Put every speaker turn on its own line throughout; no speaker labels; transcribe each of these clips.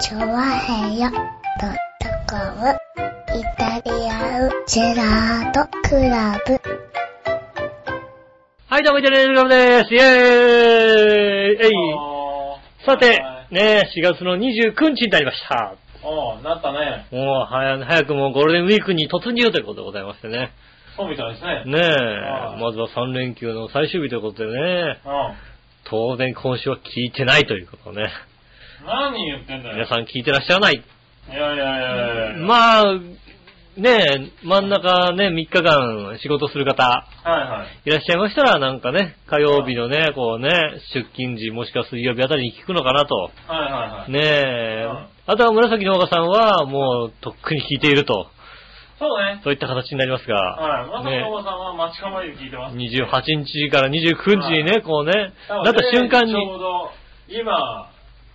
チョワヘヨドットコムイタリアンジェラートクラブ。
はい、どうも、イタリアンジェラートです。イェーイえい
あー
さて
はい、
ね4月の29日になりました。
ああ、なったね。
もう、早早くもゴールデンウィークに突入ということでございましてね。
そうみたいですね。
ね
は
え、
い
まずは3連休の最終日ということでね、
う
当然今週は聞いてないということね。
ん。何言ってんだよ。
皆さん聞いてらっしゃらない。
いやいやいやいや。
まあ、ねえ、真ん中ね、3日間仕事する方、
はいはい。
いらっしゃいましたら、なんかね、火曜日のね、こうね、出勤時、もしくは水曜日あたりに聞くのかなと。
はいはいはい。
ねえ
うん。
あとは紫の岡さんは、もう、とっくに聞いていると。
そうね。
そういった形になります
はい。ま
が。
さ
ね
のおばさんは待ち構えて聞いてます。
28日から29日に
は
ね、こうね、
多分
なった瞬間に
ち、ょうど、今、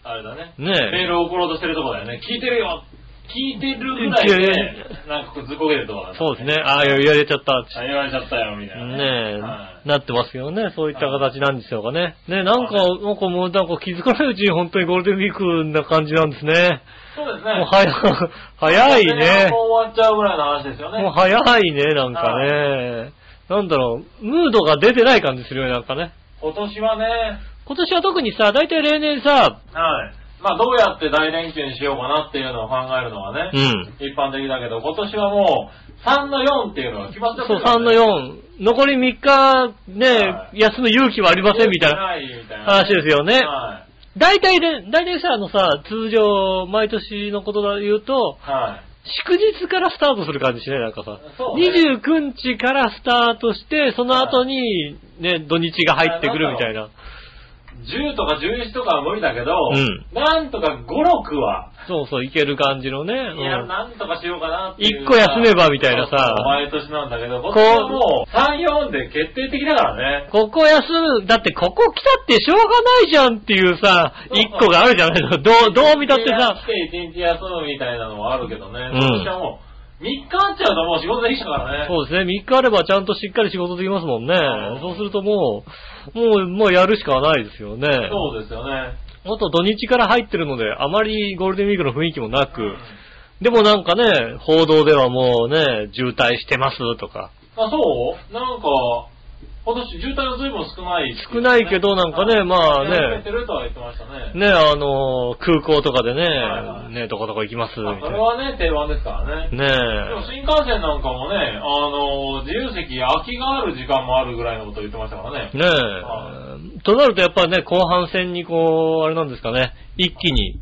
あれだね。
ねえ
メールを送ろうとしてるとこだよね。聞いてるよ聞いてるぐらい
いやいや
で、なんかこうずっこけてるとこだ
そうですね、ああ、言われちゃった。
あ言われちゃったよ、みたいな。
ねえ、
はい
なってますよね。そういった形なんでしょうかね。ねえ、なんか、なんかもう、なんか気づかないうちに本当にゴールデンウィークな感じなんですね。
そうですね。
もう 早、早いね。
もう終わっちゃうぐらいの話ですよね。
もう早いね、なんかね。なんだろう、ムードが出てない感じするよね、なんかね。
今年はね、
今年は特にさ、大体例年さ、
はい。まあどうやって大連休にしようかなっていうのを考えるのはね、
うん。
一般的だけど、今年はもう3の4っていうのが決まって
そう、3の
あ
4。残り3日、ね
は、
休む勇気はあり
り
ませんみたいな。
ないみたいな
話ですよね
は
大体ね、大体さ、あのさ、通常、毎年のことで言うと
い。、はい。
祝日からスタートする感じしないなんかさ。
そうね
29日からスタートして、その後に、ね、土日が入ってくるみたいな。
10とか11とかは無理だけど、
うん
なんとか5、6は、
そうそう、いける感じのね。うん
いや、なんとかしようかなっていう。
一個休めばみたいなさ
そうそう毎年なんだけど、今年はもう3、4で決定的だからね。
ここ休む、だってここ来たってしょうがないじゃんっていうさ、
そうそう
一個があるじゃないの。どう、どう見たってさ
来、て1日休むみたいなのもあるけどね。
うん
しかも、3日あっちゃうともう仕事できちゃうからね。
そうですね、3日あればちゃんとしっかり仕事できますもんね
う。ん
そうするともう、もう、もうやるしかないですよね。
そうですよね。
もっと土日から入ってるので、あまりゴールデンウィークの雰囲気もなく、
うん
でもなんかね、報道ではもうね、渋滞してますとか、
あ、そうなんか、今年渋滞は随分少ない、
少ないけどなんかねまあね
やめてるとは言ってましたね。
ね、あの、空港とかで
はいはい
ね、ね、どこどこ行きますみ
ま
た
あそ
い
れ
な。
はね、定番ですからね。でも
ね
新幹線なんかもね、あの、自由席空きがある時間もあるぐらいのこと言ってましたからね。
ねえ。となるとやっぱね、後半戦にこう、あれなんですかね、一気に。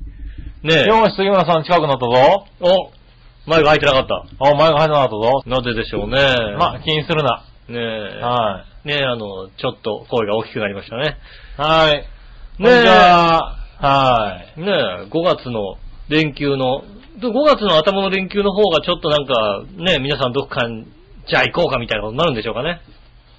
ねえ。
よし、杉村さん近くなったぞ。
お前が開いてなかった。
あ、お前が入らなかったぞ。
なぜでしょうね。
まあ、気にするな。
ねえ。
は
ねえ、あの、ちょっと声が大きくなりましたね。
い。はい。
え
こんにちは。はい。
ねえ、5月の連休の、5月の頭の連休の方がちょっとなんか、ねえ、皆さんどっかに、じゃあ行こうかみたいなことになるんでしょうかね。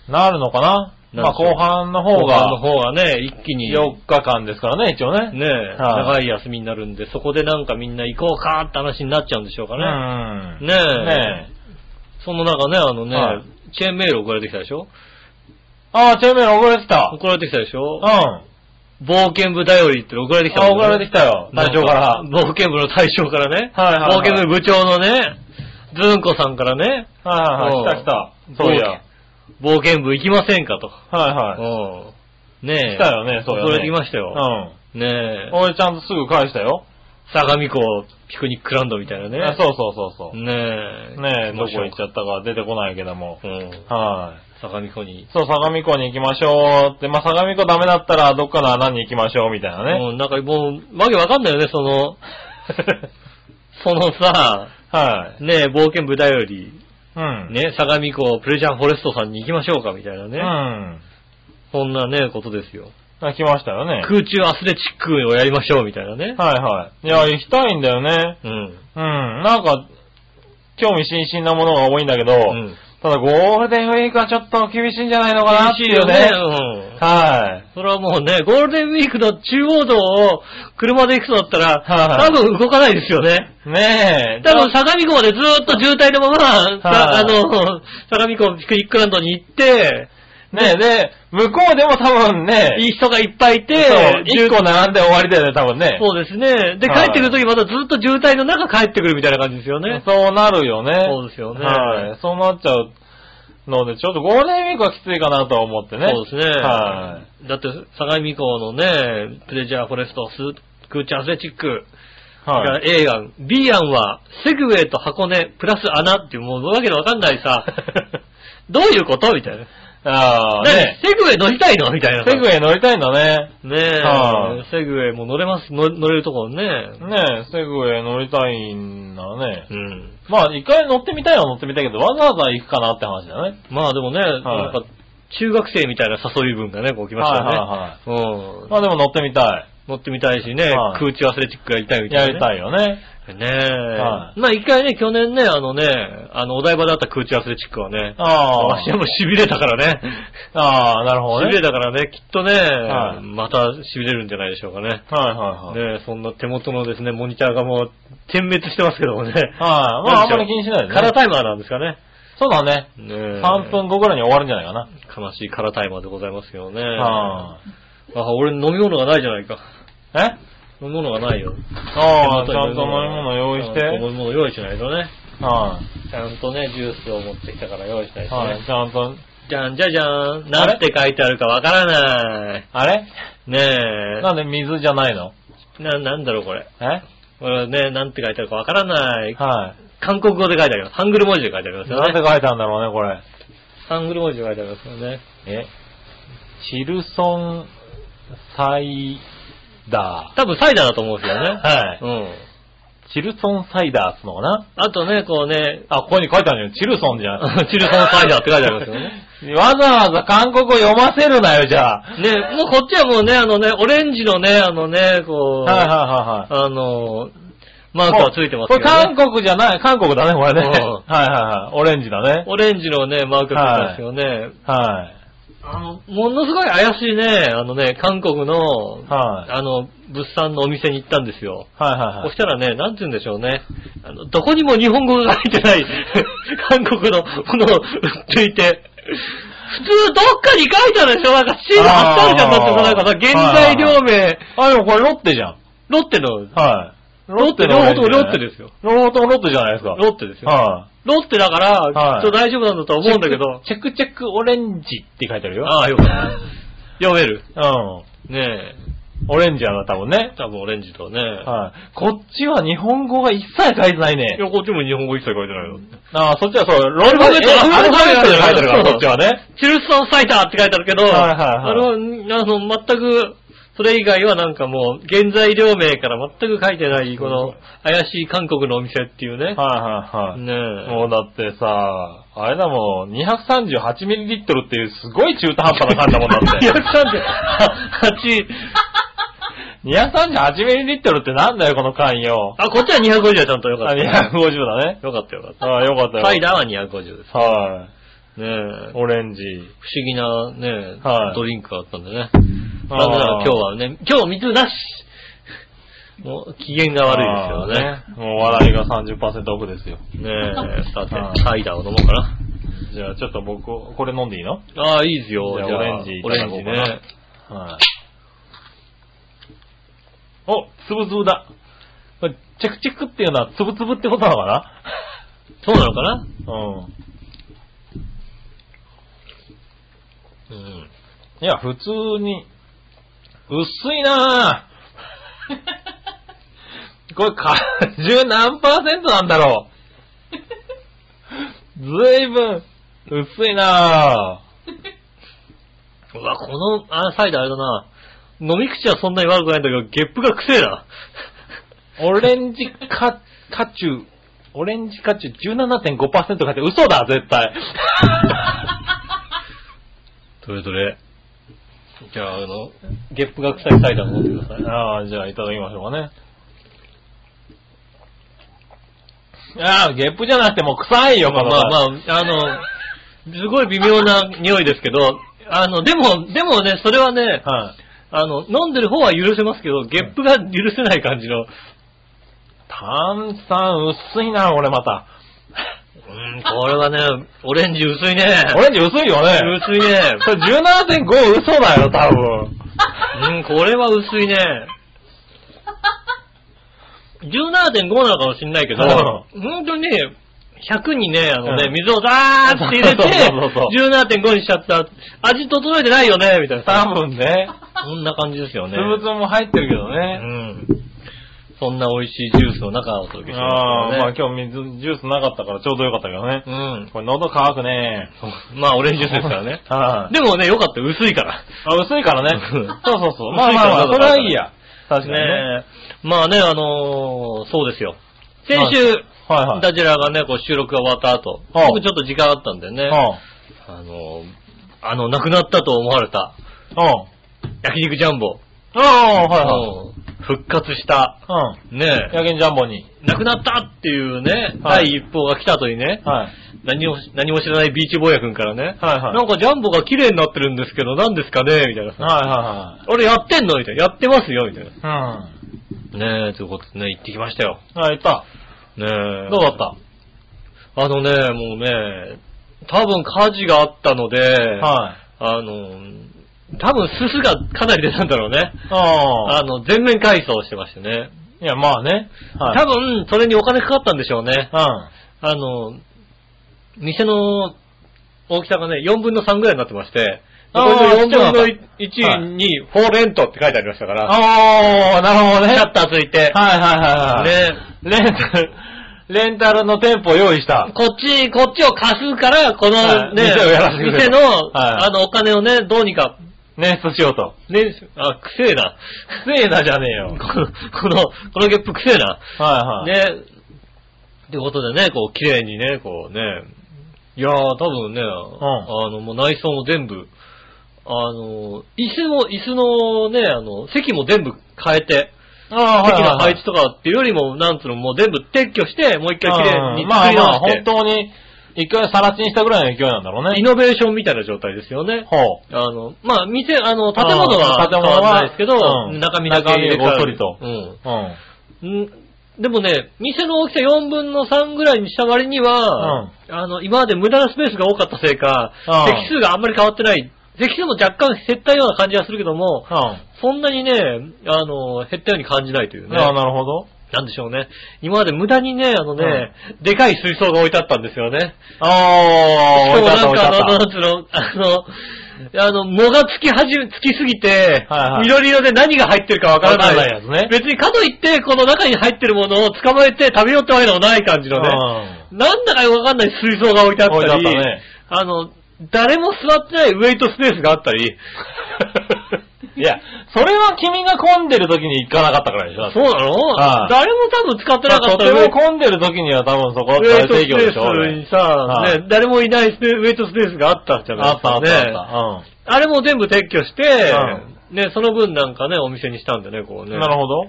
なるのかな
な
まあ、
るでしょう
後半の方
後半の
が
方がね、一気に。
4日間ですからね、一応ね。
ねえ、
は
長い休みになるんで、そこでなんかみんな行こうかって話になっちゃうんでしょうか
う
ね。
ん。
ねえ。
ねえ
その中ね、あのね、
はい
チェーンメール送られてきたでしょ
あ、チェーンメール送られてきた。
送られてきたでしょ
うん。あ、
冒険部頼りって送られてきたんだよ
送られてきたよ。
なん
対象から。はい
冒険部の対象からね。
はいはいはい
冒険部部長のね、ずんこさんからね、
はい
うん
はい。来た来た。そういや。はい
冒険部行きませんかと。
はい。
うん。ねえ。
来たよね、そうやね。
送られてきましたよ。ねえ
うん。。俺ちゃんとすぐ返したよ。
相模湖ピクニックランドみたいなね。
あそうそうそうそう。
ねえ。
ねえ、どこ行っち
ゃ
ゃったか出てこないけども。
うん。
はい。
相模湖に。
そう、相模湖に行きましょうって、まあ、相模湖ダメだったらどっかの穴に行きましょうみたいなね。
うん、なんかもう、わけわかんないよね、そ の、そのさ、
はい。
ねえ、冒険部だより、
うん。。
ね、相模湖プレジャーフォレストさんに行きましょうか、みたいな
う
ね。
ん。
そんなね、ことですよ。
あ来ましたよね。
空中アスレチックをやりましょう、みたいなね。
はいはい。いや、行きたいんだよね。
うん。
うん。なんか、興味津々なものが多いんだけど、
うん。
ただゴールデンウィークはちょっと厳しいんじゃないのかなっていうね。
うん。
はい。
それはもうね、ゴールデンウィークの中央道を車で行くとだったら、
は
多
い
分動かないですよね。
ねえ。
多分相模湖までずーっと渋滞のまま、さあの、相模湖ピクニックランドに行って、
ねで、向こうでも多分ね、
いい人がいっぱいいて、
そう
渋
一個並んで終わりだよね、多分ね。
そうですね。で、
はい
帰ってくるときまたずっと渋滞の中帰ってくるみたいな感じですよね。
そうなるよね。
そうですよね
はい。そうなっちゃうので、ちょっとゴールデンウィークはきついかなとは思ってね。
そうですね。
は
だって、相模港のね、プレジャーフォレスト、スクーチアスレチック、
い。はい。
A 案、B 案は、セグウェイと箱根、プラス穴っていう、もうわけのわかんない さ、どういうことみたいな。
ああ、
ね
ね。
セグウェイ乗りたいのみたいな。
セグウェイ乗りたいんだね。
ねえ、
はい
セグウェイも乗れます、乗乗れるところね。
ねセグウェイ乗りたいんだね
う。ん。
まあ、一回乗ってみたいは乗ってみたいけど、わざわざ行くかなって話だね。
まあでもね、なんか、中学生みたいな誘い文がね、こう来ましたよね。
は
うん
ま。あでも乗ってみた
乗ってみたいしね、
はい
空中アスレチックやりたいみ
い。
たいな、
や
ね。
りたいよね。
ねえ。
はい
まあ一回ね、去年ね、あのね、あの、お台場だった空中アスレチックはね、
ああ
私。は もう痺れたからね。
ああ、なるほど
痺
ね。
れたからね、きっとね、
はい
また痺れるんじゃないでしょうかね。
はいはいはい。はい。
ねえそんな手元のですね、モニターがもう点滅してますけどもね。
まあ、あんまり気にしないでね。
カラータイマーなんですかね。
そうだね。
ね
3分後ぐらいに終わるんじゃないかな。
悲しいカラータイマーでございますけどね。
は
あ、俺飲み物がないじゃないか。
い。え
飲み物がないよ。
ああ、ち
手
ゃ
元
ん
に
と飲み物用意して。
ちゃんと
は
飲み物用意しないとね。
い。
ちゃんとね、ジュースを持ってきたから用意したいですね。
はい、ちゃんと。
じゃんじゃじゃん。なんて書いてあるかわからない。
あれ
ねえ。
なんで水じゃないの
な、なんだろうこれ。
え
これね、なんて書いてあるかわからない。
は
韓国語で書いてあります。ハングル文字で書いてありま
い。
すよ
なんて
ね。
書いたんだろうね、これ。
ハングル文字で書いてありますよね。
えチルソンサイダ
多分サイダーだと思うんですよね。
はい
うん。
ー。チルソンサイダーっつうのかな
あとね、こうね、
あ、ここに書いて あるじゃん。チルソンじゃん。
チルソンサイダーって書いてありますよ ね。
わざわざ韓国語読ませるなよ、じゃあ。
ね、もうこっちはもうね、あのね、オレンジのね、あのね、こう、
はいはいはいはい。
あの、マークがついてます
こ
け
れ
ど、ね
韓。国じゃない、韓国だね、これね。
うん
はいはいはい。オレンジだね。
オレンジのね、マークがついてますよね。
は
あの、ものすごい怪しいね、あのね、韓国の、
い。はい。
あの、物産のお店に行ったんですよ。
はいはい
そ
はい
し。たらね、なんて言うんでしょうね。あの、どこにも日本語が書いてない 韓国のものを売っていて、普通どっかに書いてあるでしょなんかシール貼ってあるじゃんだってもうなんかさ、原材料名、
あ、でもこれロッテじゃん。
ロッテの、
はい。
ロッテ、両
の
方ともロッテですよ。
両方ともロッテじゃないですか。
ロッテですよ。
は
ロッテだから、
は
き
い
っと大丈夫なんだと
い。
思うんだけど。
チェックチェックオレンジって書いてあるよ。
ああ、よかった。読める。
うん。
ね
オレンジやな、多分ね
え。。多分オレンジとね。
はい。こっちは日本語が一切書いてない
い
ね。
や、こっちも日本語一切書いてないよ。
ああ、そっちはそう、ロールバ
え
アルファベットで書いてあるから、
そう
こっちはね。
チルソンサイダーって書いてあるけど、
はいはいはい
あの、あの、全く、それ以外はなんかもう、原材料名から全く書いてない、この、怪しい韓国のお店っていうね。
はいはいはい。
ねえ。
もうだってさ、あれだもん、238ml っていうすごい中途半端な感じだもんだって。
238
238ml ってなんだよ、この缶よ。
あ、こっちは250だ、ちゃんとよか
あ、
った。
250
よ
だね。
かったよかっ
ああ、よかった
た。
よ。
サイダーは250です。
は
ね
い。
え。
オレン
不
ジ。
思議なね、
はい
ドリンクがあったんでね。
あー
残念ながら今日はね、今日水なしもう機嫌が悪いですよね。
ああ。もう笑いが30%オフですよ。
ね え、さ
は
て、
い
サイダーを飲もうかな。
じゃあちょっと僕、これ飲んでいいの
ああ、いいですよ。
じゃあ
じゃあ
オレンジい
オ
た
レ
だ
ン
こ
ジ
うかな
ね。
はい。お、つぶつぶだ。これチェクチェクっていうのはつぶつぶってことなのか
そうなのかな
なうん。
うん。
いや、普通に、薄いな ぁ。これ、果汁何パーセントなんだろ う。ずいぶん、薄いなぁ。
うわ、この、あ、サイダーあれだな。飲み口はそんなに悪くないんだけど、ゲップがくせえな。
オレンジカ、カチュ、オレンジカチュ17.5%書いて嘘だ、絶対。
どれどれ。じゃあ、あの、ゲップが臭いサイダーを飲んでください。
ああ、じゃあいただきましょうかね。ああ、ゲップじゃなくてもう臭いよ、
ま
こ
あ
の
まあまあ、あの、すごい微妙な匂いですけど、あの、でも、でもね、それはね、
あ。はい。
あの、飲んでる方は許せますけど、ゲップが許せない感じの、
炭酸薄いな、俺また。
うん、これはね、オレンジ薄いね。
オレンジ薄いよね。
薄いね。
それ17.5嘘だよ、多分。
うん、これは薄いね。17.5なのかもしんないけど、
う
本当にね、100にね、あのね、
うん
水をザーって入れて、
そうそうそうそ
17.5にしちゃった。味整えてないよね、みたいな
多
さ。
分ね。
そんな感じですよ
つ
ね。
ぶつぶも入ってるけど
う
ね。
ん。そんな美味しいジュースの中をお届けし
ああ、ま
ま
あ
す
今日水、ジュースなかったからちょうどよかったけどね。
けどね。
これ喉乾くね。。
うん。まあ、オレンジジュースですからね
はい。
でもね、よかった、薄いから。
あ、薄いから ね
うん。
そうそうそう。
薄いから
まあまあまあ、
喉
それ
乾く
はいいや。確かにね。
ねえ。まあね、あのーそうですよ。先週、
はいはい。
ダジラがね、こう収録が終わった後、
はあ
僕ちょっと時間あったんでね、あの、あの、亡くなったと思われた
うん。うん。
焼肉ジャンボ、
うん、はいはい。
うん復活した、
うん。
ね
ヤゲンジャンボに。
亡くなったっていうね、
は
第
い
一報が来た後にね、
はい。
何も、何も知らないビーチボーヤ君からね、
はいはい
なんかジャンボが綺麗になってるんですけど、何ですかねみたいなさ。
は
俺やってんのみたいな。やってますよみたい
いはいはい。
な。ねえ、ということでね、行ってきましたよ。
うん。あ、行った。
ねえ。
どうだった
あのね、もうね、多分火事があったので、
はい。
あの、多分すすがかなり出たんだろうね。
ああ。
あの、全面改装してましてね。
いや、まあね。はい。
多分、それにお金かかったんでしょうね。
うん。
あの、店の大きさがね、4分の3ぐらいになってまして、
あー
これの4分の
ちっちゃかった
1に、フォーレントって書いてありましたから、
ああ、なるほどね。
シャッターついて、
はいはいはいはい。
ね、
レンタル、レンタルの店舗を用意した。
こっち、こっちを貸すから、この
はい
ね、
店をやらせてくれ
店の、
はい
あの、お金をね、どうにか、
捻出しようと。
ね、あ、くせえな。
くせえなじゃねえよ。
こ
はい
の、この、このゲップくせえな。
はい。
ね。ってことでね、こう、綺麗にね、こうね。いやー、多分ね、あの、もう内装も全部、あの、椅子も、椅子のね、あの、席も全部変えて、
ああ、はい
席の
は
配
いはい
置。とかっていうよりも、なんつうの、もう全部撤去して、もう一回綺麗
う
に
んま
作
あ
り
ま
直
あ、
し
本
て、
当に、一回さらちにしたぐらいの勢いなんだろう
イ
ね。
ノベーションみたいな状態ですよね。
ほう。
あの、まあ、店、あの、建物
あ
は
ー建
変
物
わ
は
らないですけど、
うん
中身だけ
中身
入れ替える
ごっそりと
うん。
うん。
んでもね、店の大きさ4分の3ぐらいにした割には、あの、今まで無駄なスペースが多かったせいか、
うん
席数があんまり変わってない。席数も若干減ったような感じがするけども、
うん。
そんなにね、あの、減ったように感じないというね。
ああ、なるほど。
なんでしょうね。今まで無駄にね、あのね、でかい水槽が置いてあったんですよね。
ああ、置いてあった
そうなん
置いて
かあ
あ
の、
っ
なんつうの、あの、あの、藻がつきはじ、つきすぎて、
はいはい
緑色で何が入ってるかわからない。
わからないやつね
別にかといって、この中に入ってるものを捕まえて食べようってわけでもない感じのね。
た。
なんだかよくわかんない水槽が置いてあったり、
置いてあったね
あの、誰も座ってないウェイトスペースがあったり、
うん。いや、それは君が混んでる時に行かなかったからでしょ。だって
そうなの、
はい
誰も多分使ってなか
まあ
った
とても混んでる時には多分そこは
ウェイ
大
トス
提
ペ
供でしょ。
ースにさ、
はい
ね、誰もいないスペウェイトスペースがあったじゃない
あ
で
っ
す
た
か、
あっ
ね。
たあっ
あれも全部撤去して、ね、その分なんかね、お店にしたんでね、こう
た。う
ね。
ん。なるほど。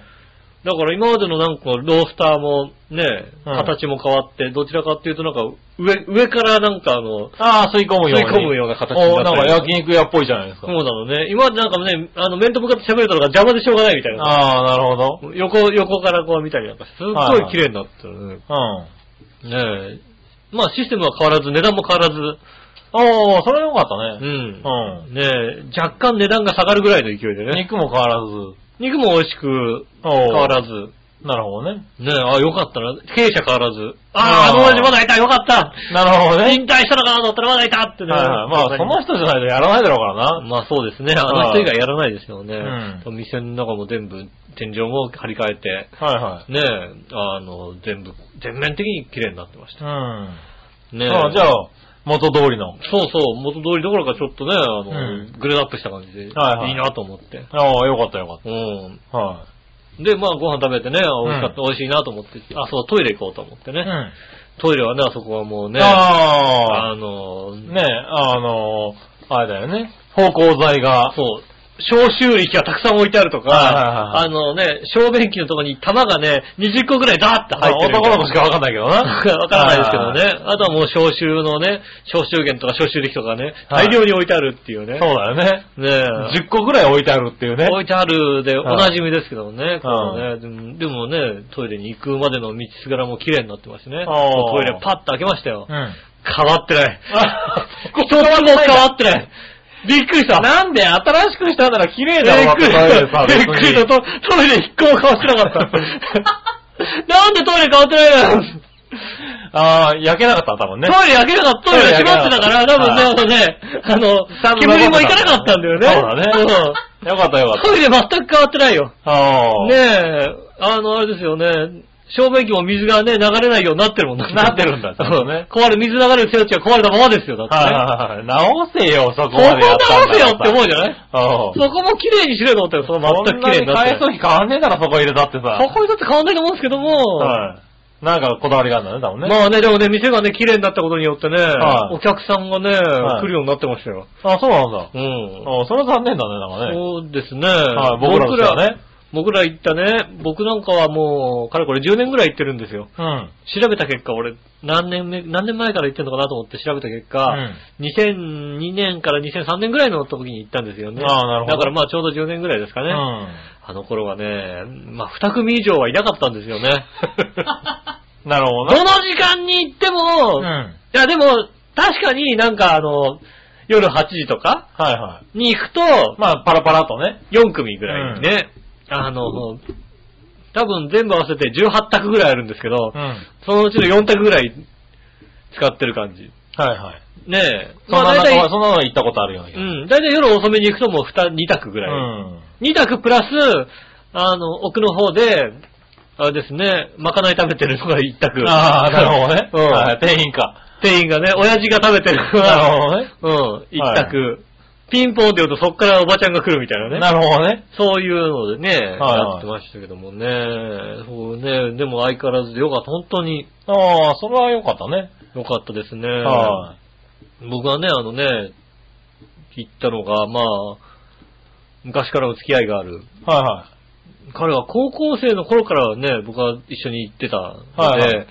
だから今までのなんかロースターもね、
うん
形も変わって、どちらかっていうとなんか上、上からなんかあの、
ああ、吸い込むように。
吸い込むような形にな
おな
っ
ん
た
か
り
焼肉屋っぽいじゃないです
そ
か
う。なのね、今までなんかね、あの、面と向かって喋れたのが邪魔でしょうがないみたいな。
ああ、なるほど。
横、横からこう見たりなんか、すっ
は
ご
い
い
はい
綺麗になってるね。
うん。
ねえ。まあシステムは変わらず、値段も変わらず、
おおそれよかった
う
ね。
ん。
う
ねえ、若干値段が下がるぐらいの勢いで
ん。
ね。
肉も変わらず。お
肉も美味しく変
変
わらず。
なるほどね。
ねえ、あ、よかったな。経営者変わらず。ああ、
あー
あの親父まだいた、よかった。
なるほどね。
引退したのかなと思ったらまだいたってね。
はいはい。まあ、その人じゃないとやらないだろうからな。
まあそうですね。あの人以外やらないですよね。
う
店の中も全部、天井も張り替えて、
はいはい。
ねえ、あの、全部、全面的に綺麗になってまし
う
た。
ん。
ねえ。
ああじゃあ、元通りの。
そうそう、元通りどころかちょっとね、あの、
うん
グレードアップした感じで、いい
はいはい
なと思って。
ああ、よかったよかっ
うん。
た。は
で、まあご飯食べてね、あ美味しかった、
う
美味しいなと思って、あ、そう、トイレ行こうと思ってね。
い。うん。
トイレはね、あそこはもうね、
ああ
あの、
ねえ、あの、あれだよね。方向剤が。
そう、消臭力がたくさん置いてあるとか、
は
あのね、小便器のとこに玉がね、20個ぐらいダーって入ってる。
男の子しかわかんないけどな。
わからないですけどね。あとはもう消臭のね、消臭源とか消臭力とかね、
はい
大量に置いてあるっていうね。
そうだよね。
ねえ
10個ぐらい置いてあるっていうね。
置いてあるで、おなじみですけどもね。こ
は
のねでもでもね、トイレに行くまでの道すがらも綺麗になってますしね。
あー
もうトイレパッと開けましたよ
う。ん。
変わってない。
あ
一つも変わってない。びっくりした。
なんで新しくしたなら綺麗
びっ
だろ、
くりし
だって
た。
トイ
びっ
レさ
くりした。トトイレ一個も変わってなかっ た。なんでトイレ変わってないの
ああ、焼けなかったんだもんね。
トイレ開けなかった、トイレ閉まってたから、多分ね、
は
あのね、あの
多、分
煙も行かなかったんだよね。
そうだね。よかったよ
うん
かっ
トイレ全く変わってないよ。
た。ああ。
ねえ、あの、あれですよね。小便器も水がね、流れないようになってるもん
なってるんだちゃんとね
うん壊れ、水流れる背置きが壊れたままですよ、だってね。
はいはいはい。直せよ、
そ
そこ
こ
までやったんだ
直せよって思うじゃない
思
そこも綺麗にしろよと思ったよ、その全く綺麗になって
返。す日変わんねえだろ、そこ入れたってさ。
そこにだって変わんないと思うんですけども、
はい。なんかこだわりがあるんだね、多分ね。
まあね、でもね、店がね、綺麗になったことによってね、
はい
お客さんがね、
はい
来るようになってましたよ。
あ、そうなんだ。
うん。
あそれは残念だね、なんかね。
そうですね。
はい、僕らとしてはね。
僕ら行ったね、僕なんかはもう、かれこれ10年ぐらい行ってるんですよ。
うん。
調べた結果、俺、何年目、何年前から行ってんのかなと思って調べた結果、
うん
2002年から2003年ぐらいの時に行ったんですよね。
ああなるほど
だからまあちょうど10年ぐらいですかね。
う
あの頃はね、まあ2組以上はいなかったんですよ ね。
ん。なるほ
ど
どな。
の時間に行っても、
うん。
い
はい
やでも、確かになんかあの、夜8時とか
は
に行くと
い。、まあ、パラパラとね。
4組ぐらいにね、あの、多分全部合わせて18択ぐらいあるんですけど、
うん。
そのうちの4択ぐらい使ってる感じ。
はいはい。
ねえ。
そん
まあ大
な中
体
は、、そんなの行ったことあるよね。
うん、大体夜遅めに行くともう 2, 2択ぐ
う
らい。
ん。
2択プラス、あの、奥の方で、あれですね、まかない食べてるのが1択。
ああ、なるほどね。
うん
はい、店員か。
店員がね、親父が食べてるの
な
が、
るほどね。
うん、1択。
は
ピンポンって言うとそっからおばちゃんが来るみたいなね。
なるほどね。
そういうのでね、
はいはい
やってましたけどもね。そうね、でも相変わらずでよかった。本当に
ああ、それは良かったね。
よかったですね。
はい。
僕はね、あのね、言ったのが、まあ、昔からお付き合いがある。
はいはい。
彼は高校生の頃からね、僕は一緒に行ってたので、
はいはい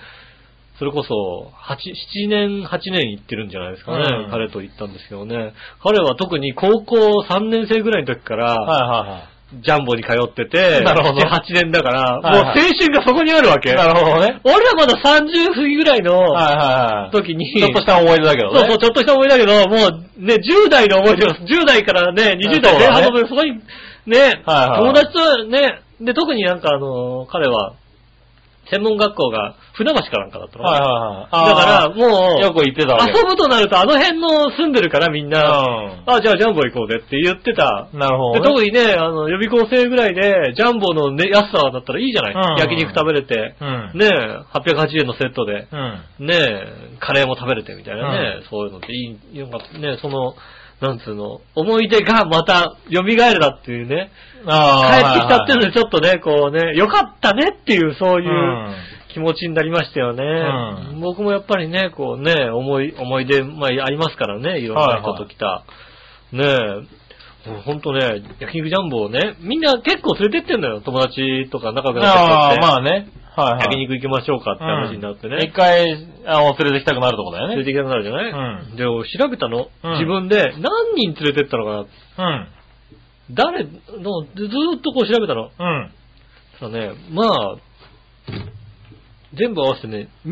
それこそ、八7年、8年行ってるんじゃないですかね、
うん
彼と行ったんですけどね。彼は特に高校3年生ぐらいの時から、
は
ジャンボに通ってて、
なるほど
7 8年だから、
はい
も
は
う
い
青春がそこにあるわ
い
け。
はい。なるほどね。
俺はまだ30過ぎぐらいの
はいはいはい。
時に、
ちょっとした思い出だけどね。
そうそう、ちょっとした思いだけど、もうね、10代の思い出を、10代からね、20代前半の思い出、そこに、ね、
はいはい
友達とね、で、特になんかあの、彼は、専門学校が船橋かなんかだったの。
はいはいはい。
だから、もう、
よく言ってたわけ。
遊ぶとなるとあの辺の住んでるからみんな、あ、じゃあジャンボ行こうぜって言ってた
うん。なるほ
で
どね。
特にね、あの、予備校生ぐらいで、ジャンボの、ね、安さだったらいいじゃない、
うん
焼肉食べれて、
うん。
ねえ、880円のセットで、
うん。
ねえ、カレーも食べれてみたいなね、そういうのっていい、よかったね、その、なんつうの、思い出がまた蘇るだっていうね、帰
あ
ってきたっていうの
で
でちょっとね、こうね、よかったねっていう、そう
そ
いう気持ちになりましたよね。
うん
僕もやっぱりね、こうね、思い、思い出、まあありますからね、いろんな人と来た。ねえ、ほんとね、焼肉ジャンボをね、みんな結構連れてってんだよ、友達とか仲良くなった人
あ
っ
あ、
て。
まあね。はいはい。
焼肉行きましょうかって話になってね。
うん一回、あの、連れてきたくなるとこだよ
連れ
ね。
て行けなくなるじゃない、で、調べたの、
うん
自分で何人連れてったのかな
うん。
誰の、ずーっとこう調べたの。
うん。
そしたらね、まあ、全部合わせてね、27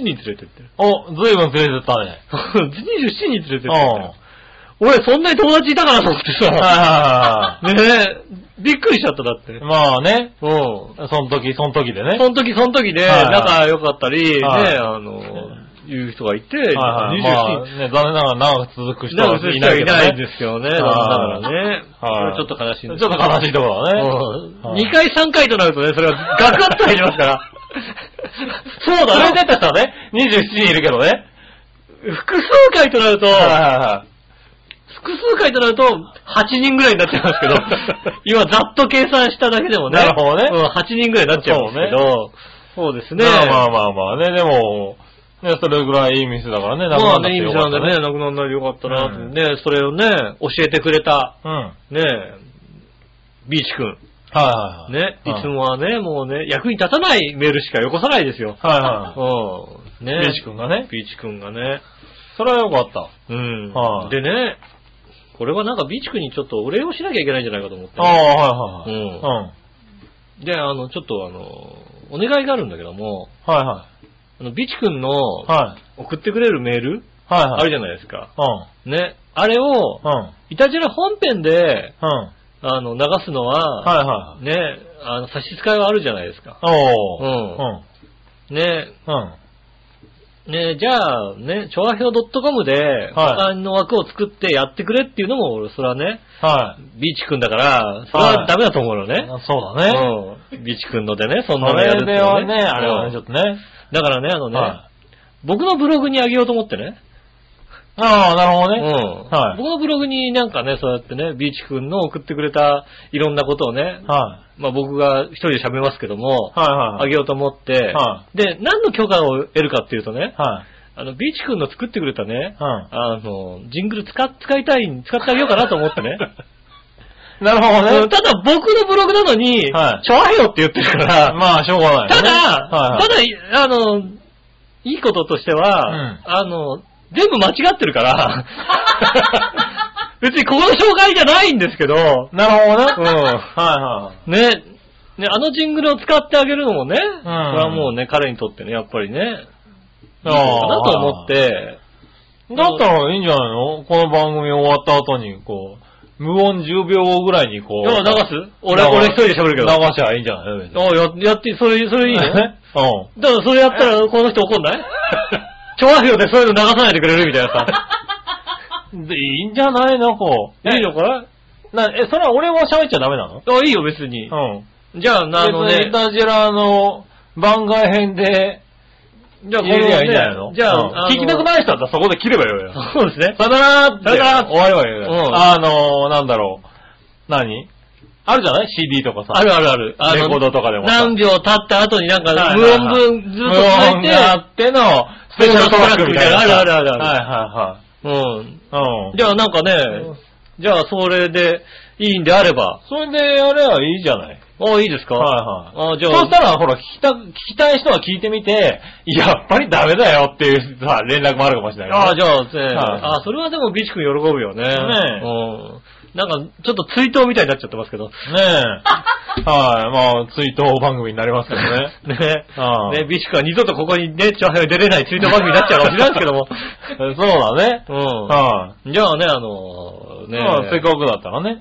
人連れてってる。
お、ずいぶん連れてったね。
27人連れてってる
うん。はい
俺、そんなに友達いたからと思って
はい
さ。
は
ねえ、びっくりしちゃった、だって
い。。まあね、
うん。
その時、その時でね。
その時その時で、
はいはい
仲良かったり、ね、
はい
あの、いう人がいて、
はいはい。まあ
27人。
ね、残念ながら長く続く人
なんかそう
は
いう
い
人は
ない
い
けど
ないん
ね。
ですよね。だ
い
からね。
はい
これちょっと悲しい
ち
ん
ょっ
です
と悲しいところだね。
うん
はい
2回3回となるとね、それはガクッと入りますから。 そうだ
連れ
ね。
てった人はね、27人いるけどね。
複数回となると、
はいはいはい。
複数回となると、8人ぐらいになっちゃいます けど、今ざっと計算しただけでもね。
なるほどね
うん8人ぐらいになっちゃうんですけど、そうですね。
まあまあまあまあね、でも、ね、それぐらいいい店だからね、
まあ
な
ね、いい店なんでね、なくならないでよかったな、ね、それをね、教えてくれた、
うん。
ね、ビーチくん。
はいはいはい。
ね、いつ
も。
もはね、もうね、役に立たないメールしかよこさないですよ。
はいは
うん。
い
ね
はい。ビーチ君がね。
ビーチくんがね。
それはよかった。
うん
は。い
でね、これはなんかビーチくんにちょっとお礼をしなきゃいけないんじゃないかと思って。
ああ、はいはいはい。
うん
は
で、あの、ちょっとあの、お願いがあるんだけども、
いは
あの、ビーチくんの
い。はい。
送ってくれるメール、
はいはい。
あるじ
ゃ
ゃないですか。
うん。
ね。あれを
う、ん。
イタジェラ本編で、
うん。はい
あの、流すの
は
は、
いはい。
ね、あの、差し支えはあるじゃないですか。
おー。
うんね、
うん。うん。
ね、じゃあ、ね、調和表 .com で、他の枠を作ってやってくれっていうのも、俺、それはね、
は
ビーチくんだから、それはダメだと思うの
い。
ね。
そうだね。
うん。ビーチくんのでね、そ
そ
んなのやるって
れで
いうの
はね、あれはね、ちょっとね。
うんだからね、あのね、
はい。
僕のブログにあげようと思ってね。
ああ、なるほど
う
ね。
ん。
はい
僕のブログになんかね、そうやってね、ビーチくんの送ってくれたいろんなことをね、
は
まあ僕が一人で喋りますけども
い。、はいはい。
あげようと思って、
は
で、何の許可を得るかっていうとね、
はい。
あの、ビーチくんの作ってくれたね、
う
あの、ジングル使っ、使いたい、使ってあげようかなと思って ね。
ん。なるほ
う
ど
ん
ね。
ただ僕のブログなのに、
はい
ちょわよって言ってるから、
まあ、しょうがないよね。
ただ、
はいはい。
ただ、あの、いいこととしては、
うん
あの、全部間違ってる から、別にここの紹介じゃないんですけど、
なるほどね。うん。 は
ね、ね、あのジングルを使ってあげるのもね、それはもうね、彼にとってね、やっぱりね、いいことかなと思って、
いはい。だったらいいんじゃないのこの番組終わった後に、こう、無音10秒後ぐらいにこう。
今流す俺、俺一人で喋るけ
流
ど。
しゃいいんじゃない
おや、やって、それ、それいいのだか
うん。
らそれやったらこの人怒んない 調和表でそういうの流さないでくれるみたいなさ。
で、 いいんじゃないのこう。
いいのかな
な、え、それは俺も喋っちゃダメなの
あ、いいよ別に。
うん。
じゃあ、なあの
別に
ね
イ、タジェラの番外編で、
じゃあ、こ
言えりゃいいんじゃない
の
の
ね、じゃ
うん
あ、
聞きたく
い
ない人だったらそこで切ればよよ。
そうですね。
さよなら
さよなら
終わればいいよ
う。ん
あのー、なんだろう。何あるじゃない ?CD とかさ。
あるあるある。あの
レコードとかでもさ
何秒経った後になんか
はい
無
はい
音
はい
分ずっと
無音があっての、スペシャルトラックみたいな。
あるあるあるある
は
続いて、
いはいはい。
うん。じゃあなんか
う
ね
ん、
じゃあそれでいいんであれば、
それでやればいいじゃない
あいいですか
はい
あじゃ
そう
あ
した、ら、ほら、聞きた、聞きたい人は聞いてみて、やっぱりダメだよっていうさ、連絡もあるかもしれない
あ
ゃ
じゃあね、
はい
あそれはでもビチ君喜ぶよね。
ね
うん。なんか、ちょっと追悼みたいになっちゃってますけど。
ね え。はい、まあ、追悼番組になりますけどね。
ね。
ああ
ね、ビシクは二度とここにね、チャーハイ出れないツイート番組になっちゃうかもしれないですけども。
そうだね。
う
は
ん。じゃあね、あの
い、
ね、
まあせっかくだったらね。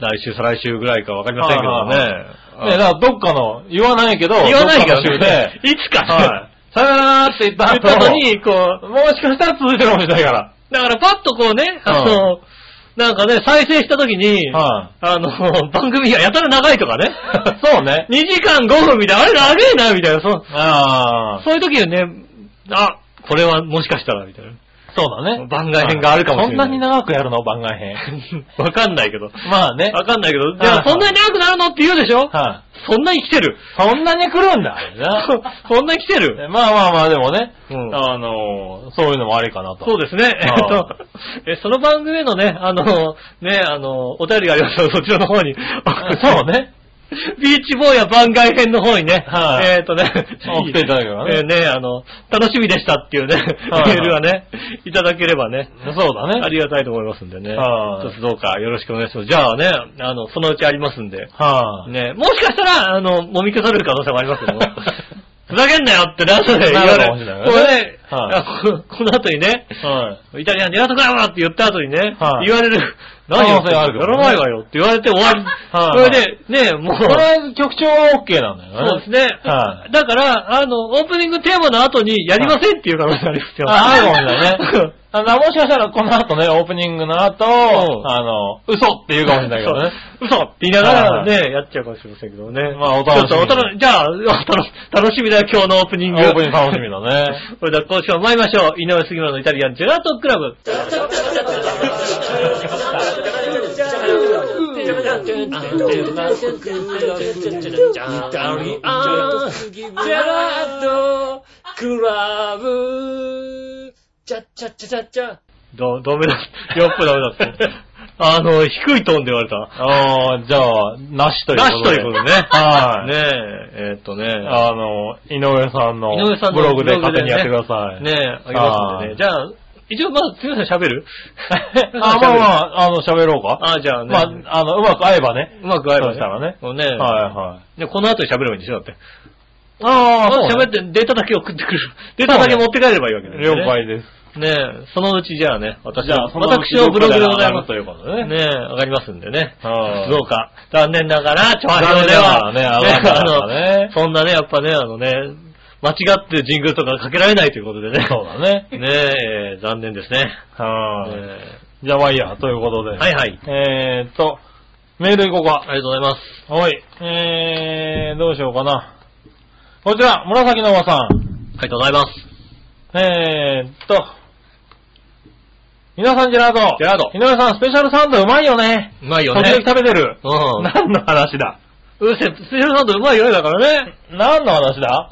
来週、再来週ぐらいかわかりませんけどもね。
はいねえ、だからどっかの、言わないけど、
言わないけど
っかの州
ね
で、、
いつか、
はい。さよならって言った
言
後
ったのに、こう、
もしかしたら続いてるかもしれないから。
だからパッとこうね、あの、なんかね、再生した時に、
は
あの、番組がやたら長いとかね。
い。 そうね。
2時間5分みたいな、あれ長えな、みたいな、そう、
ああ、
そういう時にね、あ、これはもしかしたら、みたいな。
そうだね。
番外編があるかもしれない
そんなに長くやるの番外 編。
わかんないけど。
まあね。
わかんないけど、
い
じゃあそんなに長くなるのって言うでしょ
は
そんなに来てる。
い。そんなに来るんだ。
そんなに来てる。
まあまあまあ、でもね、
うん
あのーそういうのもありかなと。
そうですね。えっと
あ、
えその番組へのね、あの、ね、あの、お便りがありましたらそちらの方に。
そう。ね。
ビーチボーイや番外編の方にね、
はい
えっとね、
送っていただければね
えーね、あの、楽しみでしたっていうね、
はい
メールがね、いただければね。
そうだね。
ありがたいと思いますんでね。
はい
一つどうかよろしくお願いします。じゃあね、あの、そのうちありますんで。
はい、
ねもしかしたら、あの、揉み消される可能性もありますけども。ふざけんなよってね、後で言わ
なる
れ
かもしれない
これね、
はい
あここの後にね、
はい。
イタリアン狙ってくらって言った後にね、
はい
言われる、何よ、
可能性はあるけ
や
どね
らないわよって言われて終わり。
は
それ
い
で、ね、もう、
とりあえず局長は OK なんだよね。
そうですね。
は
だから、あの、オープニングテーマの後にやりませんっていう可能性ありますよ。
あ、あるかもしれ ないね。あのもしかしたらこの後ね、オープニングの後、
ん
あの、嘘って言うかもしれないけどね。
嘘って言いながらね、やっちゃうかもしれませんけどね。
まあお楽しみに
ちょっとお楽じゃあ、楽 し楽しみだよ、今日のオープニ
オ
ング。
ープニング楽しみだね。
それでは今週も参りましょう。井上杉村のイタリアンジェラートクラブ。
ジェラートクラブチャチャチャチャチャ
ど、ダメだ。やっぱダメだって。あの、低いトーンで言われた。
ああ、じゃあ、なしという
な
こ
し
と
と
で。
いうことね。
はい。
ねえ、えーっとね。
あの、井上さんの
井上さんの
ブログで勝手に
ブ
やっ
ログでね
てください。
ねえ、あげますんでね。じゃあ、一応まあ、つゆさん喋る
あ、まあま
あ。
あ、あの、喋ろうか。
あ、じゃあね。
まあ、あの、うまく合えばね。
うまく合えば
そうしたらね
もうね。
はいはい。
で、この後に喋ればいいんでしょだって。
あ
まず
喋
喋
っ。
ってて、データだけ送ってくる。データだけ持って帰ればいいわけだ
了
よね。
解です。
ねえ、そのうちじゃあね、私
じゃ
は、
あそのう
私
ち
のブログでございます。
ということでね
ねえ、上がりますんでね。
はい
静岡。残念ながら、調和表では。
残念ながらね上がらなかったね
あのそんなね、やっぱね、あのね、間違ってジングルとかかけられないということでね。
そうだね。
ねえ、残念ですね。
は
ね
い。じゃあまあいいや、ということ
は
で。
いはい。
えーっと、メールいこうか。
ありがとうございます。
はい。えー、どうしようかな。こちら、紫のおばさん。
ありがとうございます。
えーっと、皆さんジェラード。
ジェラード
井上さん、スペシャルサンドうまいよね。
うまいよ
時
ね。
々食べてる。
うん。
何の話だ
うせ、スペシャルサンドうまいよね、だからね。
何の話だ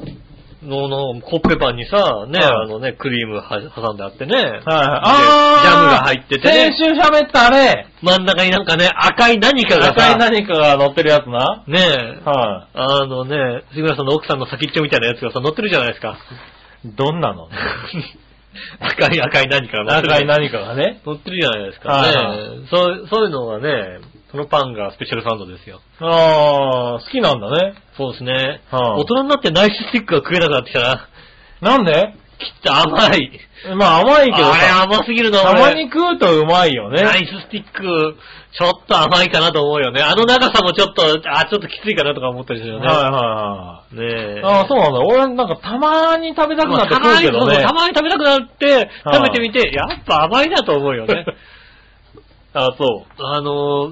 の、の、コッペパンにさ、ね、
はい
あのね、クリームは挟んであってね。
はいはい。
でジャムが
あー
入っててね
先週喋ったあれ、
真ん中になんかね、赤い何かがさ、
赤い何かが乗ってるやつな。
ねえ、
は
あのね、杉村さんの奥さんの先っちょみたいなやつがさ、乗ってるじゃないですか。
い。どんなの
赤い赤い何かが乗ってる。
赤い何かがね。
乗ってるじゃないです
は
か
い
ね。そう、そういうのがね、そのパンがスペシャルサンドですよ。
あー、好きなんだね。
そうですね。
はい
大人になってナイススティックが食えなくなってきたな。
なんで
きっと甘い。
まあ甘いけど
あれ
さ、
甘すぎるな、
た
俺
まに食うとうまいよね。
ナイススティック、ちょっと甘いかなと思うよね。あの長さもちょっと、あ、ちょっときついかなとか思ったりするよね。
は
ね
いはい
え。
はい。あー、そうなんだ。俺なんかたまに食べたくなって食うけ
まあたまにそうそ
ど
う
ね
た。まに食べたくなって、
はい
食べてみて、やっぱ甘いなと思うよね。
あー、そう。
あのー、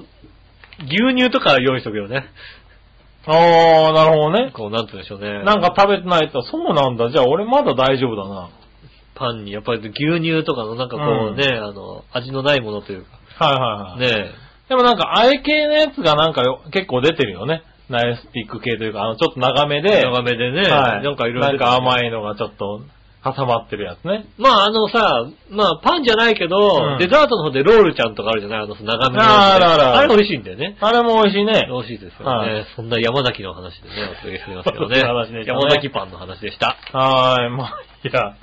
牛乳とか用意しとくよね。
あー、なるほどね。
こう、なんて言うんでしょうね。
なんか食べてないと、そうなんだ。じゃあ俺まだ大丈夫だな。
パンに、やっぱり牛乳とかのなんかこうね、あの、味のないものというか。
はいはいはい。
ね
でもなんか、あれ系のやつがなんかよ結構出てるよね。ナイスティック系というか、あの、ちょっと長めで。
長めでね、
はい。
なんかいろいろ出
な
て
ん
る
か甘いのがちょっと、挟まってるやつね。
まああのさ、まあパンじゃないけど、
うん
デザートの方でロールちゃんとかあるじゃないあの、長めのやつね。
あるあるある
あれ美味しいんだよね。
あれも美味しいね。
美味しいですよね。
はい
そんな山崎の話でね、お届けしてますけど ね。
そんな話でしたね
山崎パンの話でした。
はーい、まあ、いいや。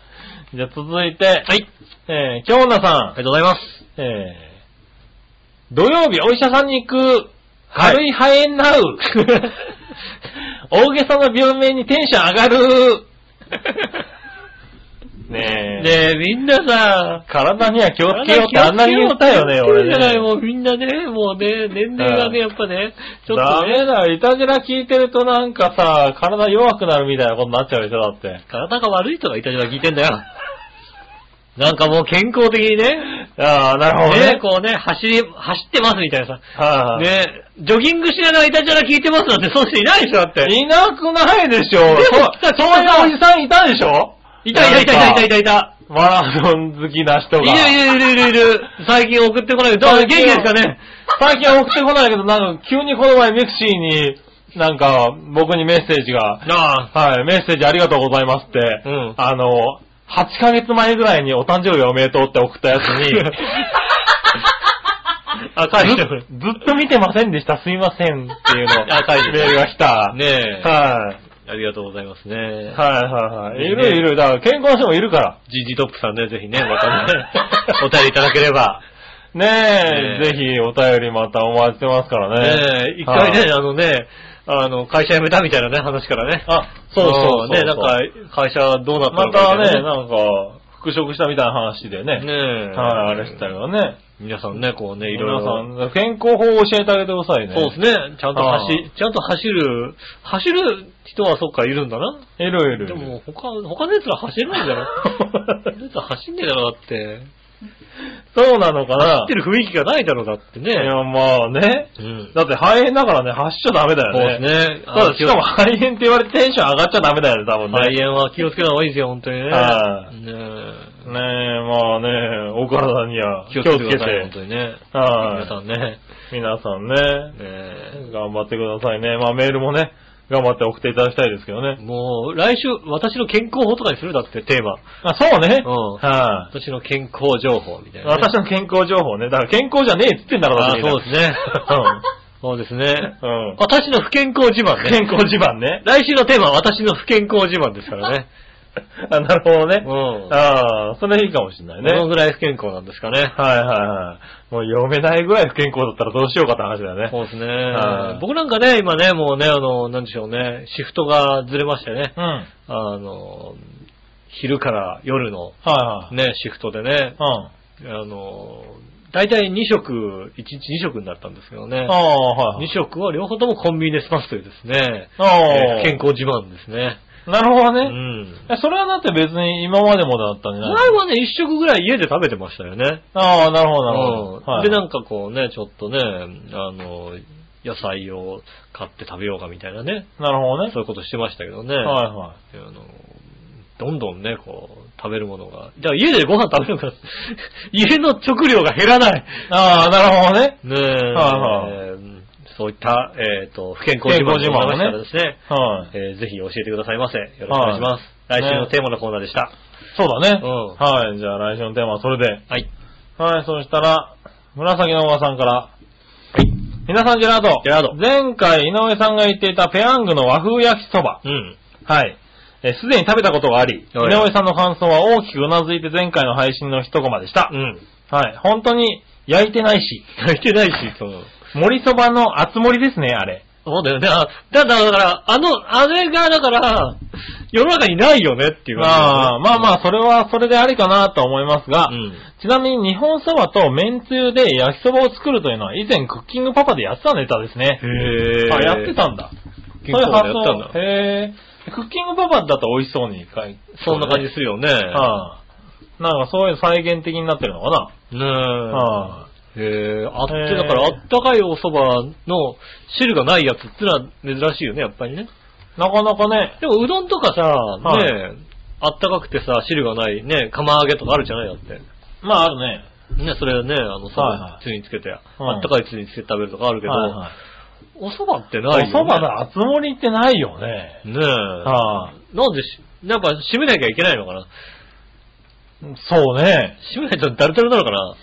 じゃあ続いて、はい。えー、京奈
あ
さ
りがとうございます。
ん、えー、土曜日お医者さんに行く、
はい
軽い肺炎なう。 大げさな病名にテンション上 がる。ねえ。
ねえ、みんなさ、
体には気をつけようってあんなに言ったよね、
気をつけ
俺
ようっ
ね。
て言ってるじゃない、もうみんなね、もうね、年齢がね、やっぱね、ちょっ
ダ
と
メ
ね、
だよ、いたじら聞いてるとなんかさ、体弱くなるみたいなことになっちゃうでしょ、だって。
体が悪い人がいたじゃ聞いてんだよ。なんかもう健康的にね、
ああ、なるほどね。
ね、こうね、走り、走ってますみたいなさ、
はいはい
ね、ジョギングしながらいたじゃら聞いてますなんて、そういう人いないでしょ、だって。
いなくないでしょ。
も
そ
さ
そういうおじさんいたでしょ
いたいたいたいたいたいたいた。
マラソン好きな人
い
が。
るいるいるいるいる。最近送ってこないけど、どう元気ですかね。
最近は送ってこないけど、なんか急にこの前ミクシーに、なんか僕にメッセージ
あ
が、
あ。
はい、メッセージありがとうございますって、
うん
あの、8ヶ月前ぐらいにお誕生日おめでとうって送ったやつに、
あ、
ず
返してくる。
ずっと見てませんでした、すいませんっていうの、
あ書いてる
メールが来た。
ねえ。
はい、
ありがとうございますね。
はいはいはい。
ね
いるいる。だから健康な人もいるから。
ジジトップさんね、ぜひね、またね、 お便りいただければ。
ねえ、
ねえ
ぜひお便りまたお待ちしてますからね。
ねえ、一回
はい
ね、あのね、あの、会社辞めたみたいなね、話からね。
あ、そうそうそうそう。
ね、なんか、会社どうなった
ま
のかみ
た
い
ね、なんか、復職したみたいな話でね。
ね え。
はい、あれしたよね。
皆さんね、こうね、い
皆
ろいろ。
さん、健康法を教えてあげてくださいね。
そうですね。ちゃんと走
は、
ちゃんと走る、走る人はそっか、いるんだな。
いろいろ。
でも、他、他のやつら走れないんだろ。 他のやつら走んねえだろ、だって。
そうなのかな
走ってる雰囲気がないだろ、だって
いや
ね。、
まあね。
うん。
だって肺炎だからね、走っちゃダメだよ
そうです
ね。
ね。
ただしかも肺炎って言われてテンション上がっちゃダメだよね、多分
肺
ね。
炎は気をつけた方がいいですよ、本当にね。
はい
ね
ねえ、まあね、お体には
え
気
気
を
を
つ
つ
け
け
て
てください、本当にね。
はい
皆さんね。
皆さん
ね
ね、
え
頑張ってくださいね。まあメールもね、頑張って送っていただきたいですけどね。
もう、来週、私の健康法とかにするだって、テーマ。
あ、そうね。
うん
はい、
私の健康情報みたいなね、
私の健康情報ね。だから健康じゃねえっつってんだろ、
あ
私
ーそうですね。そうですね。
うん。うん。
私の不健康自慢ね。
健康自慢ね。
来週のテーマは私の不健康自慢ですからね。
あ、なるほどね。
うん。
ああ、それいいかもしれないね。
どの
はい
ぐらい不健康なんですかね。
はいはい。もう読めないぐらい不健康だったらどうしようかって話だよね。
そうですね
はい。
僕なんかね、今ね、もうね、あの、なんでしょうね、シフトがずれましてね
う、ん。はい
あの、昼から夜の
はい。
ね、シフトでね、
うん。あ
あの、大体2食、1日2食になったんですけどね、
あ、はいは
2
い。
食は両方ともコンビニで済ますというですね、
ああ、
えー健康自慢ですね。
なるほ
う
どね。
ん。
えそれはだって別に今までもだったんじゃない
前はね、1食ぐらい家で食べてましたよね。
ああ、なるほど、なるほど。
う
は
んで、
い
なんかこうね、ちょっとね、あの、野菜を買って食べようかみたいなね、
なるほどね。
そういうことしてましたけどね。
はいは
あのどんどんね、こう、食べるものが。じゃあ家でご飯食べるから、 家の食料が減らない。
い。ああ、なるほどね。
ねえ、
はい
そういった、えっ、と、不健康自慢でございましたらですね、
はい。
えーぜひ教えてくださいませ。よろしくお願いします。
はい
来週の
ね
テーマのコーナーでした。
そうだね。
うん
はい。じゃあ来週のテーマはそれで。
はい。
はい、そしたら、紫のおばさんから。皆さん、ジェラード。
ジェラード
前回、井上さんが言っていたペヤングの和風焼きそば。
うん。
はい。えーすでに食べたことがあり、井
はい
上さんの感想は大きくうなずいて前回の配信の一コマでした。
うん。
はい。本当に焼いてないし、
泣いてないし、その。
盛りそばの厚盛りですね、あれ。
そうだよね。あだだだから、あの、あれが、だから、世の中にないよねっていう、
まあまあまあ、それはそれでありかなと思いますが、
うん。
ちなみに日本そばと麺つゆで焼きそばを作るというのは以前クッキングパパでやってたネタですね。
へ
あ、やってたんだ。
結構やったんだ
そういう発想へークッキングパパだと美味しそうに書いて
そんな感じするよね。
はあ、なんかそういう再現的になってるのかな、
ねえ。
はあ、
へえ、あっ
へ
て、
え
だからあったかいお蕎麦の汁がないやつってのは珍しいよね、やっぱりね。
なかなかね、
でもうどんとかさ、
い
ねえ、あったかくてさ、汁がないね、釜揚げとかあるじゃないだって。
まああるね。
ね、それね、あの、
はいは
さ
い、
つゆにつけて、あったかいつゆにつけて食べるとかあるけど、
はいはい
お蕎麦って
お
ないよ、ね。
蕎麦の厚盛りってないよね。
ねえ。
はあ、
なんでし、なんか閉めなきゃいけないのかな
そうね。
閉めないとダルダルなのかな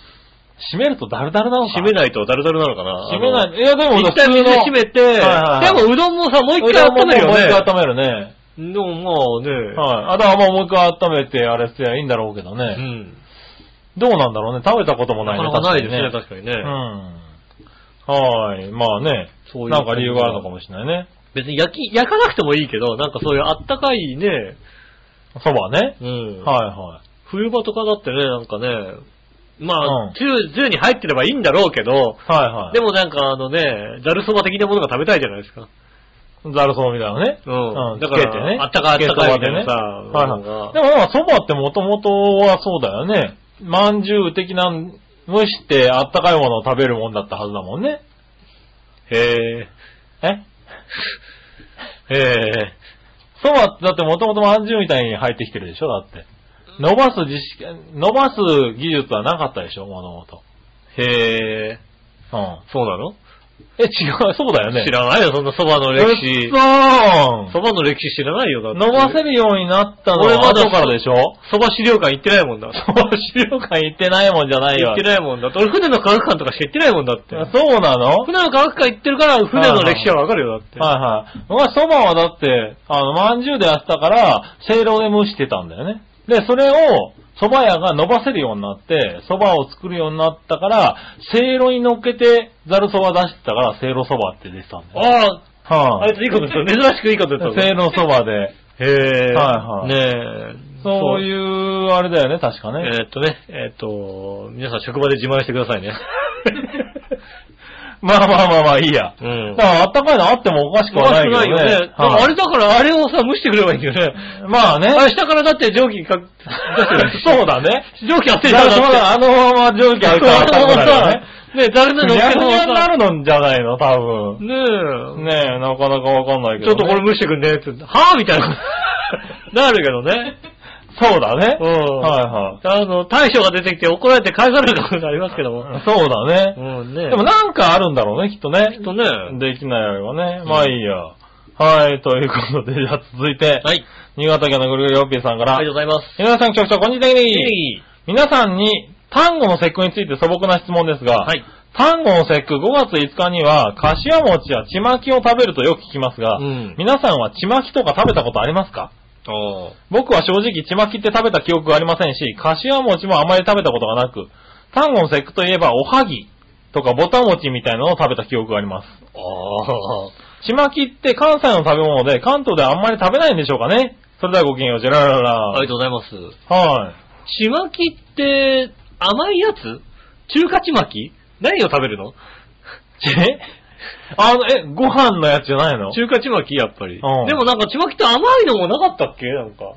閉めるとダルダルなのか
閉めないとダルダルなのかな
閉め
い。
ない。いやで
あ
も
の一旦水閉めて、
いはいはい
でもうどんもさ、もう一回温めるよね。
もう一回温めるね。
でもまあね、
はい。あ、だからまあもう一回温めてあれすりゃいいんだろうけど
う
ね。
ん。
どうなんだろうね。食べたことも
な
な
いか
ね
なかないですね、
確
確
か
かにね。
にねうん。はい。まあね。
そういう
なんか理由があるのかもしれないね。
別に焼き、焼かなくてもいいけど、なんかそういうあったかいね、
そばね。
うん。
はいは
冬場とかだってね、なんかね、ま
う
あ
ん、
つゆ、つゆに入ってればいいんだろうけど、
い。はいはい。
でもなんかあのね、ざるそば的なものが食べたいじゃないですか。
ザルそばみたいなね。
うん
うん。
だから
つけてね。
あったかいあったかいみたいなさ
つけそばで
も
ね
のが
はいはい。でもまあ、そばってもともとはそうだよね。まんじゅう的な、蒸してあったかいものを食べるもんだったはずだもんね。
へ
えええそばってだってもともとまんじゅうみたいに入ってきてるでしょだって。伸ばす自識、伸ばす技術はなかったでしょもともと。
え、へえ、
うん。
そうなの、
え、違う、そうだよね。
知らないよ、そんな蕎麦の歴史。
うっそ
蕎麦の歴史知らないよ、だっ
ー
て。
伸ばせるようになったの
俺
は
まだ
後からでしょ
蕎麦資料館行ってないもんだ。蕎
そう、資料館行ってないもんじゃない
行
よ
っ。てないもんだって。俺船の科学館とかしか行ってないもんだって。
そうなのはい
船の科学館行ってるから、船の歴史はわかるよ、だって。
はい。僕はそばはだって、あの、まんじゅうでやってたから、せいろで蒸してたんだよね。で、それを、蕎麦屋が伸ばせるようになって、蕎麦を作るようになったから、せいろに乗っけて、ざる蕎麦出してたから、せいろ蕎麦って出てたんだよ。
ああ、あ
はい
ついいこと言った。珍しくいいこと言った
い。せい
ぞ。
ろ蕎麦で。
へえ。
はいはい
ねえ。
そういう、あれだよね、確
そ
か
う。
ね。
えーっとね、えーっと、皆さん職場で自慢してくだ さいね。
まあまあまあまあ、いいや。
うん
だか。ら、あったかいのあってもおかしくはないけどね。
だからあ
はい
れだから、あれをさ、蒸してくればいいんだよね。
まあね。
あれ下からだって蒸気か、
そうだね。
蒸気熱い
だ
から
からま
だ
だ
って。
あのまま蒸気あるから
あの
暖かくなるよね。
さ、ね、誰の
ぐ
乗っ
にゃ
け
ぐにゃ
た
に
ま
な
ま
るのんじゃないの、多分。
ねえ。
ねえ、なかなかわかんないけ
ちょ
ど、
っとこれ蒸してくんねって、はぁみたいな。なるけどね。
そうだね。
うん
は
あの、大将が出てきて怒られて返されることになりますけど
いは
も
い。。そうだね。
うんね。
でもなんかあるんだろうね、きっとね
きっ。とね。
できないよりはね。まあいいや。はい、ということで、じゃあ続いて、
はい。
新潟県のぐるぐるよっぴーさんから、
ありがとうございます。
皆さん局長、こんにちは。
いい
皆さんに、単語の節句について素朴な質問ですが、
はい。
単語の節句5月5日には、かしわ餅やちまきを食べるとよく聞きますが、
うん
皆さんはちまきとか食べたことありますか
おー
僕は正直ちまきって食べた記憶がありませんし、かしわ餅もあまり食べたことがなく、単語の節句といえばおはぎとかぼた餅みたいなのを食べた記憶があります。
あー。
ちまきって関西の食べ物で関東ではあんまり食べないんでしょうかねそれではごきげんよう、ジェララララ。
ありがとうございます。
はい。
ちまきって、甘いやつ中華ちまき何を食べるの
えあの、え、ご飯のやつじゃないの
中華ちまきやっぱり。
うん
でもなんかちまきって甘いのもなかったっけなんか。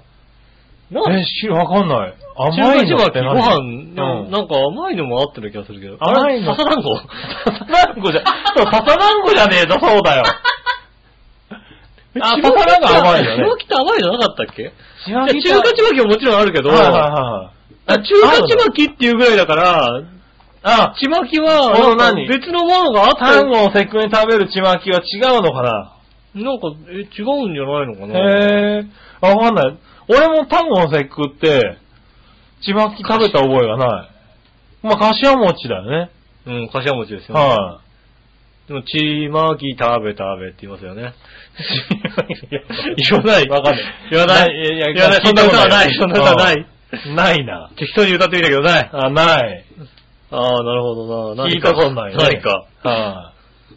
な
え、し、わかんない。
中華
甘い
ち
の
ま
っ
き、
て
ご
何
飯、でも
うん。
なんか甘いのもあってる気がするけど。
甘いの
あれ笹団子
笹団子じゃ、 そう、笹団子じゃねえぞ、そうだよ。
あ
ちまきって甘いよね
ちまきって甘いのなかったっけ
ち
いや中華ちまきももちろんあるけど、
はいはいは
あ
い。
中華ちまきっていうぐらいだから、
あ、
ちまき
この
は、なんか
何
別のものがあった
単語をせっくに食べるちまきは違うのかな
なんか、え、違うんじゃないのかな
へえ。あわかんない。俺も単語のせっくって、ちまき食べた覚えがない。まあ、かしわ餅だよね。
うん、柏餅ですよね。
は
でも、ちまき食べ食べって言いますよね。
い。
言わない。
わかんない。
言わない。
いやいや
言わない。
聞
そ
い
ん
た
な
こ
歌
と
は
な
ないい。そんな歌はない。
ないな。
適当に歌ってみたけどない。
あ、ない。
ああ、なるほどな。
聞
何
い
か
たことないね。
何か。
は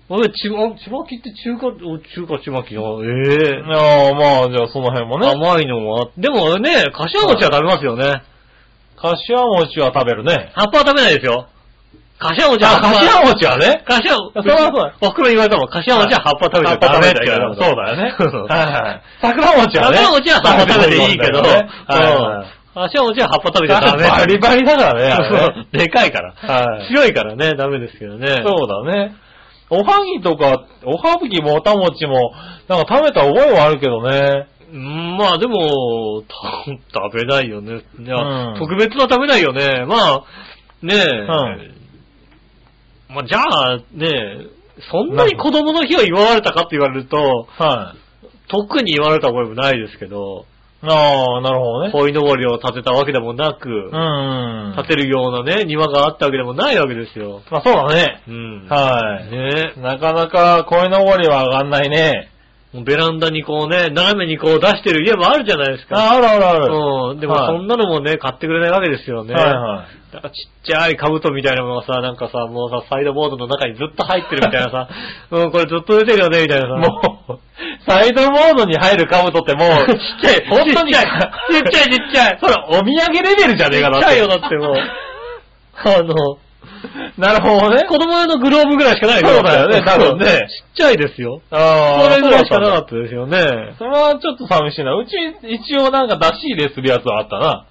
俺、ちま、ちまきって中華、お中華ちまきの、
い。
ええ。
ああ、まあ、じゃあその辺もね。
甘いのもあって。でもね、柏餅は食べますよね。
かしわ餅は食べるね。
葉っぱは食べないですよ。柏餅は
あ、
葉っぱ
かしわ餅はね。
かしわ、そ
そうそう
お袋言われたもん。かしわ餅は葉っぱ食べちゃダメだよ。
そうだよね。
そう
はいはい。桜餅はね。
桜餅 は葉っぱ食べていいけど、
食べてもんだよねはいはい
かしわ餅は葉っぱ食べちゃダメ。
バリバリだからねあれね。
そうでかいから。
はい。
強いからね、ダメですけどね。
そうだね。おはぎとか、おはぎもおたもちも、なんか食べた覚えはあるけどね。
うんまあでも、た食べないよね。いや
うん
特別は食べないよね。まあ、ねえ。
ん
まあじゃあ、ねえ、そんなに子供の日を祝われたかって言われると、
はい。
特に言われた覚えもないですけど、
ああ、なるほどね。
鯉のぼりを建てたわけでもなく
う、ん。
建てるようなね、庭があったわけでもないわけですよ。
まあそうだね。
うん。
はい。
ね
なかなか声のぼりは上がんないね。
もうベランダにこうね、斜めにこう出してる家もあるじゃないですか。
あ、あるあるある。
うん。でも
はい
そんなのもね、買ってくれないわけですよね。
はいはい。
なんかちっちゃい兜みたいなのがさ、なんかさ、もうさ、サイドボードの中にずっと入ってるみたいな さ、うん、これずっと出てるよね、みたいなさ。
もう、サイドモードに入る兜ってもう、
ちっちゃい、
本当に
ちっちゃい、ちっちゃい、ちっちゃい。
それお土産レベルじゃねえか
ち
な
っち
って。
ゃいよ、だって もう。あの、
なるほどね。
子供用のグローブぐらいしかない
そうだよね多分ね
ちっちゃいですよ。
あ
それぐらいしかなか
っ
ったですよね
た。。それはちょっと寂しいな。うち、一応なんか出し入れするやつはあったな。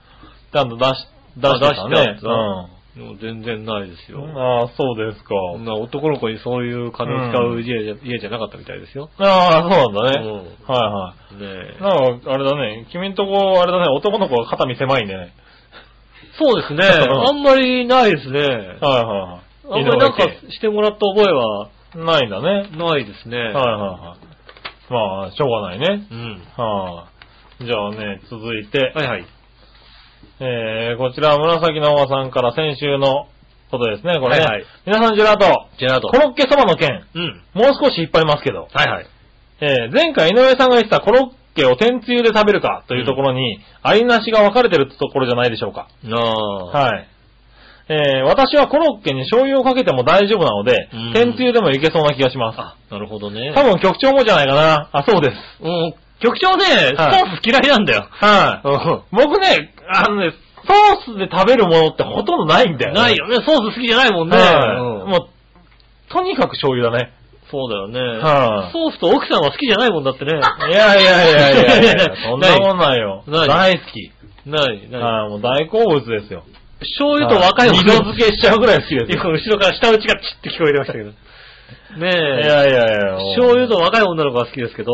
ちゃんと出し、出してた
あ出
ね。
して
う
たでも全然ないですよ。
ん。ああ、そうですか。
そんな男の子にそういう金を使う家じゃ,、家じゃなかったみたいですよ。
ああ、そうなんだね。
う
はいはい。
ねえ
なんか、あれだね、君んとこ、あれだね、男の子が肩身狭いんでね。
そうですね。
うん
あんまりないですね。
はいはい
あ
はい。
んまりなんか
井上
してもらった覚えは
家ないんだね。
ないですね。
はいはいはい。まあ、しょうがないね。
うん。
はあ。じゃあね、続いて、
はいはい。
えー、こちらは紫のおばさんから先週のことですね、これ
はい
ね。
はい
皆さん、ジェラート。
ジェラート
コ。ロッケそばの件、
うん。
もう少し引っ張りますけど。
はいはい。
えー、前回井上さんが言ってたコロッケを天つゆで食べるかというところに、ありなしが分かれてるところじゃないでしょうか。
ああ。
はい。えー、私はコロッケに醤油をかけても大丈夫なので
うん、
天つゆでもいけそうな気がしま
なるほど
す。
ね
多。分局長もじゃないかな。あ、そうです。
うん。局長ね、スポーツ嫌いなんだよ。
はい、
うん
僕ね、あのね、ソースで食べるものってほとんどないんだよね。
ないよね。ソース好きじゃないもんね。
はい、
うん
もう、とにかく醤油だね。
そうだよね。
はい
ソースと奥さんは好きじゃないもんだってね。
いやいやいやいやいやそんなもんないよ。
ない
大好き。
ない、ない。
はい、もう大好物ですよ。
醤油と若い
はい二度漬けしちゃうぐらい好きです
今
よ。
後ろから舌打ちがチッて聞こえてましたけど。ねえ。
いやいやいや。もう
醤油と若い女の子が好きですけど。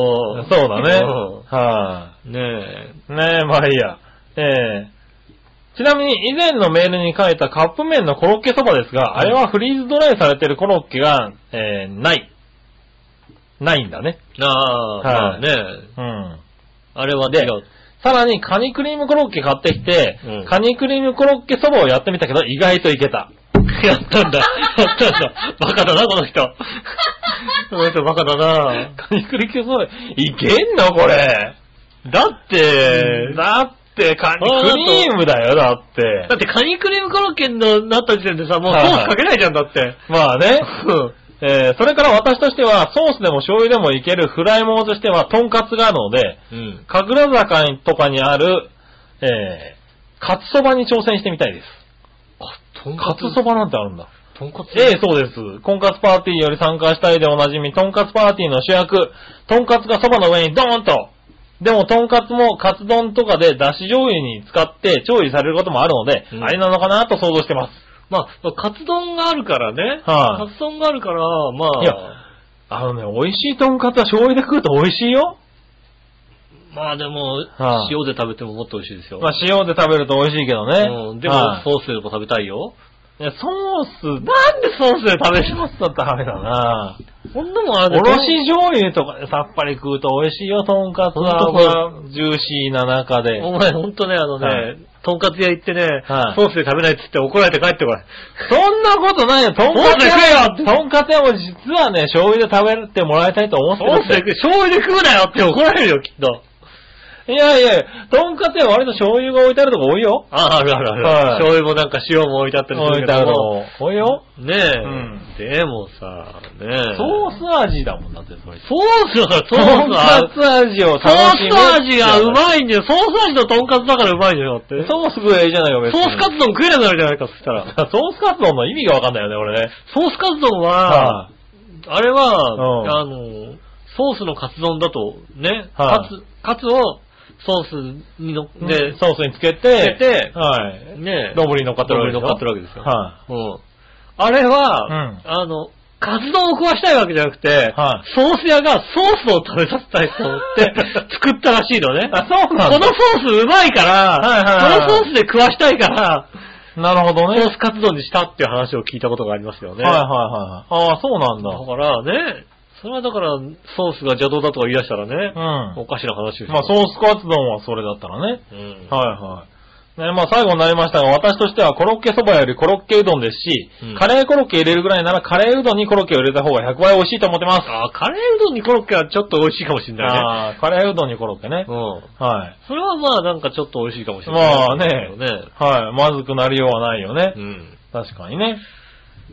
そうだね。
う
はい、
んね
ねえ、まあいいや。ええちなみに以前のメールに書いたカップ麺のコロッケそばですが、あれはフリーズドライされてるコロッケが、えーない。ないんだね。
ああ、ま
はい
あね。
うん。
あれは違う。
さらに、カニクリームコロッケ買ってきて、
うん
カニクリームコロッケそばをやってみたけど、意外といけた。
やったんだ。やったんだ。バカだな、この 人。この人バカだな。
カニクリームコロッケ、いけんのこれ。
だって、
だって、カニ
そうだと
クリームだよ、だって
だっ。てカニクリームコロッケのなった時点でさ、もうソ
はいは
ー
い
スかけないじゃんだって。
まあね。
うん。
えーそれから私としては、ソースでも醤油でもいけるフライものとしては、とんかつがあるので、
うん。
神楽坂にとかにある、えー、カツそばに挑戦してみたいです。
あ、とん
カ
か
ツ
つ
そばなんてあるんだ。
とんかつ
ええ、そうです。とんかつパーティーより参加したいでおなじみ、とんかつパーティーの主役、とんかつがそばの上にドーンと。でも、とんかつもカツ丼とかでだし醤油に使って調理されることもあるので、
うん
あれなのかなと想像してます。
まあ、カツ丼があるからね。
はい
カツ丼があるから、まあ。
いやあのね、美味しいとんかつは醤油で食うと美味しいよ。
まあでも、
はい
塩で食べてももっと美味しいですよ。
まあ、塩で食べると美味しいけどね。
うん、でも、
はい
ソースでも食べたいよ。
いやソース、なんでソースで食べてますだったらダメだな
こんなもんあ
お
れ
ろし醤油とかでさっぱり食うと美味しいよ、とんかつ
ほんと
は。
そ
ジューシーな中で。
お前ほんとね、あのね、
はい
とんかつ屋行ってね、
はい
ソースで食べないっつって怒られて帰ってこい。
そんなことないよ、とん
そう
かつ屋
ですよ
とんかつ屋も実はね、醤油で食べてもらいたいと思って
ソ
る
ー
ん
スで
だよ
食う、醤油で食うなよって怒られるよ、きっと。
いやいや、とんかつ屋は割と醤油が置いてあるとこ多いよ。
あ、あるあるある。
はい
醤油もなんか塩も置いてあったりす
置
る
い
け
てあ
ど
る
も。
の多いよ。
ねえ、
うん
でもさ、ねえ。
ソース味だもんだって、それ。
ソースは、ソース
とん
は
か、つ味を
ソー
楽しむ。
ス味がうまいんだよ。ソース味のとんかつだからうまいんだよ、だって。ソ
ソース食えばいいじゃないよ、別に。
ースカツ丼食えなくなるじゃないか、そしたら。
ツ。ソースカツ丼の意味がわかんないよね、俺ね。
ソースカツ丼
は
は、あれ
うん
は、あの、ソースのカツ丼だと、ね、
は
カ
い
ツ、カツをソースにのって
いで、、ソースにつけて、
つけて
はい。
ね、
丼に乗っかってるわ
丼に
けでしょ
乗っかってるわけですよ。
は
うん。あれは、
うん
あの、カツ丼を壊したいわけじゃなくて、
は
ソース屋がソースを食べさせたいと思って 作ったらしいのね。
あそうなん
こ
だ
のソースうまいから、
はいはいはい
このソースで食わしたいから、
い。なるほどね。
ソースカツ丼にしたっていう話を聞いたことがありますよね。
はいはいはい。ああ、そうなんだ。
だからね、それはだからソースが邪道だとか言い出したらね、
うん
おかしな話ですよ
まあ、ソースカツ丼はそれだったらね。
うん。
はいはい。ね、まあ最後になりましたが、私としてはコロッケそばよりコロッケうどんですし、
うん
カレーコロッケ入れるぐらいならカレーうどんにコロッケを入れた方が100倍美味しいと思ってます。
あーカレーうどんにコロッケはちょっと美味しいかもしれないね。
あーカレーうどんにコロッケね
う。ん。
はい。
それはまあなんかちょっと美味しいかもしれない。
まあね
ね。
はい。まずくなりようはないよね
う。ん。
確かにね。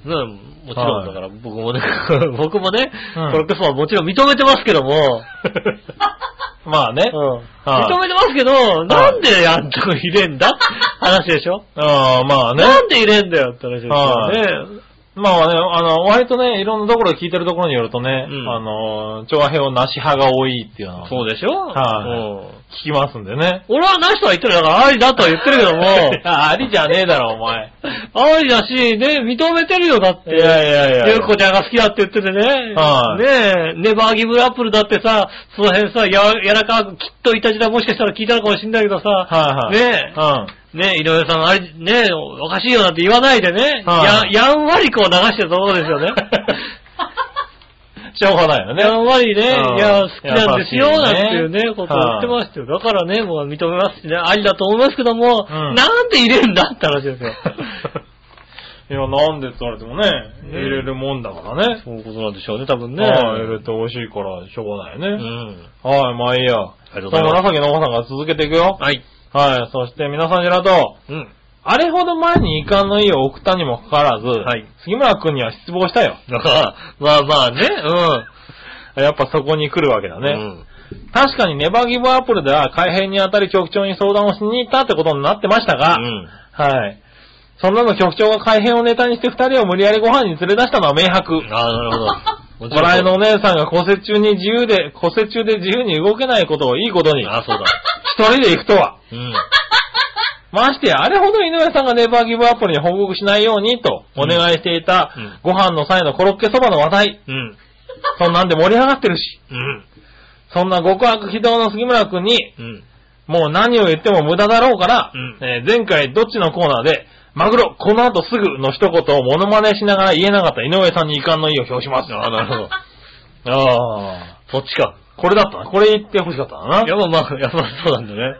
ね、もちろんだから、僕もね、 僕もね、
うん
コロッケそばはもちろん認めてます けども、
まあね。はい
認めてますけど、なんでやんと入れんだって話でしょ
ああ、まあね。
なんで入れんだよって話ですよね。
まあね、あの、割とね、いろんなところで聞いてるところによるとね、
うん
あの、調和平和なし派が多いっていうのは
そうでしょ
は
う
い
ん
聞きますんでね。
俺はなしとは言ってるだから、ありだとは言ってるけども、
あありじゃねえだろ、お前。
ありだし、ね、認めてるよ、だって。
いやいやいや。
ゆうこちゃんが好きだって言っててね。
はい
ねえ、ネバーギブアップルだってさ、その辺さ、やわ柔らかくきっといたじらもしかしたら聞いたのかもしれないけどさ、
はいはい。
ね
うん。
え、ねえ、井上さん、あれ、ねえ、おかしいよなんて言わないでね、
はい
ややんわりこう流してるところですよね。
しょうがないよね。
やんわりね、
うん
いや、好きなんですよ、
優しいね
なんていうね、ことを言ってましたよ。だからね、もう認めますしね、ありだと思いますけども、
うん
なんで入れるんだって話ですよ。
いや、なんでって言われてもね、
ね
入れるもんだからね。
そういうことなんでしょうね、多分ね。
はい、入れて美味しいから、しょうがないよ
う
ね。
ん。
はい、まあいいや。は
ありがとうございます。
紫のおばさんが続けていくよ。
はい。
はい、そして皆さんジェラート。
うん。
あれほど前に遺憾のいい送ったにもかかわらず、
はい
杉村くんには失望したよ。
だから、 まあまあね、
やっぱそこに来るわけだ
うん。
ね。
うん。
確かにネバーギブアップルでは改変にあたり局長に相談をしに行ったってことになってましたが、
うん。
はい。そんなの局長が改変をネタにして二人を無理やりご飯に連れ出したのは明白。
ああ、なるほど。
笑いのお姉さんが骨折中に自由で、骨折中で自由に動けないことをいいことに、
ああ、そうだ。
一人で行くとは。
うん。
ましてや、あれほど井上さんがネバーギブアップルに報告しないようにとお願いしていた
うん、
ご飯の際のコロッケそばの 話題、
うん。
そんなんで盛り上がってるし、
うん。
そんな極悪非道の杉村くんに、
うん。
もう何を言っても無駄だろうから、
うん
えー前回どっちのコーナーで、マグロ、この後すぐの一言をモノマネしながら言えなかった井上さんに遺憾の意を表します。
ああ、なるほど。
ああ。
そっちか。
これだったな。これ言って欲しかったない。
や、まあまあ、やっぱそうなんだね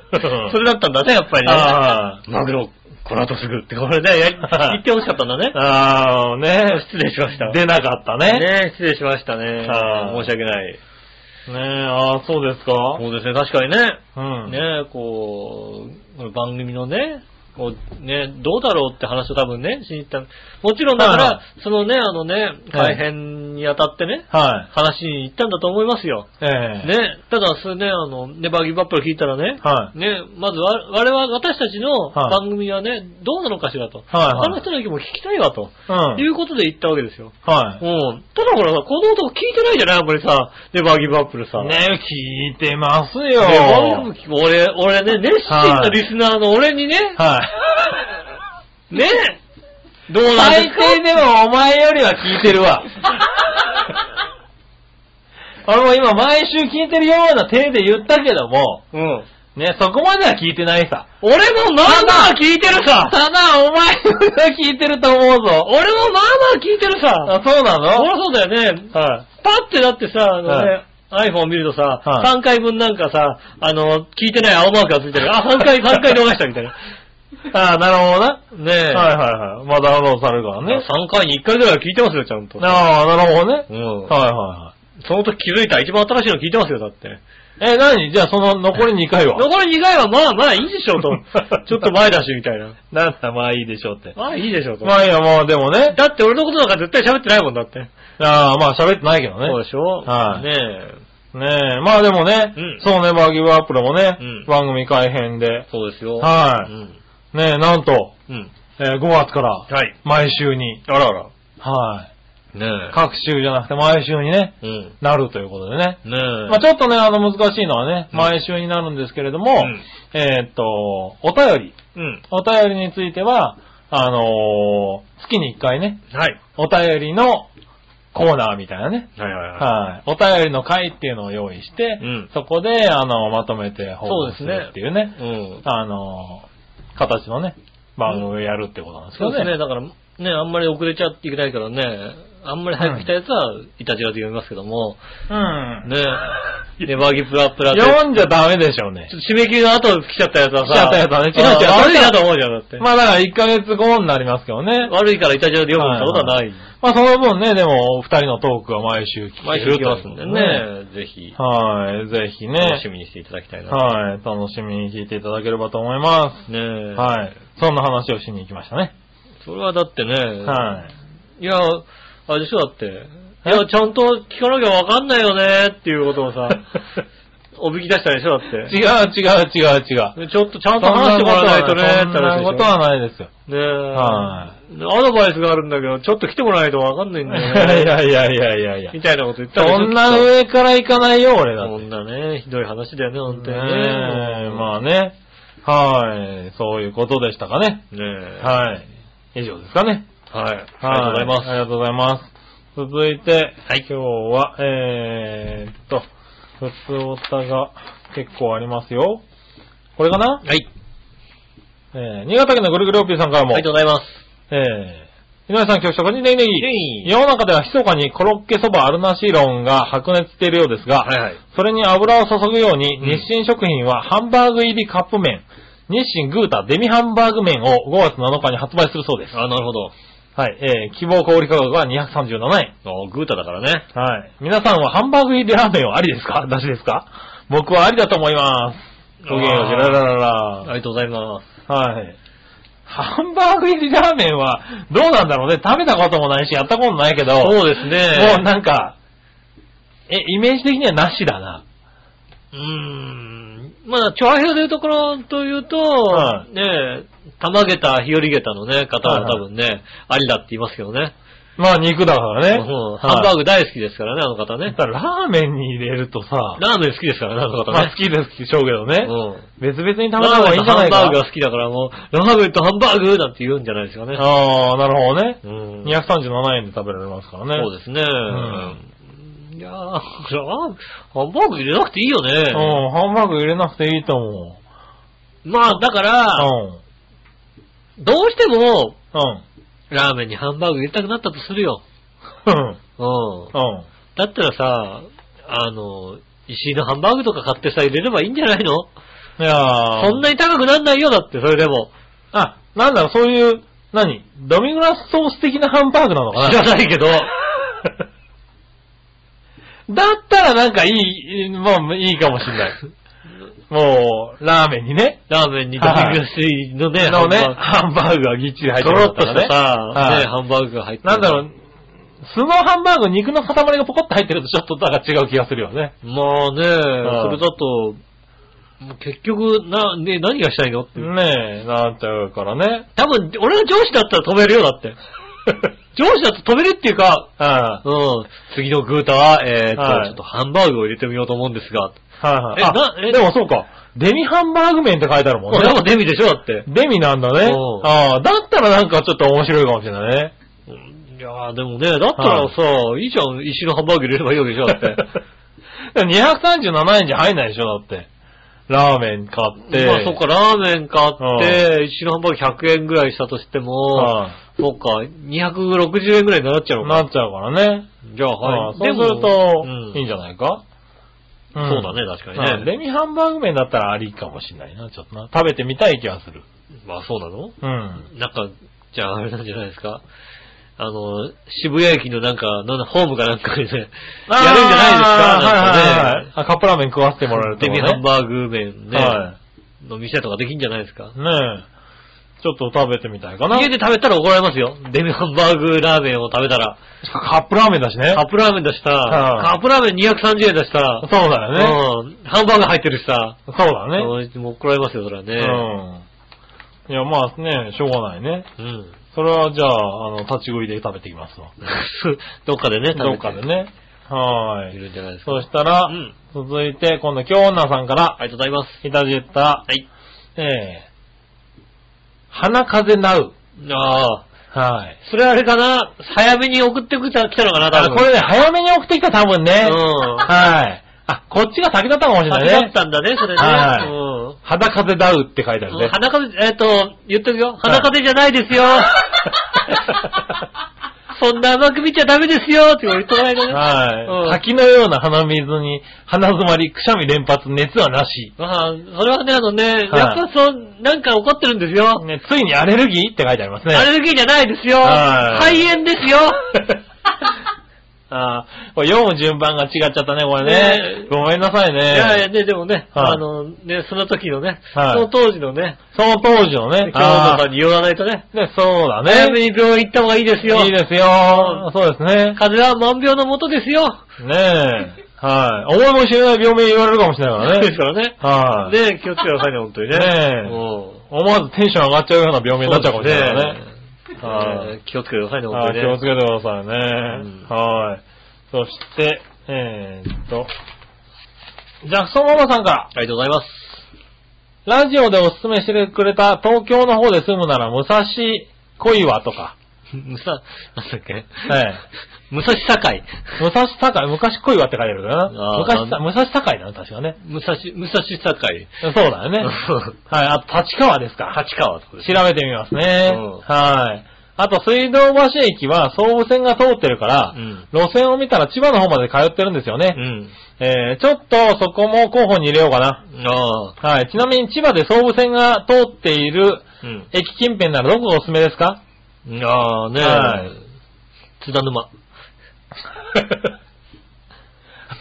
それだったんだね、やっぱりね。
ああ
マグロ、この後すぐって、これで、や、言ってほしかったんだね。
ああ、ね
失礼しました。
出なかったね。
ね失礼しましたね。
ああ
申し訳ない。
ねえ、ああ、そうですか
そうですね、確かにね。
うん。
ねこう、この番組のね、こうね、どうだろうって話を多分ね、しに行った。もちろんだか
はいは
ら、そのね、あのね、改編にあたってね、
は
話しに行ったんだと思いますよ。
い。ええ。
ね、ただ、それね、あの、ね、バーギーバップル聞いたらね、
はい。
ね、まずわ、我々、私たちの
はい
番組はね、どうなのかしらと。
はいはい
他の人の意見も聞きたいわと。
う
い
ん。
うことで言ったわけですよ。
は
うん。ただほらさ、この男聞いてないじゃないあんまりさ、ね、バーギーバップルさ。
い。ねえ、聞いてますよ。
ね俺俺、俺ね、熱心なリスナーの俺にね、
はい。
ね、どうなんです
最
か
低でもお前よりは聞いてるわ。俺も今毎週聞いてるような手で言ったけども、
うん。
ね、そこまでは聞いてないさ。
俺もまあまあ聞いてる さ。
ただお前よりは聞いてると思う
俺
ぞ。
もまあまあ聞いてるさ。
あ、そうな
そりゃ
の
そうだよね。
はい。
パってだってさ、あの
は
ね、iPhone 見るとさ、
はい
3回分なんかさ、あの、聞いてない青マークがついてる。あ、3回、 三回逃したみたいな。
あなるほどな。
ねえ。
はいはいはい。まあダウンロードされるからね。
3回に1回ぐらいは聞いてますよ、ちゃんと。
ああ、なるほどね
う。ん。
はいは
その時気づいた一番新しいの聞いてますよ、だって。
いはい。え、何じゃあその残り2回は
残り2回はまあまあいいでし ょうと。ちょっと前だし、みたいな。
なんだ、まあいいでしょうって。
まあいいでしょうと。
まあいいや、まあでもね。
だって俺のことなんか絶対喋ってないもんだって。
ああ、まあ喋ってないけどね。
そうでしょ
はい
ねえ。
ねえ、まあでもね、
うん
そうね、バーギブアップルもね、
うん
番組改編で、
そうですよ。
はい
うん。
ねえ、なんと、
うん。
えー5月から、
はい。
毎週に、
あらあら。
は
ね
い、各週じゃなくて毎週にね、
え。うん。
なるということでね。
ねえ。
まあちょっとね、あの難しいのはね、
うん
毎週になるんですけれども、
うん
えーっと、お便り、
うん。
お便りについては、あのー月に1回ね、
はい。
お便りのコーナーみたいなね、
はいはいはい。
はい。お便りの回っていうのを用意して、
うん
そこで、あの、まとめて報告す
そうです
る
ね
っていうね、
うん。
あの、形のね、番組をやるってことなんですけ
そ
ど
うですね。
ね。
だから、ね、あんまり遅れちゃっていけないからね、あんまり早く来たやつは、いたじらず読みますけども、
うん。
ねえ。ね、バーギプラプラで。
読んじゃダメでしょうね
ち。ょっと締め切りの後来ちゃったやつはさ、
来ちゃったやつはね違う違う
あ悪いな
それじゃ
と思うじゃん、だって。
まあだから1ヶ月後になりますけどね。
悪いからイタジラで読むってことはない。
まあその分ね、でも、二人のトークは毎週聞ける
毎週行きますんでね、ぜひ、
はい、ぜひ
楽し
ね。
みにしていただきたいな。
はい、楽しみに聞いていただければと思いま
ねえ。
す。はい。そんな話をしに行きましたね。
それはだってね、
はい。
いや、あれでしょ、だって。いや、ちゃんと聞かなきゃわかんないよねっていうことを さ、おびき出したでしょ、だって。
違う違う違う違う。
ちょっとちゃんと話してもらわないとね、
そ
っ
んな
て話でしょ
ことはないですよ。
ねえ、
は
アドバイスがあるんだけど、ちょっと来てもらわないとわかんないん
い
だよね。
やいやいや いやいや。
みたいなこと言ったら
そんな上から行かないよ、俺だ
そ
って。
んなね、ひどい話だよね、本当にね。
ねえまあね。はい。そういうことでしたかね。
ねえ。はい。
はい。以上ですかね。
はい。
は
ありがとうございます。
ありがとうございます。続いて、今日は、えーっと、普通おたが結構ありますよ。これかな
はい。
えー、新潟県のぐるぐるおっぴーさんからも。
ありがとうございます。
えー、井上さん局長、個人的に
い
世の中では密かにコロッケそばあるなし論が白熱しているようですが、
はいはい。
それに油を注ぐように、
うん
日清食品はハンバーグ入りカップ麺、日清グータデミハンバーグ麺を5月7日に発売するそうです。
あ、なるほど。
はい、えー、希望小売価格は237円。
あグータだからね。
はい。皆さんはハンバーグ入りラーメンはありですかなしですか僕はありだと思います。ごきげんよう、
あー
ジェラララ
あ
ラ。
りがとうございます。
はい。ハンバーグ入りラーメンはどうなんだろうね。食べたこともないし、やったこともないけど、
そうですね。
もうなんか、え、イメージ的にはなしだな。
うーん。まあ、調和表でいうところというと、
は
ねえ、玉げた、日和げたのね、方
はい
は
はい
多分ね、ありだって言いますけどね。
まあ肉だからね。
うんハンバー
グ。
グ大好きですからね、あの方ね。
だからラーメンに入れるとさ、
ラーメン好きですからね、あの方
まあ
ね
好。きですでしょうけどね。
うん。
別々に食べた
ラ
方
ー
が
メ
いい
ンと
んじゃ
ハ
ない
ンバ
か
ーグが好きだからもう、ラーメンとハンバーグなんて言うんじゃないですかね。
ああ、なるほどね。
うん。
237円で食べられますからね。
そうですね。
ん
いやー、ラーハンバーグ入れなくていいよ
うん、
ね。
ハンバーグ入れなくていいと思う。
まあ、だから、
う
どうしても、
ん。うん。
ラーメンにハンバーグ入れたくなったとするよ。
うん。
うん。
うん。
だったらさ、あの、石井のハンバーグとか買ってさ、入れればいいんじゃないの
いやー
そんなに高くなんないよ、だって、それでも。
あ、なんだろう、そういう、何ドミグラスソース的なハンバーグなのかな
知らないけ ど。
だったらなんかいい、もういいかもしれない。もう、ラーメンにね。
ラーメンにドミグラスのね、
のね、
ハ
ハンバーグがぎっちり入
ンバー
っ
グ
て
とろっと
から
したさ、ね、
はい
ハンバーグが入ってる
なんだろう、素のハンバーグ、肉の塊がポコッと入ってるとちょっとなんか違う気がするよね。
まあね、
ん
それだと、もう結局、な、ね、何がしたいのって。
ねえ、なっちゃうからね。
多分、俺が上司だったら止めるよ、だ って。上司だと止めるっていうか、
は
うん、次のグータは、えーっと、
はい
ちょっとハンバーグを入れてみようと思うんですが。
いはい。
え
あ
なえ
でもそうか。デミハンバーグ麺って書いてあるもん
もうでも
ね。
デミでしょ、だって。
デミなんだね
うん。
ああ、だったらなんかちょっと面白いかもしれないね。
いやーでもね、だったらさ、いいじゃん、石のハンバーグ入れればいいわけでしょ、だっ て。
でも237円じゃ入んないでしょ、だって。ラーメン買って。
まあそっか、ラーメン買って、一のハンバーグ100円ぐらいしたとしても、
は
そっか、260円ぐらいになっちゃう
い
のか。
なっちゃうからね。
じゃあ、
は
はいい。
そうすると、いいんじ
ゃ
ゃないか、
んそうだね確かにね
はいレミハンバーグ麺だったらありかもしれないな、ちょっとな。食べてみたい気がする。
まあそうなの
うん。
なんか、じゃああれなんじゃないですかあの、渋谷駅のなんか、なんだ、ホームかなんかでね、やるんじゃ
あー
な
は
い
はい
い
はい
ですかなんかね。
あカップラーメン食わせてもらえると
デ
こ
ミ
ね。
ハンバーグ麺ね、
は
の店とかできんじゃないですか
い。ねえ。ちょっと食べてみたいかな。
家で食べたら怒られますよ。デミハンバーグラーメンを食べたら。
カップラーメンだしね
カ。ップラーメンだしさ、
はい
カップラーメン230円だしさ
そう、だよね。
うん、ハンバーグ入ってるしさ、
そうだね。
うんもう怒られますよ、それはね。
うん。いや、まあね、しょうがないね。
うん。
それはじゃあ、あの、立ち食いで食べてきますわ。
どっかでね、食べて
どっかでね。はいい。
るんじゃないですか。
そしたら、
うん
続いて、今度、京女さんから、
ありがとうございます。
いただいた、
はい。
えー、花風なう。
ああ、
はい。
それあれかな早めに送ってきた来たのかな、
あ
多分。
これね、早めに送ってきた、多分ね。
うん
はい。あ、こっちが先だったかもしれな
先
い
だ
ね
っ。たんだね、それね。
はい
うん
肌風だうって書いてあるね。
鼻風邪、えっ、と、言っとくよ。鼻風邪じゃないです よ。そんな甘く見ちゃダメですよって言ってもらえるね。
は
うん
い。滝のような鼻水に、鼻詰まり、くしゃみ連発、熱はなし。
まあ、それはね、あのね、やっぱそう、なんか怒ってるんですよ。
ね、ついにアレルギーって書いてありますね。
アレルギーじゃないですよ。
はい
肺炎ですよ。
あーこれ読む順番が違っちゃったね、これ
ね
ね。ごめんなさいね。
いやいやね、でもね、
はい
あの、ね、その時のね、
はい
その当時のね、
その当時のね、
今日のさんに言わないとね、
あーねそうだ
早め
ね。
に病院行った方がいいですよ。
いいですよ。そうですね。
風邪は万病のもとですよ。
ねえ。はい。思いも知れない病名言われるかもしれないから
です
ね。
からね。
はい。
ね気をつけてくださいね、本当にね。
ねえ
うん
思わずテンション上がっちゃうような病名になっちゃうかもしれないからね。
そうですね
はい
ね気をつけてくださいね、本
は
当
い、
に
気をつ
ね。
けてくださいね。
ん
はい。そして、えー、っと、ジャクソンママさんから、
ありがとうございます。
ラジオでおすすめしてくれた東京の方で住むなら武蔵小岩と か、
むさ、なんだっけ
はい。
武蔵境。
武蔵境、昔小岩って書いてあるからな。
あー
昔さ、武蔵境だな、確かね。
武蔵、武蔵境。
そうだよね。 はい、あと立川ですか。
立川とかです
調べてみますね。
うん
はい。あと、水道橋駅は総武線が通ってるから、
うん
路線を見たら千葉の方まで通ってるんですよね。
うん。
えー、ちょっとそこも候補に入れようかな。
ああ。
はい。ちなみに千葉で総武線が通っている
うん。
駅近辺ならどこがおすすめですか
ああね、
はい
津田沼。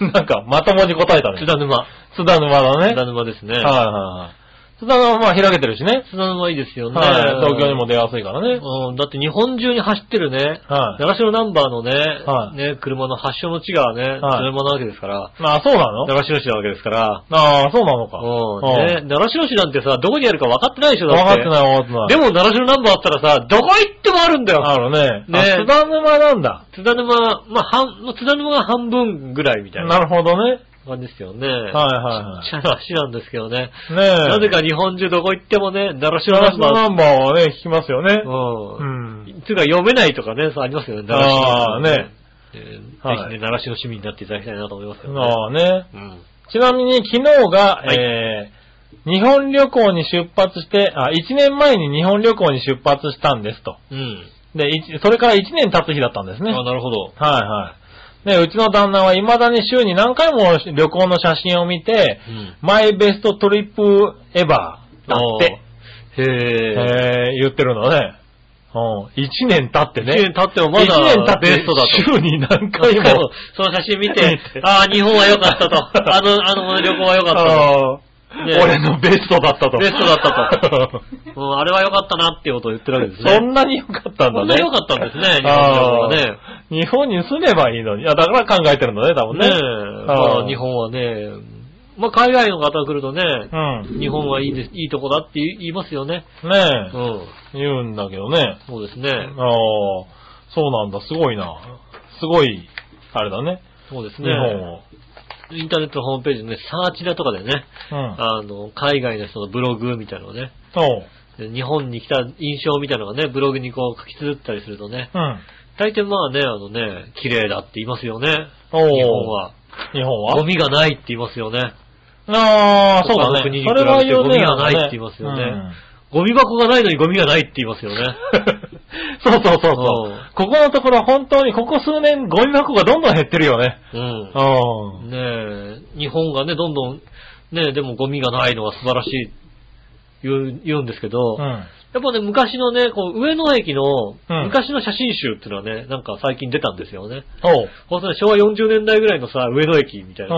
なんか、まともに答えたね
津。田沼。
津田沼だ
津
ね。
田沼ですね。
はいはいはい。津田沼は開けてるしね。
津田沼いいですよね。
はい。東京にも出やすいからね。
うん、だって日本中に走ってるね、
はい
長城ナンバーのね、
はい
ね、車の発祥の地がね、津
はい
田沼なわけですから、
ああ、そうなの
長城市なわけですから、
ああ、そうなのか。
うん、ね、長城市なんてさ、どこにあるか分かってないでしょ、だ
分か
っ。
っててない分かってない。
でも長城ナンバーあったらさ、どこ行ってもあるんだよ。
あるね。
ね
あ津田沼なんだ。
津田沼、まあ、半、津田沼が半分ぐらいみたいな
なるほどね。
感じですよね。
はいは
ちっちゃな足なんですけどね。
いはい。ねえ。
なぜか日本中どこ行ってもね、奈良市
津
ナ
田
ン
沼ナ
バ
ンバーはね、聞きますよね。
ー。
う
うん。
ん。
つうか読めないとかね、そうありますよね、奈良市
ああ、ね。
えーぜひ
はい
ね、奈良市の市民になっていただきたいなと思いますよね。
ああね。
うん。
ちなみに昨日が、
はい
えー、日本旅行に出発して、あ、1年前に日本旅行に出発したんですと。
うん。
で、いちそれから1年経つ日だったんですね。
あ
はい
なるほど。
はい。ね、うちの旦那は未だに週に何回も旅行の写真を見て、
うん
マイベストトリップエバーだって、
へ
え
え。
ー言ってるのね。うん。1年経ってね。
一年経ってもまだ
一年経って
ベストだと
週に何回
何回も
も。
その写真見て、ああ、日本は良かったと。あの、あの旅行は良かっ
あー
ね
俺のベストだったと。
ベストだった
と。
たと。うん、あれは良かったなっていうことを言ってるわけですね。
そんなに良かったんだね。
そんな良かったんですね日本
あ
の旅行はね
ー日本に住めばいいのに。あ、だから考えてるんだね、多分
ね
ね。
え、まあ日本はね、まあ海外の方が来るとね、
うん。
日本はいいです、いいとこだって言いますよね。
ね
う
え、
ん。
言うんだけどね。
そうですね。
ああ、そうなんだ、すごいな。すごい、あれだね。
そうです
日
ね。
本を。
インターネットのホームページのね、サーチだとかでね、
うん。
あの、海外の人のブログみたいなのをね、
そう。
日本に来た印象みたいなのがね、ブログにこう書き綴ったりするとね、
うん。
大抵まあね、あのね、綺麗だって言いますよね。
おー
日本。は。
日本
ゴ
は
ミがないって言いますよね。
ああ、そうだ
他の国
ね。
に
そ
比
れは
べて
言う
ゴ
ね。
ミがないって言いますよね
うん
ゴミ箱がないのにゴミがないって言いますよね。。
そうそうそうそううんここのところ本当にここ数年ゴミ箱がどんどん減ってるよね。
うん
う。ん。
ねえ、日本がね、どんどん、ねえ、でもゴミがないのは素晴らしい、言う、言うんですけど、
う
や
ん。
っぱね、昔のね、こう、上野駅の、
うん
昔の写真集っていうのはね、なんか最近出たんですよね。
おう。
本当に昭和40年代ぐらいのさ、上野駅みたいうな。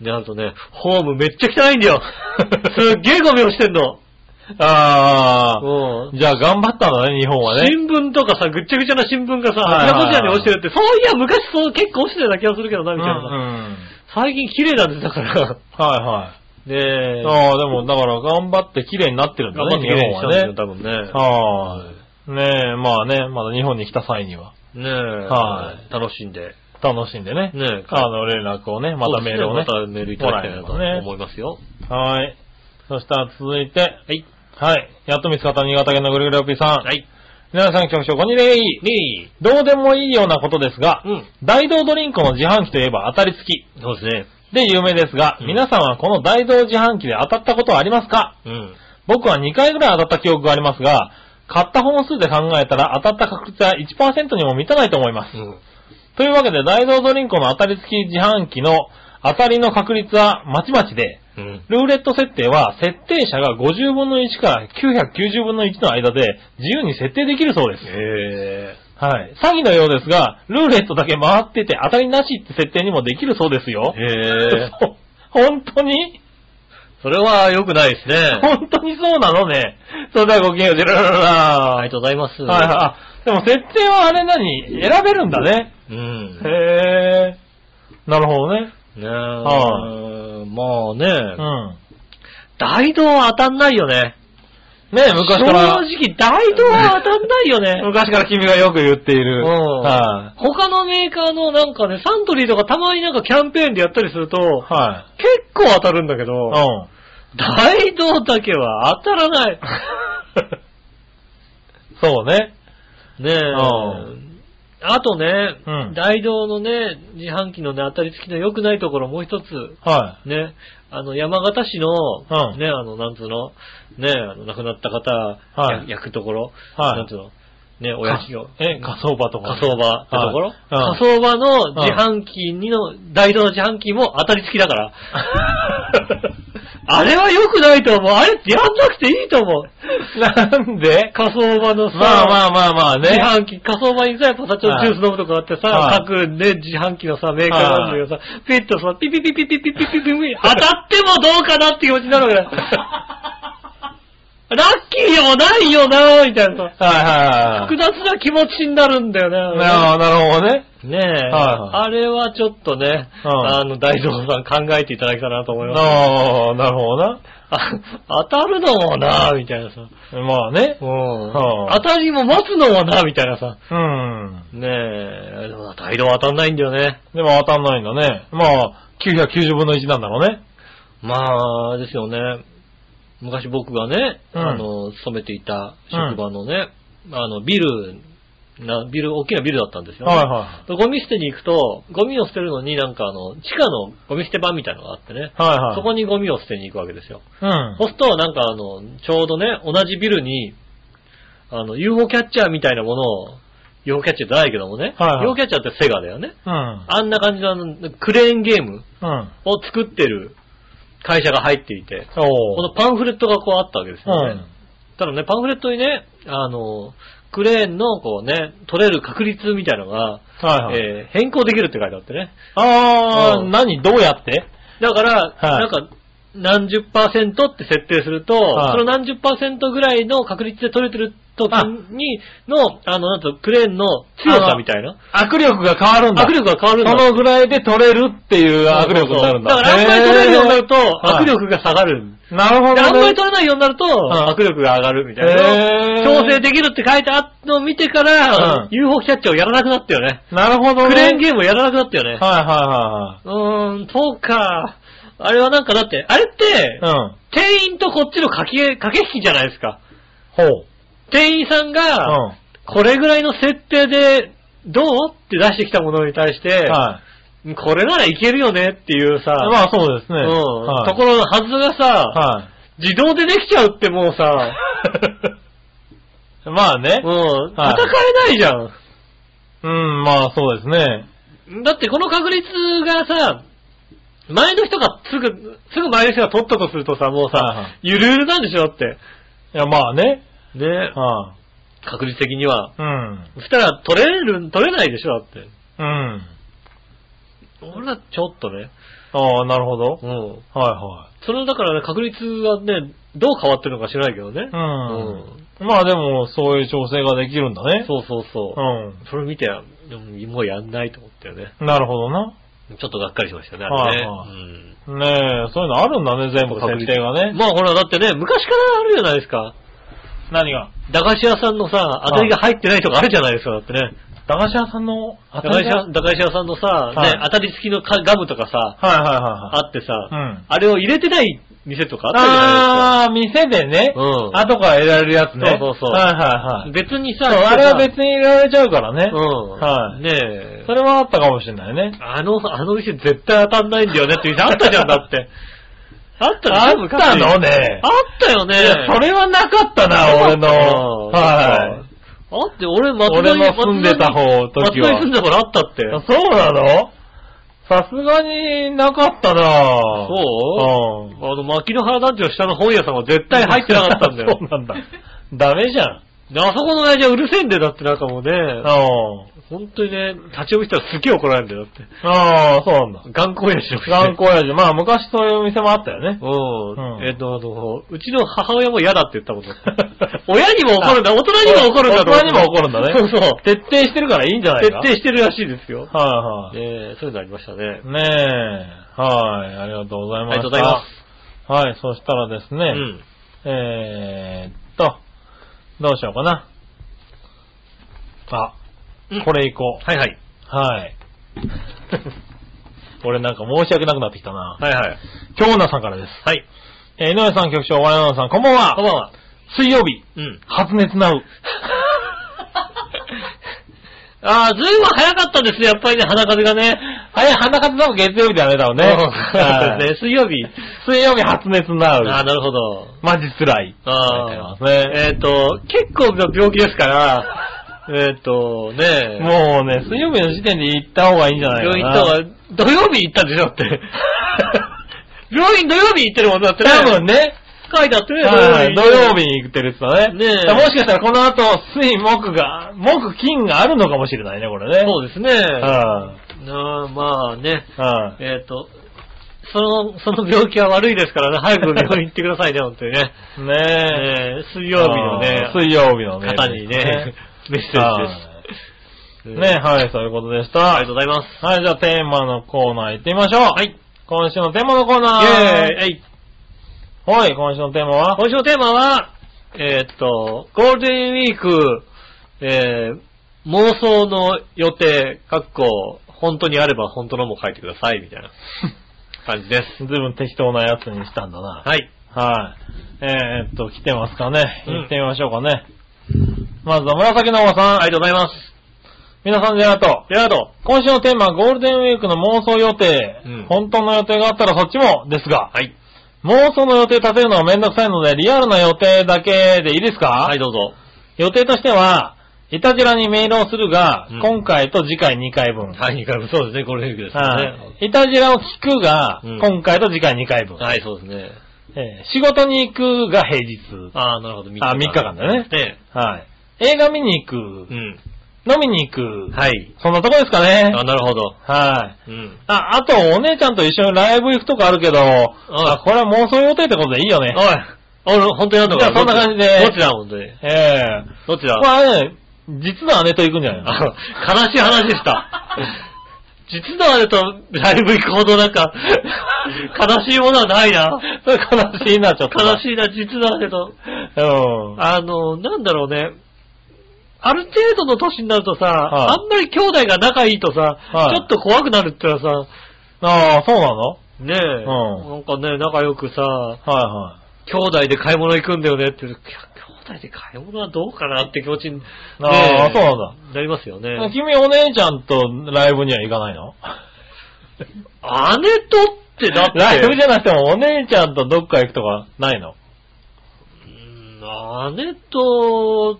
ん。
で、あるとね、ホームめっちゃ汚い んだよすっげえゴミをしてんの
ああ。
うん。
じゃあ頑張ったんだね、日本はね。
新聞とかさ、ぐっちゃぐちゃな新聞がさ、あ
は
ち
い
らこ
はいはい
ちらに落ちてるって、そういや、昔そう結構落ちてた気がするけどな、みたいな。
うん
最近綺麗なんです、だから。
はいはい。
ねえ。
ああ、でも、だから、頑張って綺麗になってるんだ
頑張
ね、
って
日
綺麗
本
にしたん
は
です
ね
よ、。多分ね。
はーい。ねえ、まあね、まだ日本に来た際には、
ねえ。
は
楽しんで。
楽しんでね。
ねえ。
あの、連絡をね、またメールをね
そ。うですまたメールいただきたいなと
もらえればね
思いますよ。
はーい。そしたら続いて、
はい。
はい。やっと見つかった新潟県のぐるぐるおっぴーさん。
はい。
皆さん、局長、こんにちは。
ねえ。
どうでもいいようなことですが、
うん。
大道ドリンクの自販機といえば当たり付き
そうですね。
で有名ですが、
うん
皆さんはこの大道自販機で当たったことはありますか
うん。
僕は2回ぐらい当たった記憶がありますが、買った本数で考えたら当たった確率は1%にも満たないと思います。
うん。
というわけで、大道ドリンクの当たり付き自販機の当たりの確率はまちまちで、
うん。
ルーレット設定は設定者が50分の1から990分の1の間で自由に設定できるそうです。
え
はい。詐欺のようですが、ルーレットだけ回ってて当たりなしって設定にもできるそうですよ
え。。へえ。
そう本当に
それは良くないですね。
本当にそうなのね。それではごきげんよう、ジェララララ
ありがとうございます。
はいはいあ。でも設定はあれ何選べるんだね。
うん。
へー。なるほどね。
ねえ。
は
まあ
う
ね、
ん。
大道は当たんないよね。
ねえ昔から
正、直、大道は当たんないよね。
昔から君がよく言っている。
うん
は
他のメーカーのなんかね、サントリーとかたまになんかキャンペーンでやったりすると、
い。は
結構当たるんだけ
い。
ど、
うん。
大道だけは当たらない。
そうね。
ねえ。
うん
あとね、
うん
大道のね、自販機のね、当たり付きの良くないところもう一つ、
は
ね、あの、山形市の、
うん
ね、あの、なんつうの、ね、あの、亡くなった方、
はい
や焼くところ、
はい
なんつうの、ね、
い。
おやきを
か。え、火葬場とか。
火葬場ってところ、
はいうん
火葬場の自販機にの、大道の自販機も当たり付きだから。あれは良くないと思う。あれやんなくていいと思う。
なんで
火葬場のさ、
まあまあまあまあね。
自販機、火葬場にさ、やっぱさ、ちょっと
はい
ジュース飲むとかあってさ、
はい
各ね、自販機のさ、メーカーなんだけどさ、ピッとさ、ピピピピピピピピピピ、当たってもどうかなって気持ちになるわけだよ。ラッキーでもないよなみたいなさ、
はいはいはい
複。雑な気持ちになるんだよねあれね。
ああ、なるほどね。
ねえ、
はい
あれはちょっとね、
うん
あの、大蔵さん考えていただけたらなと思います。
ああ、なるほどな。
あ当たるのもなみたいなさ。
まあね。
うん
はあ
当たりも待つのもなみたいなさ。
うん。
ねえ、でも大道は当たんないんだよね。
でも当たんないんだね。まあ、990分の1なんだろうね。
まあ、あれですよね。昔僕がね、
うん
あの、勤めていた職場のね、あの、ビル、な、ビル、大きなビルだったんですよ、ね。
はいは
ゴミ捨てに行くと、ゴミを捨てるのになんかあの、地下のゴミ捨て場みたいなのがあってね。
はいはい。
そこにゴミを捨てに行くわけですよ。
うん。
そうすると、なんかあの、ちょうどね、同じビルに、あの、UFO キャッチャーみたいなものを陽キャッチャーじゃないけどもね。
はいはい
陽キャッチャーってセガだよね。
うん。
あんな感じのあのクレーンゲーム
うん。
を作ってる会社が入っていて、
お
このパンフレットがこうあったわけです
う
よね。
ん。
ただね、パンフレットにね、あの、クレーンのこうね、取れる確率みたいなのが、
はいはい。
えー変更できるって書いてあってね。
あー、
うん
何どうやって
だから、
はい
なんか、何十パーセントって設定すると、
はい
その何十パーセントぐらいの確率で取れてる時にの、あの、なんと、クレーンの強さみたいな。
握力が変わるんだ。
握力が変わるんだ。
そのぐらいで取れるっていう握力になるんだ。
そうそうだから、あんまり取れるようになると、
は
握
い
力が下がる。
なるほど、
で
ね。
あんまり取れないようになると、
はい
握力が上がるみたいな。
へー
調整できるって書いてあったのを見てから、
うん
UFO キャッチャーをやらなくなったよね。
なるほど、ね。
クレーンゲームをやらなくなったよね。
はいは
うーん、そうか。あれはなんかだって、あれって
いはい、はい。うん。
店員とこっちの駆け、駆け引きじゃないですか。
ほう。
店員さん
う
が、
ん。
これぐらいの設定で、どうって出してきたものに対して、
はい。
これならいけるよねっていうさ、
まあそうですね。
うん
はい、
ところのはずがさ、
は
自動でできちゃうってもう さ、
い。まあね
う。ん、
は
戦
い
えないじゃん。
うん、まあそうですね。
だってこの確率がさ、前の人がすぐ、すぐ前の人が取ったとするとさ、もうさ、
はいはい
ゆるゆるなんでしょだって。
いや、まあね。
ね
は
確率的には。
い。うん。
そしたら取れる、取れないでしょだって。
うん。
俺らちょっとね。
ああ、なるほど。
うん。
は
それだからね、確率がね、どう変わってるのか知らないけどね
いはい。。うん。まあでも、そういう調整ができるんだね。
そうそうそう。
う
それ見て、うんもうやんないと思ったよね。
ん。なるほどな。
ちょっとがっかりしましたね、あれね。
はいはい
うん
ねえ、そういうのあるんだね、全部設定がね。
まあほら、だってね、昔からあるじゃないですか。
何が
駄菓子屋さんのさ、当たりが入ってないとかあるじゃないですか、だってね。
駄菓子屋さんの
駄
当
菓子屋
は
駄菓子屋さんのさ、
はい
ね、当たり付きのかガムとかさ、
いはいはいはい。
あってさ、
うん
あれを入れてない店とかあったじゃないですか。
あー、店でね、
うん
後から得られるやつね。
そうそうそう
はいはいはい。
別に
そ
さ、
うあれは別に入れられちゃうからね。
うん。
はい
ねえ。
それはあったかもしれないね。
あの、あの店絶対当たんないんだよねって店あったじゃんだって。あった
あ
でしょ
ったのね
昔あったよね。
いや、それはなかったな、俺の。はい。
い。あって、俺、松
俺の住んでた方
松田
時
に松田
は
に住んでたからあったって。
そうなのさすがになかったな
そう
うん。
あの、牧野原団地の下の本屋さんは絶対入ってなかったんだよ。
そうなんだ。ダメじゃん。
であそこの親父はうるせえんだよ、だってなんかもうね、
うん。
本当にね、立ち読みしたらすげえ怒られるんだよ、だって。
ああ、そうなんだ。
頑固親父の
頑固親父。まあ、昔そういうお店もあったよね。
うん。
うん
えっと、あの、うちの母親も嫌だって言ったこと。 親にも怒るんだ、大人にも怒るんだと思う
大人にも怒るんだね。
そうそう。
徹底してるからいいんじゃない
徹
か
底してるらしいですよ。
はいはい。
えー、そういうのありましたね。
ねえ。はい。ありがとうござい
あ
ま
りが
した。。
とうございます
はい。そしたらですね
す。う、ん。
えーっと、どうしようかな。あ、
うん
これいこ
はいはい。
う。はい。俺なんか申し訳なくなってきた
は
な。
いはい。
京奈さんからです。
はい。
えー井上さん局長、ワイナさん、こんばんは。
こんばんは。
水曜日、
うん。
発熱なう。
ああ、ずいぶん早かったですね、やっぱりね、鼻風がね。
あれ、鼻風多分月曜日だね、多分ね。
そう
はい
ですね、水曜日。
水曜日発熱なう。
ああ、なるほど。
マジ辛い。
ああ
書いてありますね
えっ、と、結構な病気ですから、えっ、と、ねえ。
もうね、水曜日の時点で行った方がいいんじゃない
病
か
院行
な。
ったわ土曜日行ったんでしょって。 病院土曜日行ってるもんだってね。
多分ね、
書いてあってね、
はい土曜日に行ってるって言ったね。
ねえ
だからもしかしたらこの後、水、木が、木、金があるのかもしれないね、これね。
そうですね。
は
なあまあね、
いはい
えっ、と、その、その病気は悪いですからね、早く病院行ってくださいね、本当に ね。
ね
えー水
え。
曜日のね
あ、ー水曜日のね。
方に ね、メッセー
は
ジ
い。
です。
ねえ、はい、そういうことでした。
ありがとうございます。。
はい、じゃあテーマのコーナー行ってみましょう。はい今週のテーマのコーナ
イェー
ー。
イえい
はい、今週のテーマは
今週のテーマは、えーっと、ゴールデンウィーク、えー、妄想の予定、かっこ、本当にあれば本当のも書いてください、みたいな感じです。
ずいぶん適当なやつにしたんだな。
はい。
はい。えー、っと、来てますかね。
うん
行ってみましょうかね。まずは紫のおばさん。ありがとうございます。皆さん、ジェラート。ジェラート。今週のテーマ、ゴールデンウィークの妄想予定。
うん
本当の予定があったらそっちも、ですが。
はい。
妄想の予定立てるのはめんどくさいので、リアルな予定だけでいいですか
はい、どうぞ。
予定としては、いたじらにメールをするが、
うん
今回と次回2回分。
はい、二回分。そうですね、ゴールデンウィークですよ
は
ね。
い。いたじらを聞くが、
うん
今回と次回2回分。
はい、そうですね。
えー仕事に行くが平日。
ああ、なるほど、3
あ三日間だね
ね。
はい。映画見に行く
う、ん。
飲みに行く。
はい。
そんなとこですかね。
あなるほど。
はい。
うん。
あ、あと、お姉ちゃんと一緒にライブ行くとかあるけど、あ、これは妄想予定ってことでいいよね。
おい、俺、本当にやんのか
じゃあそんな感じで
どっちだ、本当に。
ええ
どっちだ
これはね、実の姉と行くんじゃないの
あ悲しい話でした。 実のあれとライブ行くほどなんか、悲しいものはないな。
それ悲しいな、ちょっと。
悲
い。
しいな、実のあれと。
うん。
あの、なんだろうね。ある程度の年になるとさ、
はい
あんまり兄弟が仲いいとさ、
はい
ちょっと怖くなるってのはさ、
ああ、そうなのは
ねえ、なんかね、仲良くさ、
いは
兄弟で買い物行くんだよねって、いや兄弟で買い物はどうかなって気持ちに、ねえ
ああそうなん
なりますよね。
い。君お姉ちゃんとライブには行かないの
姉とってだって、
ライブじゃなくてもお姉ちゃんとどっか行くとかな いの
うん姉と、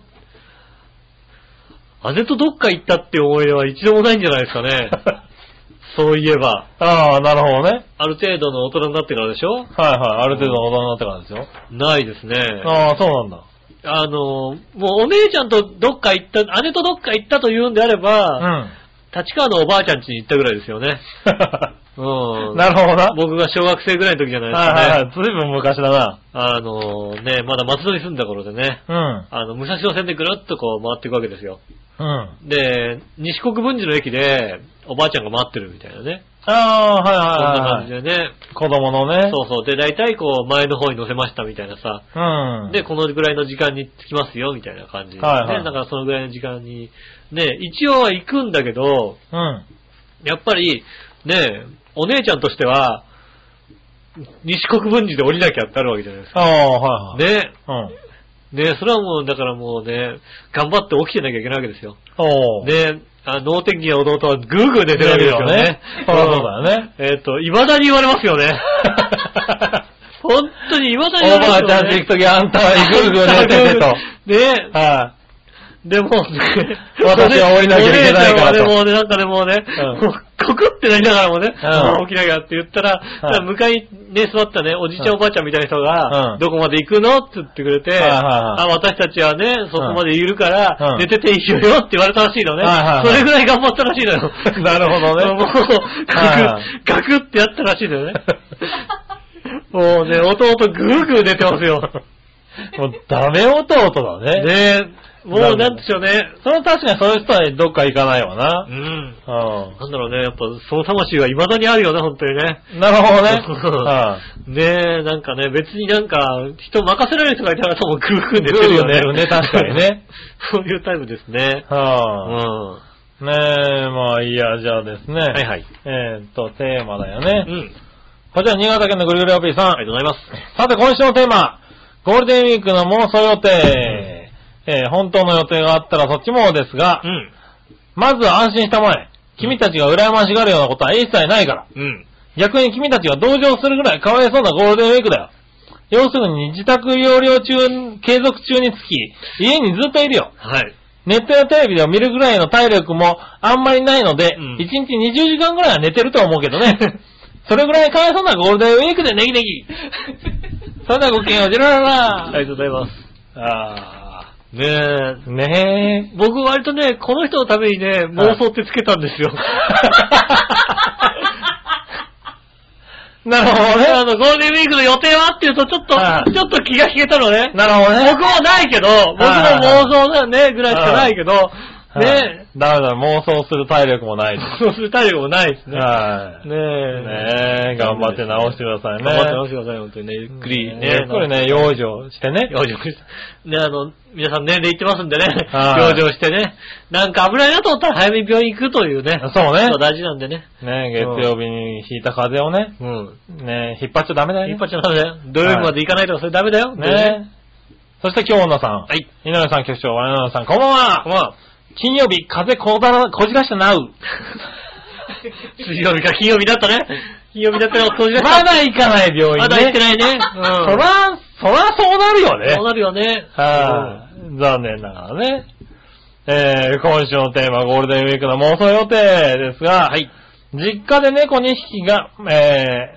姉とどっか行ったって思い出は一度もないんじゃないですかね。 そういえば。
ああ、なるほどね。
ある程度の大人になってからでしょ
はいはい。ある程度の大人になってからですよ。
ないですね。
ああ、そうなんだ。
あの、もうお姉ちゃんとどっか行った、姉とどっか行ったというんであれば、立川のおばあちゃん家に行ったぐらいですよね。
う。
うん ん。
なるほどな。
僕が小学生ぐらいの時じゃないですか
はい
ね。
はいはい。ずいぶん昔だな。
あのね、まだ松戸に住んだ頃でね、
うん。
あの、武蔵野線でぐるっとこう回っていくわけですよ。
うん。
で、西国分寺の駅で、おばあちゃんが待ってるみたいなね。
ああ、
そんな感
はいはい
じ
はい。
でね。
子供のね。
そうそう。で、大体こう、前の方に乗せましたみたいなさ。
う。うん。
で、このぐらいの時間に着きますよ、みたいな感じで。
はいはい
ねだからそのぐらいの時間に、ね、一応は行くんだけど、
うん。
やっぱり、ね、お姉ちゃんとしては、西国分寺で降りなきゃってあるわけじゃないです
ああ、はいは
か。
い。
ね、
うん。
ね、それはもう、だからもうね、頑張って起きてなきゃいけないわけですよ。
おー。
ね、あ能天気な弟はぐーぐー寝てるわけですよね。
そうだよね。
えっ、と、未だに言われますよね。 本当に未だに言わ
お
れ
ば
ま
あ
すよね。
ちゃんと行くときあんたはぐーぐー寝ててと。
ね
は
で も、ね
私は降りなきゃいけないからと
お姉ちゃんはねもうね、なんかでもうね、
うん
もうコクってなりながらもね、
うん
もう起きなきゃって言ったら、
い
向かいね、座ったね、おじいちゃん、
うん
おばあちゃんみたいな人が、
うん
どこまで行くのって言ってくれて、
いはいはい
あ、私たちはね、そこまでいるか
うん
ら、寝てていいよって言われたらしいのね。
はいはいはい
それぐらい頑張ったらしいのよ。
なるほどね
もう、
はいはい
ガク、ガクってやったらしいの よね。もうね、弟ぐーぐー寝てますよ。
い。 もうダメ弟だね。
ねえ、もうなんでしょうね。
それは確かにそういう人はどっか行かないわ
う
な。
ん。
う
なんだろうね、やっぱ、その魂は未だにあるよね、本当にね。
ん。なるほどね。
ねえ、なんかね、別になんか、人任せられる人がいたらともグーグー寝
ぐ
てる
ーぐ
よ
ー
ね。
寝るね、確かに。ね。
そういうタイプですね。うん。
はあ、
は
ねえ、まあいいや、じゃあですね。はい
はい。
えーっと、テーマだよ
う
ね。
ん。
こちら、新潟県のぐるぐるアピーさん。
ありがとうございます。
さて、今週のテーマ、ゴールデンウィークの妄想予定。えー本当の予定があったらそっちもですが
う、ん。
まずは安心したまえ。君たちが羨ましがるようなことは一切ないから。
うん。
逆に君たちが同情するぐらいかわいそうなゴールデンウィークだよ。要するに自宅療養中、継続中につき、家にずっといるよ。
はい。
ネットやテレビで見るぐらいの体力もあんまりないので、
うん
1日20時間ぐらいは寝てると思うけど ね。それぐらいかわいそうなゴールデンウィークでネギネギ。それではごきげんよう、ジェララ
あ
ラ
りがとうございます。
あ
ねえ。
ー。ねえ。
僕割とね、この人のためにね、妄想ってつけたんですよ。
なるほど
あ
ね。
の、ゴールデンウィークの予定はっていうと、ちょっと、
はい
ちょっと気が引けたのね。
なるほどね。
僕もないけど、僕も妄想だね、ぐらいしかないけど、ね、
え。だめだ、妄想する体力もないです。
そうする体力もないですね。
はい。
ねえ。
ねえ、頑張って直してくださいね。
頑張って直してください、本当にね。ゆっくりね。
ゆっくりね、養生してね。
養生して。ね、あの、皆さん年齢いってますんでね。
はい
養生してね。なんか危ないなと思ったら早めに病院行くというね。
そうね
ことが大事なんでね。
ね月曜日に引いた風邪をね、
うん。
ね引っ張っちゃダメだよね。
一発じゃダメだよ。土曜日まで行かないとかそれダメだよ。
ねそして今日女さん。
はい。
稲上さん局長、我々さん、こんばんは。金曜日、風こだらこじらして なう。
水曜日か金曜日だったね。金曜日だったらお掃除だった
まだ行かない病院ね。
まだ行ってないね。うん。
そら、そらそうなるよね。
そうなるよね。
はい、残念ながらね。えー、今週のテーマ、ゴールデンウィークの妄想予定ですが、はい。実家で猫2匹が、え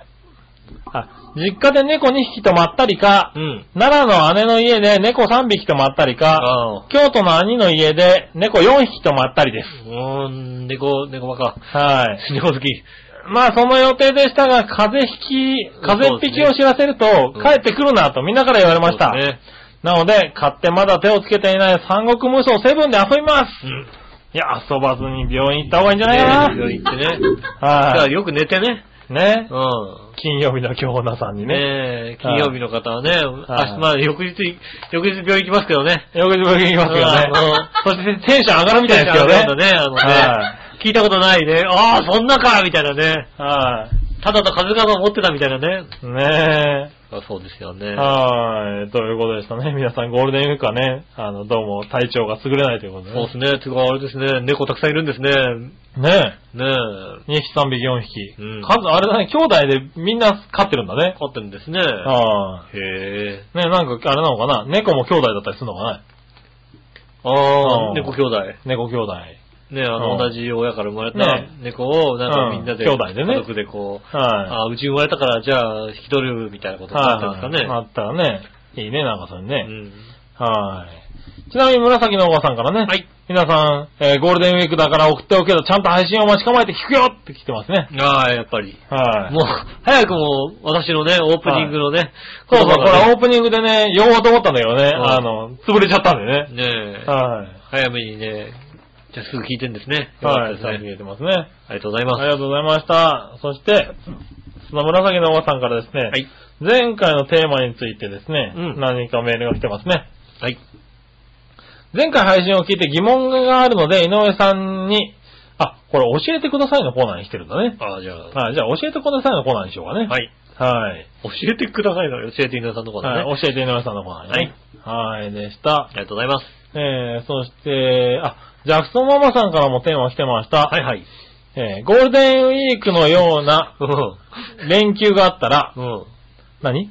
ー、あ、実家で猫2匹とまったりか、
うん。
奈良の姉の家で猫3匹とまったりか、
ああ。
京都の兄の家で猫4匹とまったりです。
うーん、猫、猫ばか。
はい。
猫好き。
まあその予定でしたが、風邪ひき、風邪っ引きを知らせると、
うん
帰ってくるなとみんなから言われました。
そうですね。
なので、買ってまだ手をつけていない三国無双セブンで遊びます。
うん。
いや、遊ばずに病院行った方がいいんじゃないか
ね病院行ってね。
な。
じゃ
は
あよく寝てね。
い。ね。
うん。
金曜日の今日女さんにね。
ねえ、金曜日の方はね、明
はい
日、まあ翌日い、翌日病院行きますけどね。
よく自分行きますよね
うんあの。
そしてテンション上がるみたいですけど
テンション上がるん
ね。
だね、あのね、
は
聞いたことないね。ああ、そんなかみたいなね。
は
ただの風邪かと思ってたみたいなね。
い。ね
あそうですよね。
え。はい。ということでしたね。皆さんゴールデンウィークはね、あの、どうも体調が優れないということで
そうで。
ね
すね。てか、あれですね。猫たくさんいるんですね。ねえ。
ねえ。2匹、3匹、4匹。
うん
数、あれだね、兄弟でみんな飼ってるんだね。
飼ってるんですね。
は
へえ。
い。ねえ、なんかあれなのかな猫も兄弟だったりするのかな
あ
う
あ、
ん
猫兄弟。
猫兄弟。
ねあの、
うん
同じ親から生まれた
ね
猫を、なん
う
か
ん
みんなで、
兄弟でね
家族でこう、
はい。
あうち生まれたから、じゃあ、引き取るみたいなことになったんですかね。
あったらね。いいね、なんかそれね。
うん。
はい。ちなみに紫のおばさんからね。
はい。
皆さん、えーゴールデンウィークだから送っておくけど、ちゃんと配信を待ち構えて聞くよって来てますね。
ああ、やっぱり。
はい。
もう、早くも、私のね、オープニングのね、
そうそう、
言
こ
葉が
れオープニングでね、言おうと思ったんだけどね、
うん
あの、潰れちゃったんでね。
ねえ、
はい。
早めにね、じゃあすぐ聞いてんですね。よか
は
っ
い、
た
さ
で
っ
す
き
ね
言えてますね。
ありがとうござい
あ
ま
りがとうございました。そして、その紫のおばさんからですね、
す。はい。
前回のテーマについてですね、
うん
何かメールが来てますね。
はい。
前回配信を聞いて疑問があるので、井上さんに、あ、これ教えてくださいのコーナーにしてるんだね。
ああ、じゃあ、
はい、じゃあ教えてくださいのコーナーにしようかね。
はい。
はい。
教えてくださいの、教えて皆さんのことね、
はい。教えて井上さんのコーナーにね。はい。でした
あ。りがとうございます。
えー、そして、あ、ジャクソンママさんからもテーマ来てました。
はいはい。
えー、ゴールデンウィークのような
う
連休があったら、
ん。うん。
何
い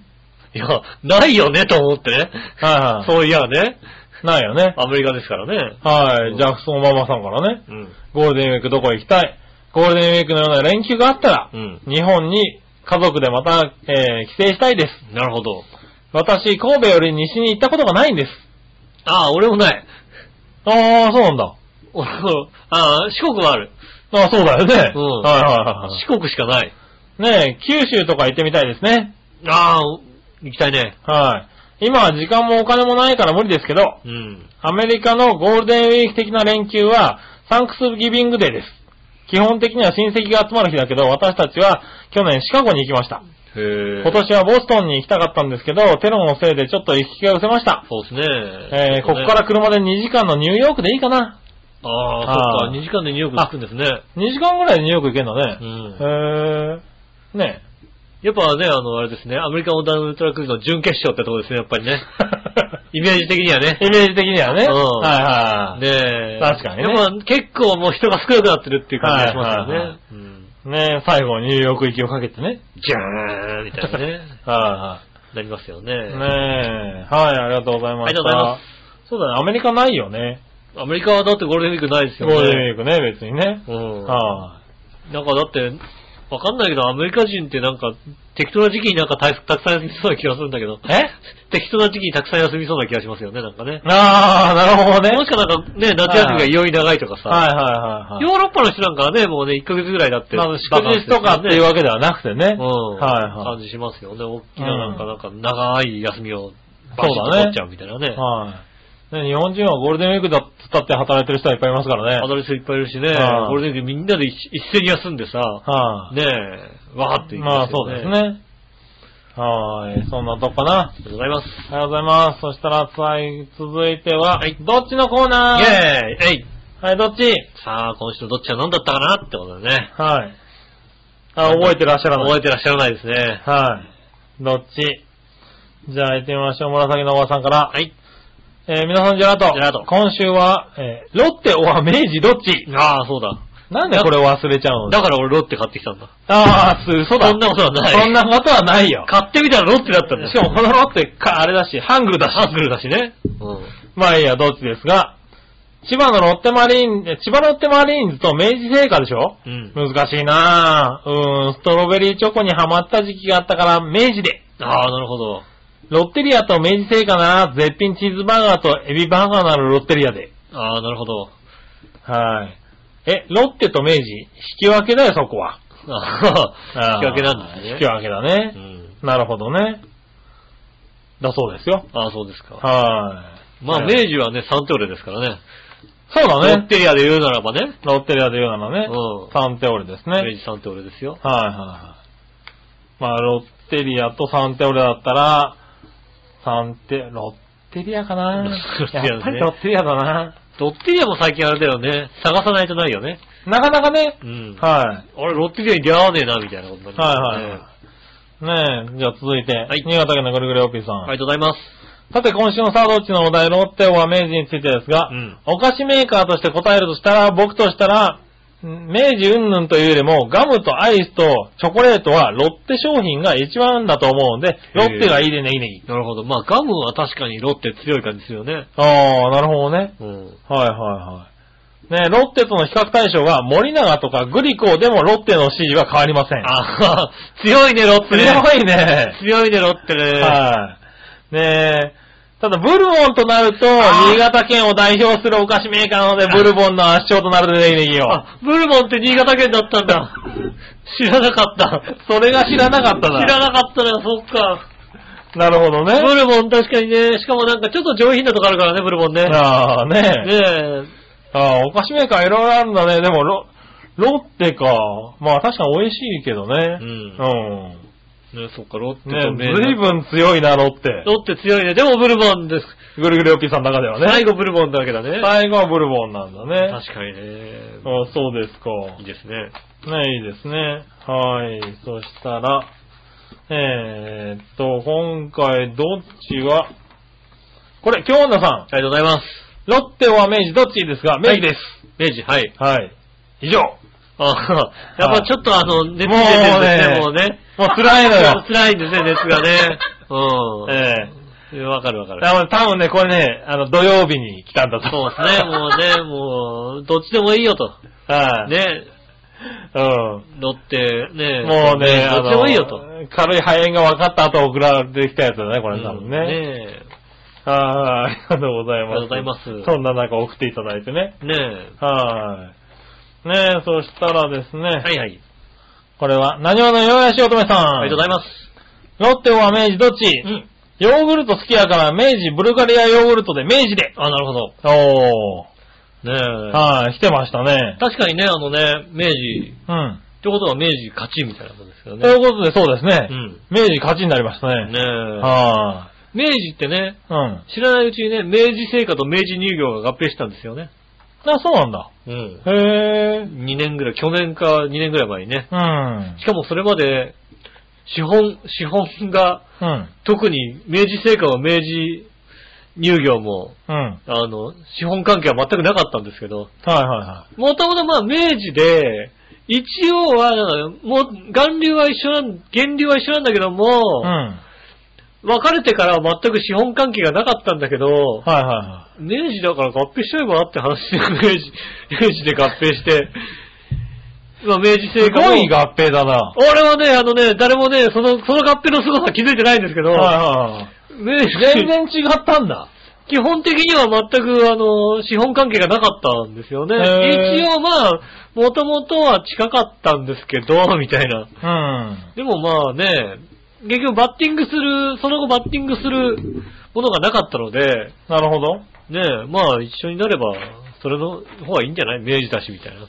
や、ないよね、と思ってね。
はいは
そういやね、
い。ないよね。
アメリカですからね。
はい。
ん
ジャクソンママさんからね、
うん。
ゴールデンウィークどこへ行きたいゴールデンウィークのような連休があったら、
うん。
日本に家族でまた、えー帰省したいです。
なるほど。
私、神戸より西に行ったことがないんです。
ああ、俺もない。
ああ、そうなんだ。
俺も、 ああ、四国はある。
ああ、そうだよね。
うん
はいは
四国しかない。
いはい。ねえ、九州とか行ってみたいですね。
ああ、行きたいね。
はい。今は時間もお金もないから無理ですけど、
うん。
アメリカのゴールデンウィーク的な連休は、サンクスギビングデーです。基本的には親戚が集まる日だけど、私たちは去年シカゴに行きました。
へえ。
今年はボストンに行きたかったんですけど、テロのせいでちょっと行き来が失せました。
そうですね。
えーここから。車で2時間のニューヨークでいいかな。
ああ、そ
あ
っか、
ー
2時間でニューヨーク着くんですね。
2時間ぐらいでニューヨーク行けんのね
う。ん。
へー。ね
やっぱね、あの、あれですね、アメリカンダウントラクルーズの準決勝ってとこですね、やっぱりね。 イメージ的にはね。
イメージ的にはね。
うん
はいはい。
ねえ。
確かにね
やっぱ結構もう人が少なくなってるっていう感じがしますよね。
はいはいはい
うん。
ね最後ニューヨーク行きをかけてね。
じゃーんみたいなね。
は
なりますよね。
いはい。ねえ。はい、ありがとうございました。。
ありがとうございます
そうだね、アメリカないよね。
アメリカはだってゴールデンウィークないです
ゴ
よ
ー
ね。
ルデンウィークね、別にね。
うん。
は
なんかだって、わかんないけど、アメリカ人ってなんか、適当な時期になんかたたくさん休みそうな気がするんだけど。
い。え
適当な時期にたくさん休みそうな気がしますよね、なんかね。
ああ、なるほどね。
もしかなんかね、夏休みが異様に長いとかさ。
はいはいはい
ヨ
は
ーロッパの人なんかはね、もうね、1ヶ月ぐらいだって。
い。まず祝日とかっていう
わ
わけではなくて
け
ね。
うん。
はいは
感じしますよね。大きななんか、なんか長い休みを、バ
そうだね。
シッと取っちゃうみたいないね。
はい。ね日本人はゴールデンウィークだっつったって働いてる人はいっぱいいますから
ア
ね。
ドレスいっぱいいるしね、
うん
ゴールデンウィークみんなで一一斉に休んでさ、
はい。
ねえ、わーっていき
まあ
ます
そ
よ
うです。ね。はい。そんなとこかな。
ありがとうございます。
ありがとうございます。そしたら、さい、続いては、
はい
どっちのコーナー
イェーイえい
はい、どっち
さあ、今週のどっちは何だったかなってことでね。
はい。あ、覚えてらっしゃらない。
覚えてらっしゃらないですね。
はい。どっちじゃあ行ってみましょう。紫のおばさんから。
はい。
えー、皆さん、ジェラート。
ジェラート
今週は、えー、ロッテ、おは明治、どっち
ああ、そうだ。
なんでこれ忘れちゃうの
だから俺ロッテ買ってきたんだ。
ああ、す、嘘だ。
そんなことはない
そんなことはないよ。
買ってみたらロッテだったんだよ。
しかもこのロッテ、か、あれだし、ハングルだし。
ハングルだしね。うん。
まあいいや、どっちですが、千葉のロッテマリーン、え千葉ロッテマリーンズと明治製菓でしょ
うん。
難しいなぁ。うーん、ストロベリーチョコにハマった時期があったから、明治で。
ああ、なるほど。
ロッテリアと明治製菓なら、絶品チーズバーガーとエビバーガーならロッテリアで。
ああ、なるほど。
はい。え、ロッテと明治、引き分けだよ、そこは。
ああ、引き分けなんだね。
引き分けだね
う。ん。
なるほどね。だそうですよ。
ああ、そうですか。
はい。
まあ、
は
明
い
治はね、サンテオレですからね。
そう
ロ
だ
ッ
ね。
テリアで言うならばね。
ロッテリアで言うならね。
うん
サンテオレですね。はい
明治サンテオレですよ。
はいはい。まあ、ロッテリアとサンテオレだったら、サンテ、ロッテリアかな
ロッテリアね
やっぱりロッテリアだな。
ロッテリアも最近あれだよね。探さないとないよね。
なかなかね。
うん。
は
あれ、ロッテリアに出会わねえな、みたいなことになり
い。
ます
はい
ね
はい。ねえ、じゃあ続いて、
い
新潟県のぐるぐるおっぴーさん。
ありがとうございます。
さて、今週のサードッチのお題、ロッテは明治についてですが、
うん
お菓子メーカーとして答えるとしたら、僕としたら、ん明治云々というよりも、ガムとアイスとチョコレートはロッテ商品が一番だと思うんで、ロッテがいいでネギネギ。
なるほど。まあ、ガムは確かにロッテ強い感じするよね。
ああ、なるほどね。
うん。
はいはいはい。ねロッテとの比較対象が森永とかグリコでもロッテの支持は変わりません。
ああ、強いね、ロッテね。
強いね。
強いね、ロッテね。
はい。ねえ。ただ、ブルボンとなると、
あー
新潟県を代表するお菓子メーカーなので、ブルボンの圧勝となるでネギネギを。
あ、ブルボンって新潟県だったんだ。 知らなかった。
それが知らなかったな。
知らなかったな、そっか。
なるほどね。
ブルボン確かにね、しかもなんかちょっと上品なとこあるからね、ブルボンね。
ああ、ねえ。
ね
ああ、お菓子メーカーいろいろあるんだね。でも、ロ、ロッテか。まあ、確かに美味しいけどね。
んえ。ねそっか、ロッ
う
テ
ん。ね
と
ず
明治
いぶん強いな、ロッテ。
ロッテ強いね。でもブルボンです。
ぐるぐるおっぴーさんの中ではね。
最後ブルボンだけだね。
最後はブルボンなんだね。
確かにね。
あそうですか。
いいですね。
ね、いいですね。はい。そしたら、えー、っと、今回どっちが、これ、京女さん、
ありがとうございます。
ロッテは明治どっちですが、明治です。
明治、はい。
はい。以上。も
あやっぱちょっとあの、熱出てるん
もう
です
ね
ね、もうね。。
う辛いのよ
辛いんですね、熱が ね。うん。
え
わかるわか
え
る。
多分多分ね、これね、あの、土曜日に来たんだと。
そうですね、もうね、 もう、どっちでもいいよと。
はい。
ね、
うん。
乗って、ね、
もうね、
どっちでもいいよと。
軽い肺炎が分かった後送られてきたやつだね、これ多
う
分
ん
ね。
ね
はい、ありがとうございま
あり
す。
がとうございます
そんな中送っていただいてね。
え、ね
はい。ねえ、そしたらですね。
え、はいはい。
これは、何話のよやしおとめさん。
ありがとうございます。
ロッテは明治どっち、
うん。
ヨーグルト好きやから明治、ブルガリアヨーグルトで明治で。
あ、なるほど。
お
ね
ー。
え。
はい、来てましたね。
確かにね、あのね、明治、
うん。
ってことは明治勝ちみたいなことですよ
とい
ね。
うことで、そうですね。
うん。
明治勝ちになりましたね。
ねえ。
は
明治ってね、
い。うん。
知らないうちにね、明治製菓と明治乳業が合併したんですよね。
あ、そうなんだ。
うん。
へえ。
2年ぐらい、去年か2年ぐらい前にね。
うん。
しかもそれまで、資本、資本が、
うん。
特に明治製菓も明治乳業も、
うん。
あの、資本関係は全くなかったんですけど、
はいはいは
もともとまあ明治で、一応は、なんかもう、源流は一緒なん、源流は一緒なんだけども、
い。うん。
別れてからは全く資本関係がなかったんだけど、
はいはいは
明治だから合併しちゃえばって話で、明治、明治で合併して、まあ明治
い。
製
す
菓
ごい
も、
合併だな。
俺はね、あのね、誰もね、その、その合併の凄さ気づいてないんですけど、
はいはいは
明
い。
治
全然違ったんだ。
基本的には全く、あの、資本関係がなかったんですよね。
へー
一応まあ、もともとは近かったんですけど、みたいな。
うん。
でもまあね、結局バッティングする、その後バッティングするものがなかったので、
なるほど。
ねえ、まあ一緒になれば、それの方がいいんじゃない明治だしみたいな。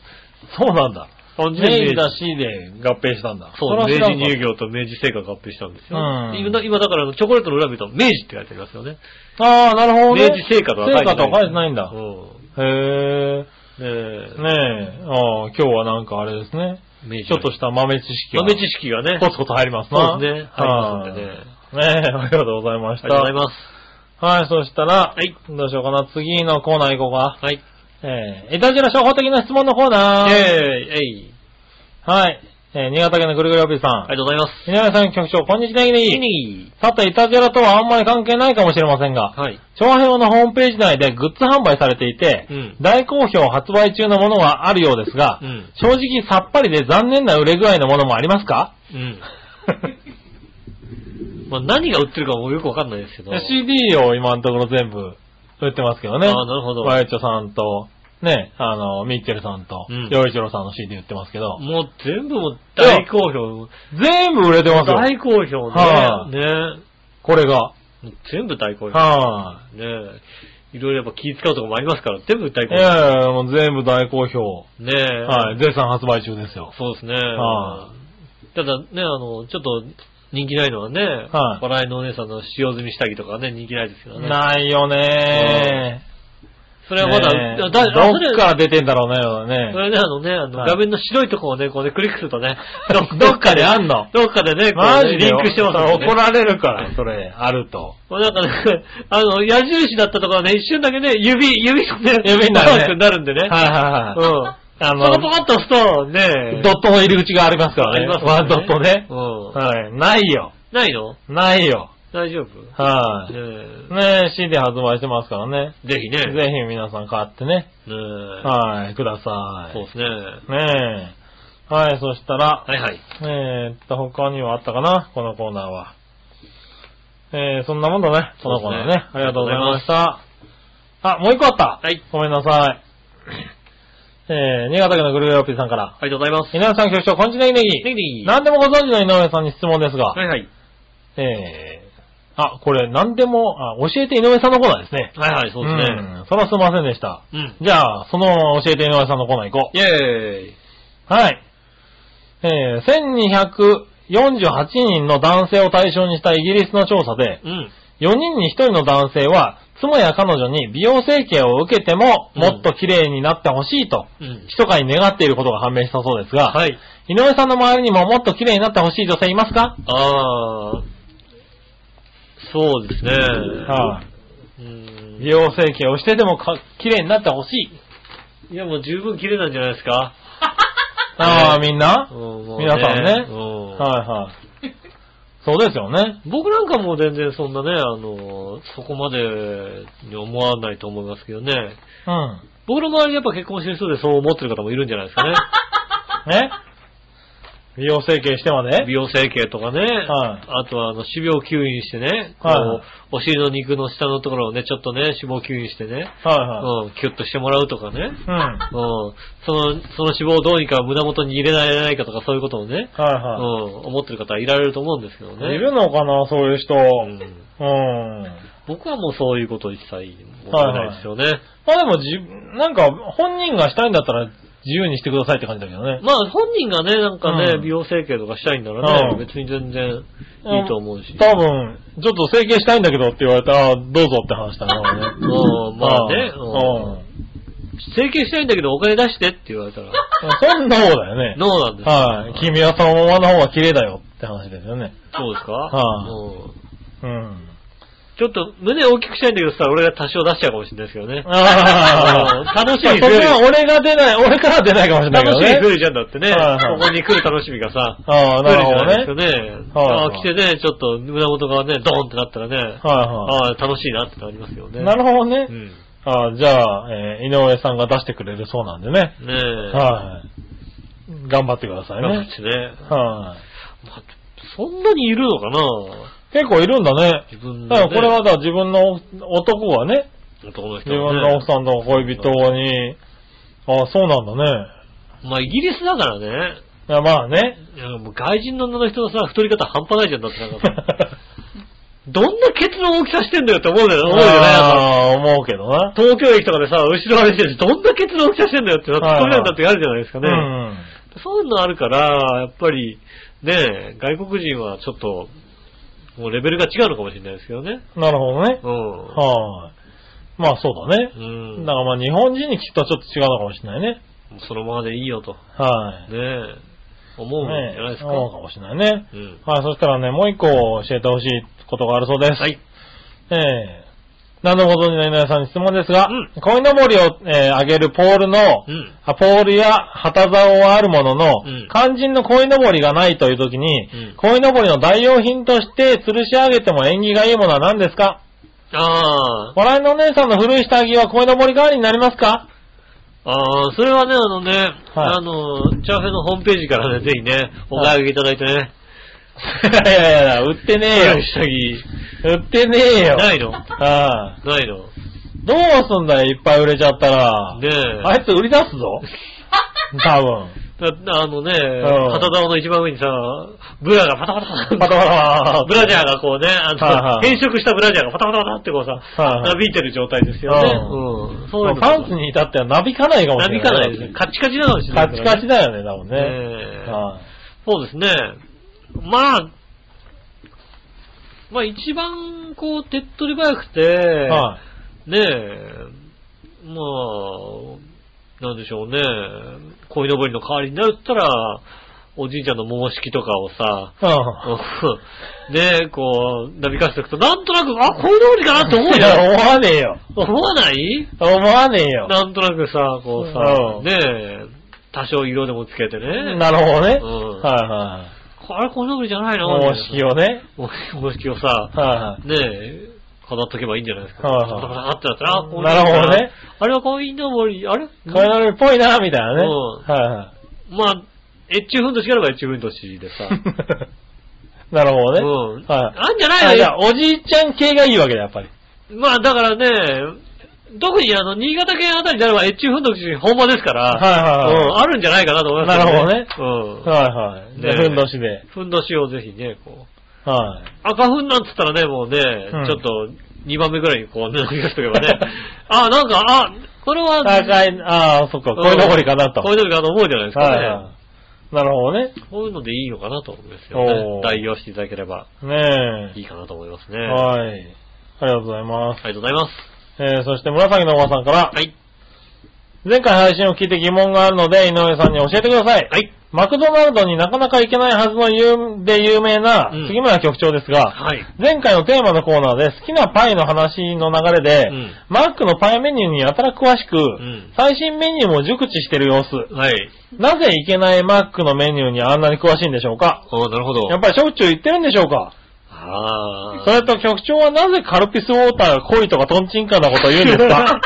そうなんだ。
感じで
明治だしで合併したんだ。
そう、明
れ
治
は知らんかった
乳業と明治製菓が合併したんですよ。
うん
今今だからチョコレートの裏見たら明治って書いてありますよね。
ああ、なるほど、
明
ね。
治製菓とは書いてない。
成果とは書いてないんだ
う。
へえ。
ん。ねえ、
ねえ、ああ、今日はなんかあれですね。
明治
ちょっとした豆知識が。
豆知識がね。
コツコツ入ります
そ
な。
うですね。
は
入りますんでね。
い。ねえ、 ありがとうございまし
あ
た。
りがとうございます。
はい、そしたら、
はい
どうしようかな。次のコーナー行こうか。
はい。
えー、エタジラ初歩的な質問のコーナー。
えい、えい。
はい。えー新潟県のぐるぐるおぴーさん。
ありがとうございます。
井上さん局長、こんにちは、ネギネギ。
に
さて、イタジェラとはあんまり関係ないかもしれませんが、
はい。
長編のホームページ内でグッズ販売されていて、
うん
大好評発売中のものはあるようですが、
うん
正直さっぱりで残念な売れ具合のものもありますか
うん。まあ何が売ってるかもよくわかんない ですけど。
?CD を今のところ全部売ってますけどね。
ああ、なるほど。
ワイチョさんと、ね、あの、ミッチェルさんと
うん、
ヨイチロさんの CD 売ってますけど、
もう全部もう大好評。
全部売れてますよ。
大好評ね。
はこれが。
ね。全部大好評。
は
ねいろいろやっぱ気使うとこもありますから、全部大
い。い
好評。
やいや、もう全部大好評。
ねえ。
はい。絶賛発売中ですよ。
そうですね。
は
ただね、あの、ちょっと人気ないのはね、
はい
笑いのお姉さんの使用済み下着とかね、人気ないですけどね。
ないよね
それはまだ、
ねえ
だだ
どっから
で。
出てんだろうね、
そ
これね。
れであのね、あの、
はい、
画面の白いとこをね、こうね、クリックするとね
どっかであんの
どっかでね、こ
マ
う
ジ
ね、
で
リンクしてますもんね
怒られるから、それ、あると。
もうなんかね、 あの、矢印だったところね、一瞬だけね、指、指とね、
指になるね
マークになるんでね。
はいはいはい。
うん。
あ
そのパパッと押すと、ね、
ドットの入り口がありますから
あ
ね。
りますもんね
ワンドットね。
う
はい。ないよ。
ん。ないの
ないよ。
大丈夫
はい。
ね
ねえ、CD 発売してますからね。
えぜひね。
ぜひ皆さん買ってね。
ねえ
はい、ください。
そうですね。は
ねえ。はい、そしたら、
いはい。
えーっと、他にはあったかなこのコーナーは。えー、そんなもんだね。このコーナーね。
そうですね
ありがとうございました。あ、もう一個あった。
はい。
ごめんなさい。えー、新潟県のグルーヨーピーさんから。
ありがとうございます。
井上さん局長、こんちねぎねぎ。
ネギネギ
何でもご存知の井上さんに質問ですが
は、いはい。
えー、あ、これ何でも、あ、教えて井上さんのコーナーですね。
はいはい、そうですね。
んそらすいませんでした。
うん。
じゃあ、その教えて井上さんのコーナー行こ
イェーイ。
う。はい。えー、1248人の男性を対象にしたイギリスの調査で、
うん。
4人に1人の男性は、妻や彼女に美容整形を受けても、
うん
もっと綺麗になってほしいと、
うん。
密かに願っていることが判明したそうですが、
はい。
井上さんの周りにももっと綺麗になってほしい女性いますか
あー。そうですね。
は
う
い
ん
美容整形をしてでもか綺麗になってほしい。
いや、もう十分綺麗なんじゃないですか。
ああ、みんな、
うんもう
皆さんね
う
はいはい。そうですよね。
僕なんかもう全然そんなね、あの、そこまでに思わないと思いますけどね。
うん。
僕の周りやっぱ結婚してる人でそう思ってる方もいるんじゃないですかね。
ね美容整形してまで
美容整形とかね。あとは、あの、種苗吸引してね。こう
はいはい
お尻の肉の下のところをね、ちょっとね、脂肪吸引してね。
はいはい。
うん、キュッとしてもらうとかね。
うん。は
うん、その、その脂肪をどうにか胸元に入れられないかとかそういうことをね、
い
うん、
は
思ってる方はいられると思うんですけど
い。い
ね。
るのかな、そういう人。
うん
うん。
僕はもうそういうこと一切思わないですよね。
まあでも、じ、なんか、本人がしたいんだったら、自由にしてくださいって感じだけどね。
まあ本人がね、なんかね、
うん
美容整形とかしたいんならね、
うん
別に全然いいと思うし。
多分、ちょっと整形したいんだけどって言われたら、あーどうぞって話だな、俺ね。
うんまあね
うん。うん
整形したいんだけどお金出してって言われたら、
そんな方だよね。
ノーなんですよ
はい。君はそのままの方が綺麗だよって話ですよね。
そうですか
は
う
い
ん
うん。
ちょっと胸大きくしたいんだけどさ、俺が多少出しちゃうかもしれないですけどね。
ああ、
楽しみ
そ
増え
れ
る
は俺が出ない、俺からは出ないかもしれないけ
楽
ど
しみ
ね。
増えるじゃんだってね。
はいはい
ここに来る楽しみがさ、
ああ、
増え
な
る
る
じ
ほ
ゃ
ど
ないで
ね
す。かね。
はい
あ来てね、ちょっと胸元がね、ドーンってなったらね、
は
ああ、楽しいなってなりますよ
い
ね。
はい。なるほどね
う。ん。ね
ああ、じゃあ、えー井上さんが出してくれるそうなんでね。
え。
はい。頑張ってください
なん
ね
か。してね。
は。
まあそんなにいるのかない
結構いるんだね。
自分
だから
の、
これはだから自分の男がね、
男の人
自
は
分
ね
の奥さんと恋人に、ああ、そうなんだね。
まあイギリスだからね。
いやまあね。
いやもう外人の女の人のさ、太り方半端ないじゃんだってなんか。どんなケツの大きさしてんだよって思うだよ、思うよね。なんか
ああ、思うけどな。
東京駅とかでさ、後ろ歩いてて、どんなケツの大きさしてんだよってな、
はいはい
突っ込みなんだってあるじゃないですか
う
ね。
ん。
そういうのあるから、やっぱり、ねえ、外国人はちょっと、もうレベルが違うのかもしれないですけどね。
なるほどね。
うん。
はい。まあそうだね。
うん。
だからまあ日本人に聞くとちょっと違うのかもしれないね。
もうそのままでいいよと、ね
はい。
え、思うんじゃないですか。
そうかもしれないね。
うん。
はい、そしたらね、もう一個教えてほしいことがあるそうです。
はい。
ええなるほど、になになにさんに質問ですが、
うん
鯉のぼりを、えー、あげるポールの、
うん
あポールや旗竿はあるものの、
うん
肝心の鯉のぼりがないという時に、
うん
鯉のぼりの代用品として吊るし上げても縁起がいいものは何ですか
ああ、
笑いのお姉さんの古い下着は鯉のぼり代わりになります か
ああ、それはね、あのね、あの、チャーフェのホームページからね、ぜひね、お買い上げいただいてね。
いやいやいや、売ってねえよ。
下着。
売ってねえよ。
ないのな
ああ
いの。
どうすんだよ、いっぱい売れちゃったら。
ねえ。
あいつ売り出す ぞ。多分。
だあのね、
ん
片竿の一番上にさ、ブラがパタパタ
パタパタパタ
ブラジャーがこうね、あの、
はいはい
変色したブラジャーがパタパタパタってこうさ、
はいはい
なびいてる状態ですよね。うん。そういうの
パンツに至ってはなびかないかも
な
しれ
び
な
か
い。
ないですね。カチカチなのもしれな
カ
い
チ
からね。
カチだよね、多分ね。
ねえ
はい
そうですね。まあ、まあ一番こう手っ取り早くて、
はい
ねえ、まあ、なんでしょうね、鯉のぼりの代わりになるったら、おじいちゃんの桃式とかをさ、
うん
ねえ、こう、なびかしておくと、なんとなく、あ、鯉のぼりかなって思う
い
じ
や、
ゃん。
思わねえよ。
思わない
思わねえよ。
なんとなくさ、こう
う
さ、
ん
ねえ、多少色でもつけてね。
なるほどね。
うん
はいは
あれ、鯉のぼりじゃない
い。
の
方式をね。
もし、もしきをさ、
は
ねえ、飾っとけばいいんじゃないですか。
はいは
パ
い
タパタってなったら、あ、こういう
なるほどね。
あれはこういうのもり、あれ
いはい。これのっぽいな、みたいなね。
うん
はいはい。
まあ、越中ふんどしがあれば越中ふんどしでさ。
なるほ
う
どね。
ん。
はい
あんじゃ
あ
ない
じゃ
の
あ、おじいちゃん系がいいわけだ、やっぱり。
まあ、だからね、特にあの、新潟県あたりであれば越中ふんどし本場ですから、
はいはいはい
うん、あるんじゃないかなと思います
なる
ほどね。
はいはい。
ねえ
で、ふんどしで。
うん。ふんどしをぜひね、こう。
は
赤ふんなんつったらね、もうね、
ん。、
ちょっと、2番目ぐらいにこう、ね、伸びかしとけばね。あ、なんか、あ、これはい
高い、ああ、そっか、こいのぼりかなと。
こういうのかなと思うじゃないですか
はい
ね。
はい。なるほどね。
こういうのでいいのかなと思うんですよね
お。ー
代用していただければ
ね
いいかなと思いますね。
え。
あ
はい。ありがとうございます。
りがとうございます。
えー、そして紫のおばさんから、
はい。
前回配信を聞いて疑問があるので、井上さんに教えてください。
はい。
マクドナルドになかなか行けないはずの有で有名な
うん
杉村局長ですが、
はい。
前回のテーマのコーナーで好きなパイの話の流れで、
うん
マックのパイメニューにやたら詳しく、
ん
最新メニューも熟知してる様子。
はい。
なぜいけないマックのメニューにあんなに詳しいんでしょうか
おーなるほど
やっ。ぱりしょっちゅう言ってるんでしょうか
ああ。
それと局長はなぜカルピスウォーターが濃いとかトンチンカンなことを言うんで すか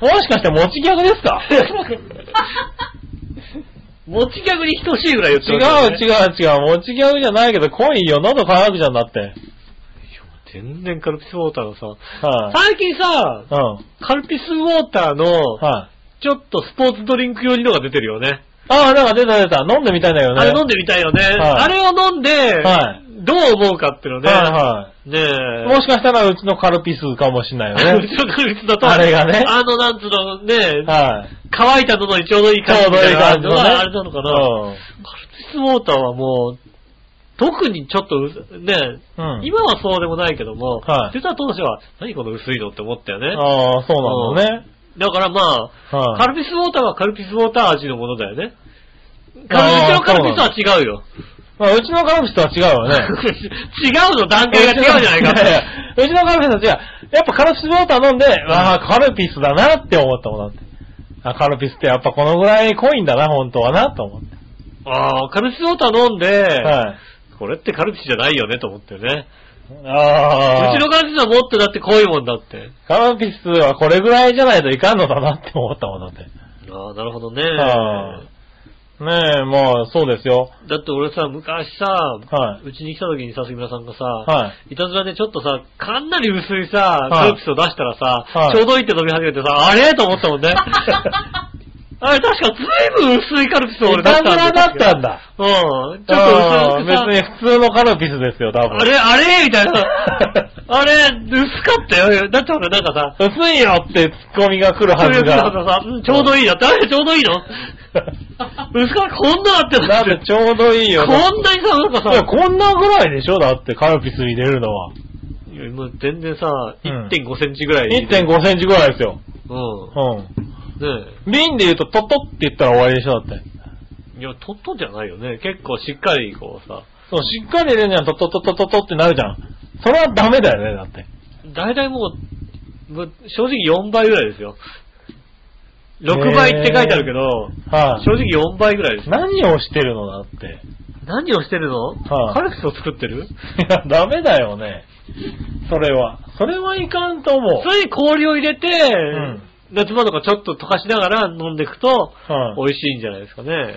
もしかして持ち逆ですか
持ち逆に等しいぐらい言って
違う
ますよね
違う違う。持ちギャグじゃないけど、濃いよ。喉乾くじゃんだって。
全然カルピスウォーターのさ、
はい、
最近さ、
うん。
カルピスウォーターの、
はい、あ。
ちょっとスポーツドリンク用にのが出てるよね。
あなんか出た出た。飲んでみたいんだよね。
あれ飲んでみたいよね。あれを飲んで、
は
どう思うかっていうのね。
はいは
ねえ。
い。もしかしたらうちのカルピスかもしんない よ
う
ね。
ちの確率だと、
あれがね
あの、なんつうの、ね、
はい、
乾いた喉にちょうどいい
ち
感
ょ
じ
うどいい感じのね。
あれなのかな。カル
うん
ピスウォーターはもう、特にちょっとう、ね、
うん。
今はそうでもないけども、
はい
出た当初は、何この薄いのって思ったよね。
ああ、そうなんだね。
だからまあ、
は
カ
い、
ルピスウォーターはカルピスウォーター味のものだよね。カルピス
あー
のカルピスとは違うよ。
まあ。うちのカルピスとは違うよね。
違うの段階が違うじゃないか。
ややうちのカルピスとは違う。やっぱカルピスウォーター飲んで、ああ、カルピスだなって思ったもんだって。あ、カルピスってやっぱこのぐらい濃いんだな、本当はな、と思って。
ああ、カルピスウォーター飲んで、
はい。
これってカルピスじゃないよねと思ってよね。
ああ。
うちのカルピスはもっとだって濃いもんだって。
カルピスはこれぐらいじゃないといかんのだなって思ったもんだって。ね
ああ、なるほどね。
はえ、まあ、そうですよ。
だって俺さ、昔さ、
は
うちに来た時にさ、杉村さんがさ、、
はい
たずらでちょっとさ、かなり薄いさ、カ
はい
ルピスを出したらさ、
はい
ちょうどいいって飲み始めてさ、あれと思った もんね。あれ確かずいぶん薄いカルピスを俺出したん
いたずらだったんだ。
確かうん。ちょっと
あ
薄
ー
くさ
別に普通のカルピスですよ、多分。
あれ、あれみたい な。あれ、薄かったよ。だって俺なんかさ、
薄いよってツッコミが来るはずが。
さうんちょうどいいよって、あれちょうどいいの薄かこんなあ って
だってちょうどいいよ。
こんなにさ、なんか
いや
さ、
こんなぐらいでしょだってカルピス入れるのは。
いやもう全然さ、
うん
1.5センチぐらい。
1.5センチぐらいですよ。
う。
うん
ね
ん。瓶で言うとトトって言ったら終わりでしょだって。
え。いや、とっとじゃないよね。結構しっかりこうさ、
そう、しっかり入れるにはトトトトトトってなるじゃん。それはダメだよね、だって。
大体もう、ぶ正直4倍ぐらいですよ。6倍って書いてあるけど、
はい、
正直4倍ぐらいです。
何をしてるのだって。
何をしてるの、
はい
カルピスを作って る
いや、ダメだよね。それは。それはいかんと思う。
それに氷を入れて、
ん
夏場とかちょっと溶かしながら飲んでいくと、
はい
美味しいんじゃないですかね。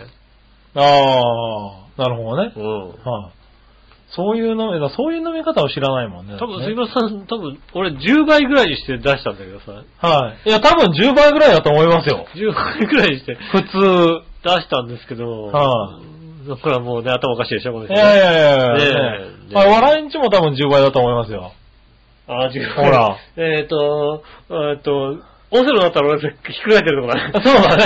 ああ、なるほどね
う。ん。
はい、そういう飲み、そういう飲み方を知らないもんね。
多分、
だって
杉
ね
村さん、多分、俺10倍ぐらいにして出したんだけどさ、
はい。いや、多分10倍ぐらいだと思いますよ。
10倍ぐらいにして
普通。
出したんですけど、
は
だからもうね、頭おかしいでしょ、この
い
人。
やいやいやいや、
ねえ
ねあ笑いんちも多分10倍だと思いますよ。
あー、違う。
ほら。
えっ、と、えっ、と、オセロだったら俺、ひっくり返ってるとこだね。。
そうだ ね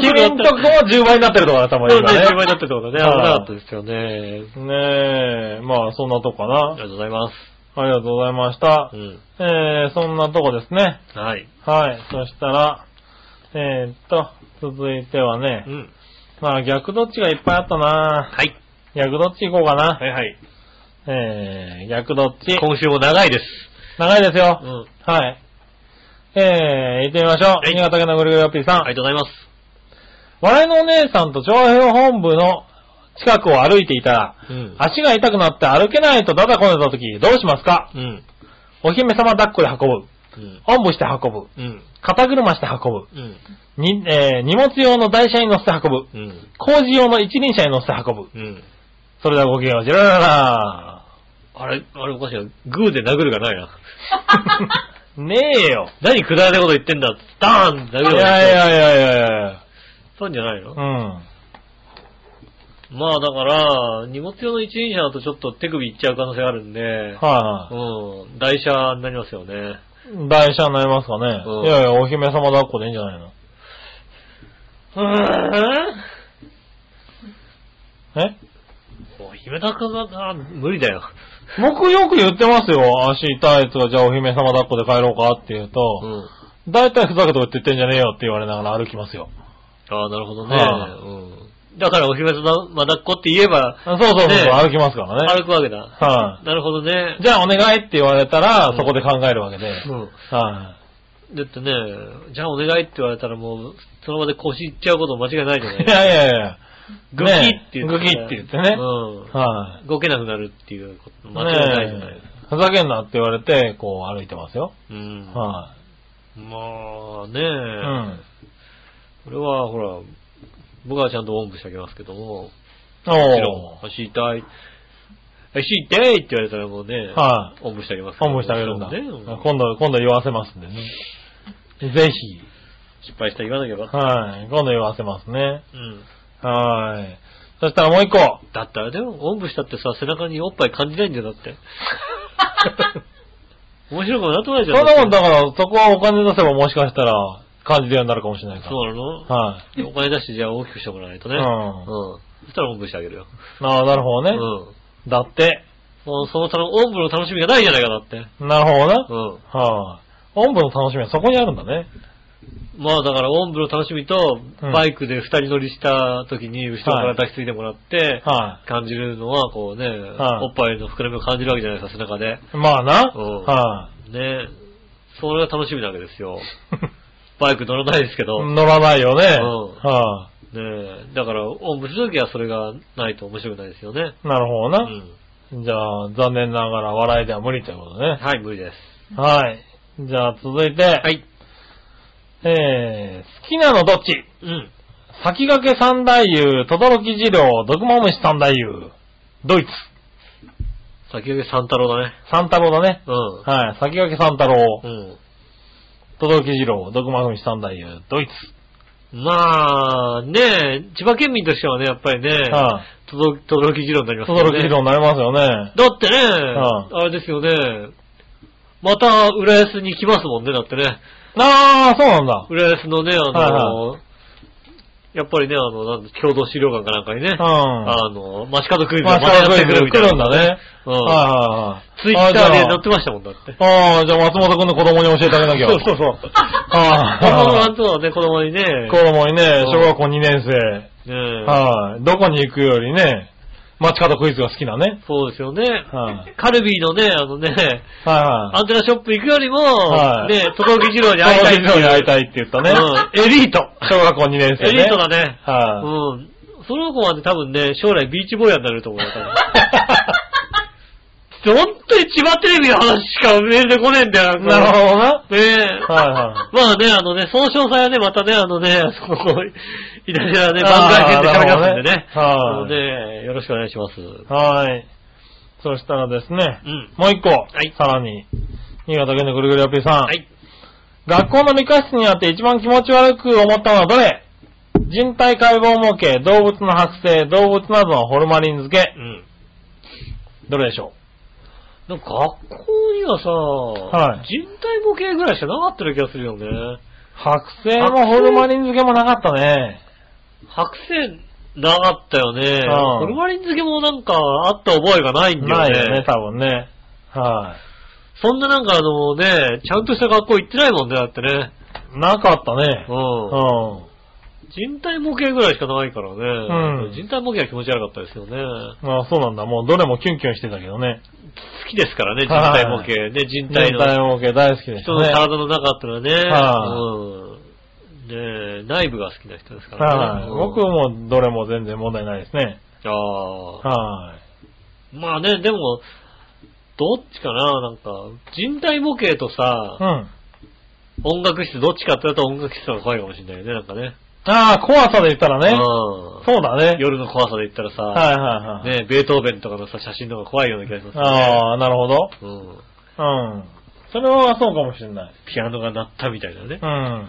キリンとこも10倍になってるとかだと思い
そう
ま
だ
す
ね、
ね。
10倍になってるとこだね。危
はい
なかったですよね。
ねえ、まあそんなとこか
ありが
な。
とうございます。
ありがとうございました。
う
えー、そんなとこですね。
ん。はい。
はい。そしたら、えー、っと、続いてはね
う、ん。
まあ逆どっちがいっぱいあったな
はい。
逆どっち行こうかな。
はいはい。
えー、逆どっち。
今週も長いです。
長いですよ。
うん。あ
はい。えー、行ってみましょう。
い
新潟県のぐるぐるよっぴーさん。
りがとうございます。
笑いのお姉さんと長編本部の近くを歩いていたら、
うん
足が痛くなって歩けないとダダこねた時、どうしますか
うん。
お姫様抱っこで運ぶ。
うん。
おんぶして運ぶ。
うん。
肩車して運ぶ。
うん。
に、えー荷物用の台車に乗せて運ぶ。
うん。
工事用の一輪車に乗せて運ぶ。
うん。
それではごきげんよう。じららら
あれ、あれおかしいな。グーで殴るがないな。
ねえよ。
何くだらないこと言ってんだダーンって
い
殴
や
る
い
がない。
やいやいやいや
そうじゃないの
うん。
まあだから、荷物用の一輪車だとちょっと手首いっちゃう可能性があるんで、
はい、
うん、台車になりますよね。
台車になりますかね。
うん
いやいや、お姫様抱っこでいいんじゃないのえ
お姫田くんが、あ無理だよ。
僕よく言ってますよ。足痛いとか、じゃあお姫様抱っこで帰ろうかって言う
う
と、
ん。
だいたいふざけたこと言ってんじゃねえよって言われながら歩きますよ。
ああ、なるほどね。
は
うん。だからお姫様抱っこって言えば、
そうそうそうそう、
ねえ
歩きますからね。
歩くわけだ。
は
なるほどね
い。。じゃあお願いって言われた
う
ら
ん、
そこで考えるわけで。
うん。
は
だってね、じゃあお願いって言われたらもう、その場で腰いっちゃうこと間違いないじゃない
い。いやいやいや。
グキって言って、
ねグキって言ってね
うん。
は
動けなくなるっていうこと
い。
間違いないじゃない
ねえふざけんなって言われて、こう歩いてますよ。
うん。
は
まあねえ、
い。うん。
これはほら、僕はちゃんとおんぶしてあげますけども、もちろ
お
ん足痛い、足痛いって言われたらもうね、
はい
おんぶしてあげます
おんぶしてあげるんだ。
ね、
今度、今度言わせますんでね。ぜひ。
失敗したら言わなきゃよかっ
はい。今度言わせますね。
た。うん。
はい。そしたらもう一個。
だったらでも、おんぶしたってさ、背中におっぱい感じないんだよ、だ って。面白くもなんともないじ
そ
ゃん。
んなもんだ
だって
から、そこはお金出せばもしかしたら感じるようになるかもしれないか
そうなの、
ら。はい。
でお金出してじゃあ大きくしてもらわないとね。
うん
うん。そしたらおんぶしてあげるよ。
ああ、なるほど
う
ね。
ん。
だって。
もうそのため、おんぶの楽しみがないじゃないかなって。
なるほどな。
うん。
はい、おんぶの楽しみはそこにあるんだね。
まあだから、おんぶの楽しみと、
うん
バイクで二人乗りした時に、後ろから抱きついてもらって、
は
感じるのは、こうね、
はい
おっぱいの膨らみを感じるわけじゃないですか、背中で。
い、まあな。
うん
は
ねそれが楽しみなわけですよ。
い、
バイク乗らないですけど、ね
乗らないよ
う
ね。
ん
は
だから、おんぶするときはそれがないと面白くないですよね。
い、なるほど
う
な、
ん。
じゃあ、残念ながら笑いでは無理ということね。
はい、無理です。
はい。じゃあ、続いて。
はい。
えー、好きなのどっち
うん。
先駆け三大優、とどろき二郎、毒まむし三大優。ドイツ。
先駆け三太郎だね。
三太郎だね。
うん。
はい。先駆け三太郎
う、ん。
とどろき二郎、毒まむし三大優、ドイツ。
まあ、ね千葉県民としてはね、やっぱりね、
はい、
とどとどろき二郎になります
と
よ
ど
ね。
ろき二郎になりますよね。
だってね、あれ
ん
ですよね、また浦安に来ますもんね、だってね。
あー、そうなんだ。
浦安のね、あの、
はい
やっぱりね、あの、なんだ共同資料館かなんかにね、
うん。
あの、街角クイズをま
まあ、
たや
下
って
のクイ
く
ズ
るみた
来
いな。
るんだね。
うん
はいは
ツイ
い
ッ
はい。
ターで載
乗
ってましたもんだって。
あー、じゃあ松本くんの子供に教えてあげなきゃ。
そうそうそう。
は
あ
い
の、とはね、子供にね、
子供にね、
うん
小学校2年生、
ね
はい、どこに行くよりね、街角クイズが好きなね。
そうですよね。
はい
カルビーのね、あのね、
はいは
アンテナショップ行くよりも、
はい
ね、トトギジロに
い。
会いたいってう。
小学校に会いたいって言ったね。
うん、エリート。
小学校2年生
エ
ね。
リートだね。
は
うん。その子はね、多分ね、将来ビーチボーイヤーになれると思うよ、 多分本当に千葉テレビの話しかメールで来ねえんだよ、
い。なる
ほ
ほどな。
ど。ねえ。
はいは
まあね、あのね、その詳細はね、またね、あのね、その、イタリアね、番外編で喋りますんでね。
あーなる
な
ほ
の
どね
で、よろしくお願いします。
い。はい。そしたらですね、
うん
もう一個、
い
さらに、新潟県のぐるぐるやっぴーさん、
はい。
学校の理科室にあって一番気持ち悪く思ったのはどれ人体解剖模型、動物の剥製、動物などのホルマリン漬け
う。ん。
どれでしょ
なんか学校にはさ、
い
人体模型ぐらいしかなかったような気がするよね。
う剥製もホルマリン漬けもなかったね。
白線なかったよね。
うん
ホルマリン漬けもなんかあった覚えがないんだよね。
ないよね、多分ね。は
そんななんかあのね、ちゃんとした学校行ってないもんね、だってね。
い。なかったね。う
うん。
ん。
人体模型ぐらいしかないからね。
うん
人体模型は気持ち悪かったですよね。
ああそうなんだ。もうどれもキュンキュンしてたけどね。
好きですからね、人
はい
体模型。ね、人
人
体
体
の、
模型大好きでし
人
た
の
ね。
体の中ってのはね。
は
うん。ね内部が好きな人ですから
は
ね。
い。
うん
僕。もどれも全然問題ないですね。
ああ。
は
まあね、でも、どっちかななんか、人体模型とさ
い。う、ん。
音楽室どっちかってだと音楽室の方が怖いかもしれないよね、なんかね。
ああ、怖さで言ったらね。
うん
そうだね。
夜の怖さで言ったらさ、
はいはいはい。
ね、ベートーベンとかのさ、写真の方が怖いような気がしますね。
ああ、なるほど。
うん。
うん。それはそうかもしれない。
ピアノが鳴ったみたいなね
う。ん。
あ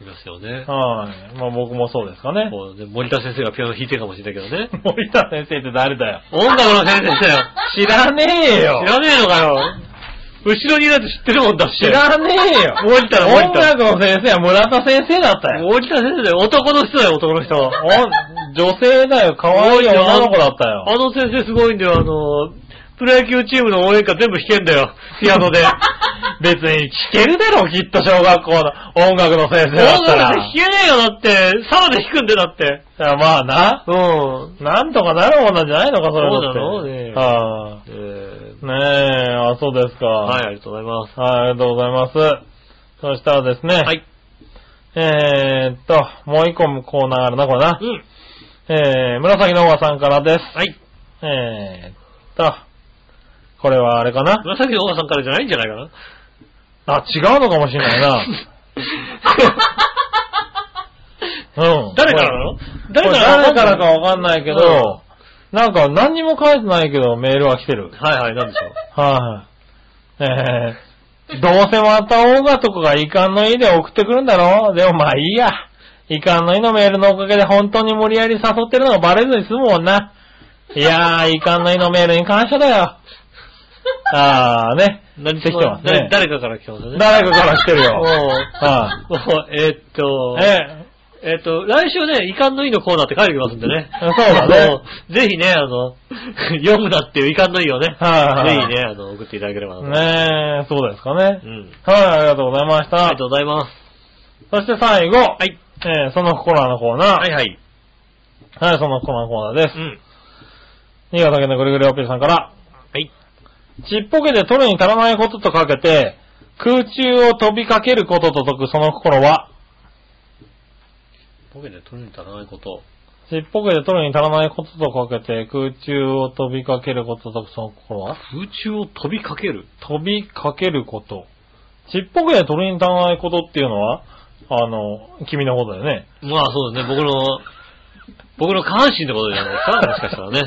りますよね。
はい。まあ僕もそうですかね。
もうね森田先生がピアノ弾いてるかもしれないけどね。
森田先生って誰だよ。
音楽の先生だよ。
知らねえよ
知。らねえのかよ。後ろにいないと知ってるもんだって。
知らねえよ。
森田だ森
音
田。
楽の先生は村田先生だったよ。
森田先生だよ。男の人だよ、男の人。
お女性だよ。可愛い女の子だったよ。
あの先生すごいんだよ、あの、プロ野球チームの応援歌全部弾けんだよ、ピアノで。
別に聞けるだろ、きっと小学校の音楽の先生
大
だ
声で
ったら。
弾けねえよ、だって。サワで弾くんだよ、だって。
いやまあな。
うん。
なんとかなるもんなんじゃないのか、それ
そうだろうね
は
えー
い、ねえ、あ、そうですか。
はい、
は
あ
い。
りがとうございます。
ありがとうございます。そしたらですね。
はい。
えーっと、もう一個コーナーあるな、これな
う。ん。
えー、紫のおばさんからです。
はい。
えーっと、これはあれかな。
紫のおばさんからじゃないんじゃないかな。
あ、違うのかもしれないな。う ん。
誰からなの
誰
誰
か
からら
誰からかわかんないけど、なんか何にも書いてないけどメールは来てる。
はいはい、なんでしょう。
はい、えー、どうせまたオーガとかが遺憾の意で送ってくるんだろうでもまあいいや。遺憾の意のメールのおかげで本当に無理やり誘ってるのがバレずに済むもんな。いやー、遺憾の意のメールに感謝だよ。あーね。
何
してきてますね
誰かから来てますよね。
誰かから来て るよ。
おー
は
お えーっと、
い。え、
えっと、来週ね、遺憾の意のコーナーって書いてきますんでね。
そうだね
あの。ぜひね、あの、 読むなっていう遺憾の意をね、
はいはい
ぜひね、あの、送っていただければなと。
ねえ、そうですかね
う。ん。
はい、ありがとうございまし
あ
た
りが。とうございます。
そして最後、
はい。
えーその心のコーナー。
はいはい。
はい、その心のコーナーです
う。ん。
新潟県のぐるぐるおっぺさんから、
はい。
ちっぽけで取るに足らないこととかけて、空中を飛びかけることと解くその心は、
ボケで取りに足らないこと。
ちっぽけで取るに足らないこととかけて、空中を飛びかけることと解くその心は、
空中を飛びかける。
飛びかけること。ちっぽけで取るに足らないことっていうのは、あの、君のことだよね。
まあそうですね、僕の、 僕の下半身ってことじゃないです か、もしかしたらね。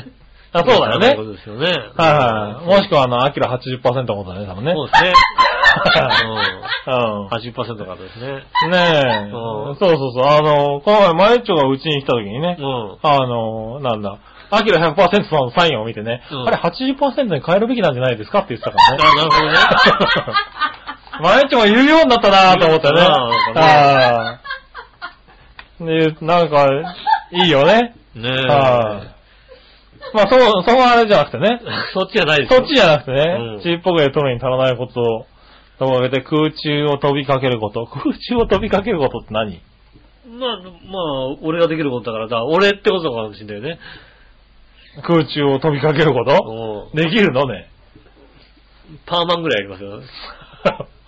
あ、そうだよ
そ
ね
ういう。ことですよね。
はいはい。もしくはあの、アキラ80%のことだね、多分ね。
そうですね。
うん
うん。80%からですね。
ねえ。
うん
そうそうそう。あの、この前、マユッチョがうちに来た時にね
う、ん。
あの、なんだ、アキラ100%さんのサインを見てね、
うん
あれ80%に変えるべきなんじゃないですかって言ってたからね。
あなるほどね。
マユッチョも言うようになったなと思ったね。
うん
ああ。ねなんか、いいよね。
ね
は
え。
いまあ、そう、そこはあれじゃなくてね。
そっちじゃないです
そ
よ
っちじゃなくて
う
ね
ん、
ちっぽけで取るに足らないことを、ともかけて空中を飛びかけること。空中を飛びかけることって何
まあ、まあ、俺ができることだからだ。俺ってことかもしれないよね。
空中を飛びかけること
もう
できるのね。
パーマンぐらいありますよ。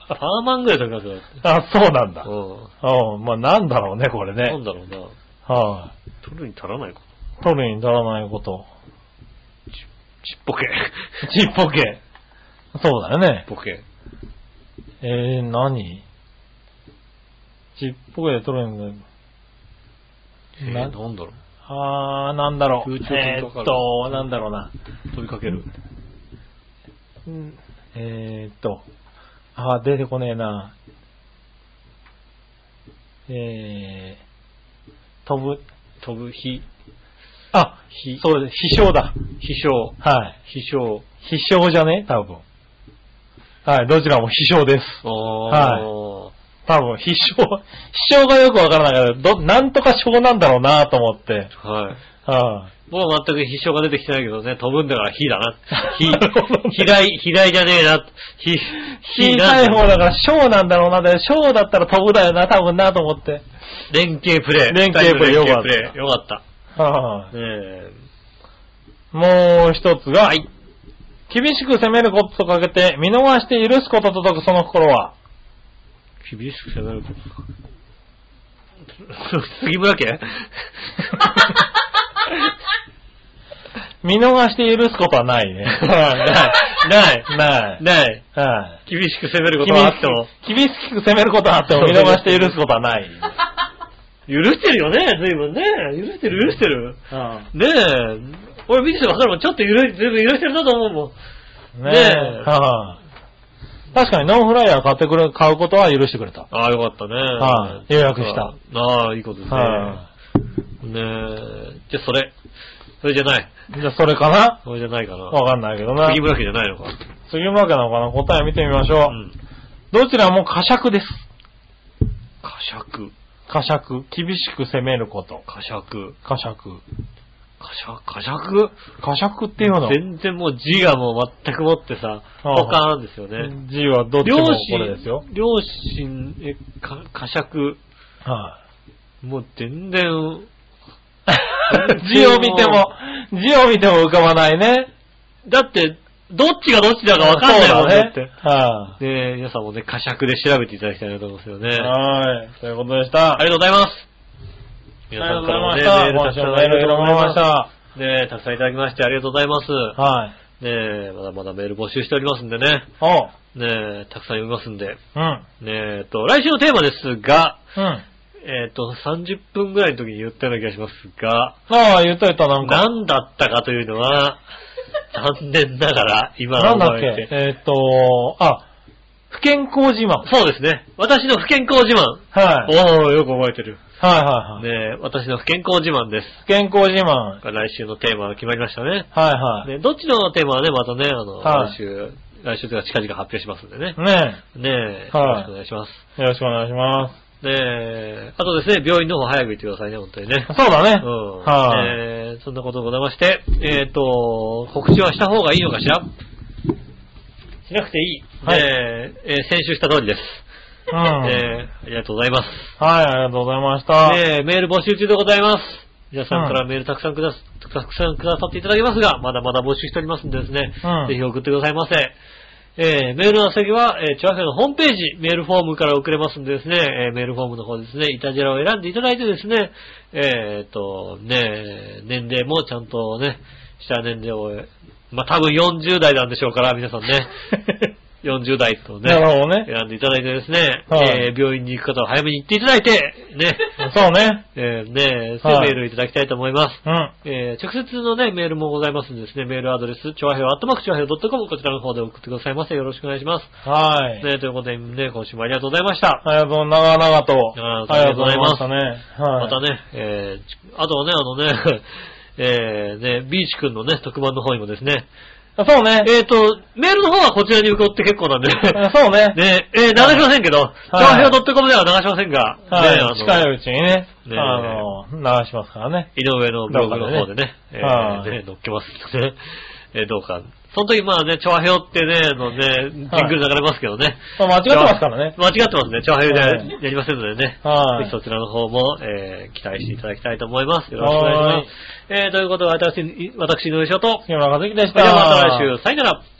パーマンぐらい飛びますよ。
あ、そうなんだ。
うん。
うん、まあなんだろうね、これ
なん
ね。
だろうな。
は
取るに足らないか。
い。取るに足らないこと。
ちっぽけ。
ちっぽけ。そうだよね。
ちっぽけ。
えー、何ちっぽけで取るん
えー、
な
なんだろう。
あー、なんだろう。
空中に
え
かかる
ーっと、なんだろうな。
飛びかける。
うんえーっと、あー、出てこねえな。えー、飛ぶ、
飛ぶ、ひ、
あ、
ひ、
そうです、飛翔だ。
飛翔。
はい。
飛翔。
飛翔じゃね多分。はい、どちらも飛翔です。
あー。
は多分、飛 翔、飛翔がよくわからないから、ど、なんとか翔なんだろうなと思って。
はい。
は
僕は全く飛翔が出てきてないけどね、飛ぶんだから火だ な。
なるほ
火、
どね
火台、火台じゃねえな。火、
い。小さい方だから翔なんだろうなで、翔だったら飛ぶだよな、多分なと思って。
連携プレイ。
連携プレイ
よ
よ
か
か
っ。
ったた
よかった。
は い
ねえ
もう一つが、厳しく攻めることとかけて、見逃して許すことと解くその心 は、
厳しくせなる杉村家
見逃して許すことはないね。
ない、ない、
ない。
ない。
はい。
厳しく攻めること
厳し
はあっても、
く厳しく攻めることはあっても、見逃して許すことはない。
許してるよね、随分ね。許してる、許してる。ねえ、俺見ててわかるもん。ちょっと許し、随分許してるなと思うもん。
ね
ねえ。
えはい確かにノンフライヤー買ってくる、買うことは許してくれた。
ああ、よかったね。
はい予約した。
ああ、いいことですね。
は
ねえ、じゃあそれ。それじゃない。
い。じゃあ、それかな
それじゃないかな。
わかんないけどな。
杉村家じゃないのか。
次のわけなのかな答え見てみましょ
う
う。
ん。
どちらも過酌です。
呵責。
過酌。厳しく攻めること。
呵責。
過酌。
過酌、過酌
過酌っていうの
全然もう字がもう全くもってさ、
ああ
ポカーンですよね。
字はどっち
両
もこれですよ。
親、両親、え、か、過酌、
は
もう全然、
い字を見ても、字を見ても浮かばないね。
だって、どっちがどっちだかわかんないもん
そう
ね
だ。ね。は
ねえ、皆さんもね、過酌で調べていただきたいなと思いますよね。
い。
あ
はい。ということでした。
りがとうございます。
あり
皆
がと
さ
うんご
か
ざ
ら
い
もね、メ
ました。
ールた
今
くさん
週もメールいろいろもらいました。
ねえ、たくさんいただきましてありがとうございます。
はい。
ねえ、まだまだメール募集しておりますんでね。
おう。
ねえ、たくさん読みますんで。
うん。
ねえ、えっと、来週のテーマですが、
うん。
えっと、30分ぐらいの時に言ったような気がしますが、
ああ、言っといた、なんか。
何だったかというのは、残念ながら、今
なんだっ
覚え
け
て
えーっと、あ、不健康自慢。
そうですね。私の不健康自慢。
はい。
おおよく覚えてる。
はいはいはい。
ねえ、私の不健康自慢です。
不健康自慢。はい
来週のテーマが決まりましたね。
はい。
ね、どっちのテーマはね、またね、あの、
はい
来週、来週というか近々発表しますんでね。
ね
ねえ、
はい
よろしくお願いします。
え。よろしくお願いしま
ねえ、あとですね、病院の方早く行ってくださいね、本当にね
す。。そうだね。
うん。
はい。
えーそんなことございまして、えっ、と、告知はした方がいいのかしらしなくていい。
はい
ねええー先週した通りです。
うん。
ね
はい、
えありがとうございます。
ありがとうございました。
ねえメール募集中でございます。皆さんからメールたくさんくだす、たくさんくださっていただきますが、まだまだ募集しておりますんでですね、
うん
ぜひ送ってくださいませ。えーメールの先は、えー、チョアヘのホームページ、メールフォームから送れますんでですね、えーメールフォームの方ですね、イタジェラを選んでいただいてですね、えーっと、ねえ、年齢もちゃんとね、した年齢を、まあ、多分40代なんでしょうから、皆さん ね、40代とね、
なるほどね。
選んでいただいてですね、
はい
えー病院に行く方は早めに行っていただいて、 ね、
そうね。
えーねえ、そういうメールいただきたいと思います。
うん。
えー直接のね、メールもございますんでですね、メールアドレス、ちょわへよ、あっとまくちょわへよ .com、こちらの方で送ってくださいませ。よろしくお願いします。
はい。
ね、ということで、ね、今週もありがとうございました。
ありがとう、長々と。
ありがとうございます
ありがとうございましたね。はい。
またね、えーちあとはね、あのね、 えーね、ビーチくんのね、特番の方にもですね、
そうね。
えーと、メールの方はこちらに受け取って結構なんで、
そうね。
ね、えー流しませんけど、ちょ
は
わ
い
へよ .com では流しませんが、ね、あ
は
の
い。近いうちにね、
ね
あの、流しますからね。
井上のブログの方でね、
どっかでね
えー
はい
ね、載っけますので、 えーどうか。その時まあね、チョアヘヨってね、のね、ジングル流れますけどね。
まあ間違ってますからね。
間違ってますね。チョアヘヨでは
はい
やりませんのでね。
は
ぜ
い
ひそちらの方も、えー期待していただきたいと思います。よろしくお願いします。えーということで、私、私の衣装と、
杉村和之でし
それ
た。
ではまた来週、さよなら。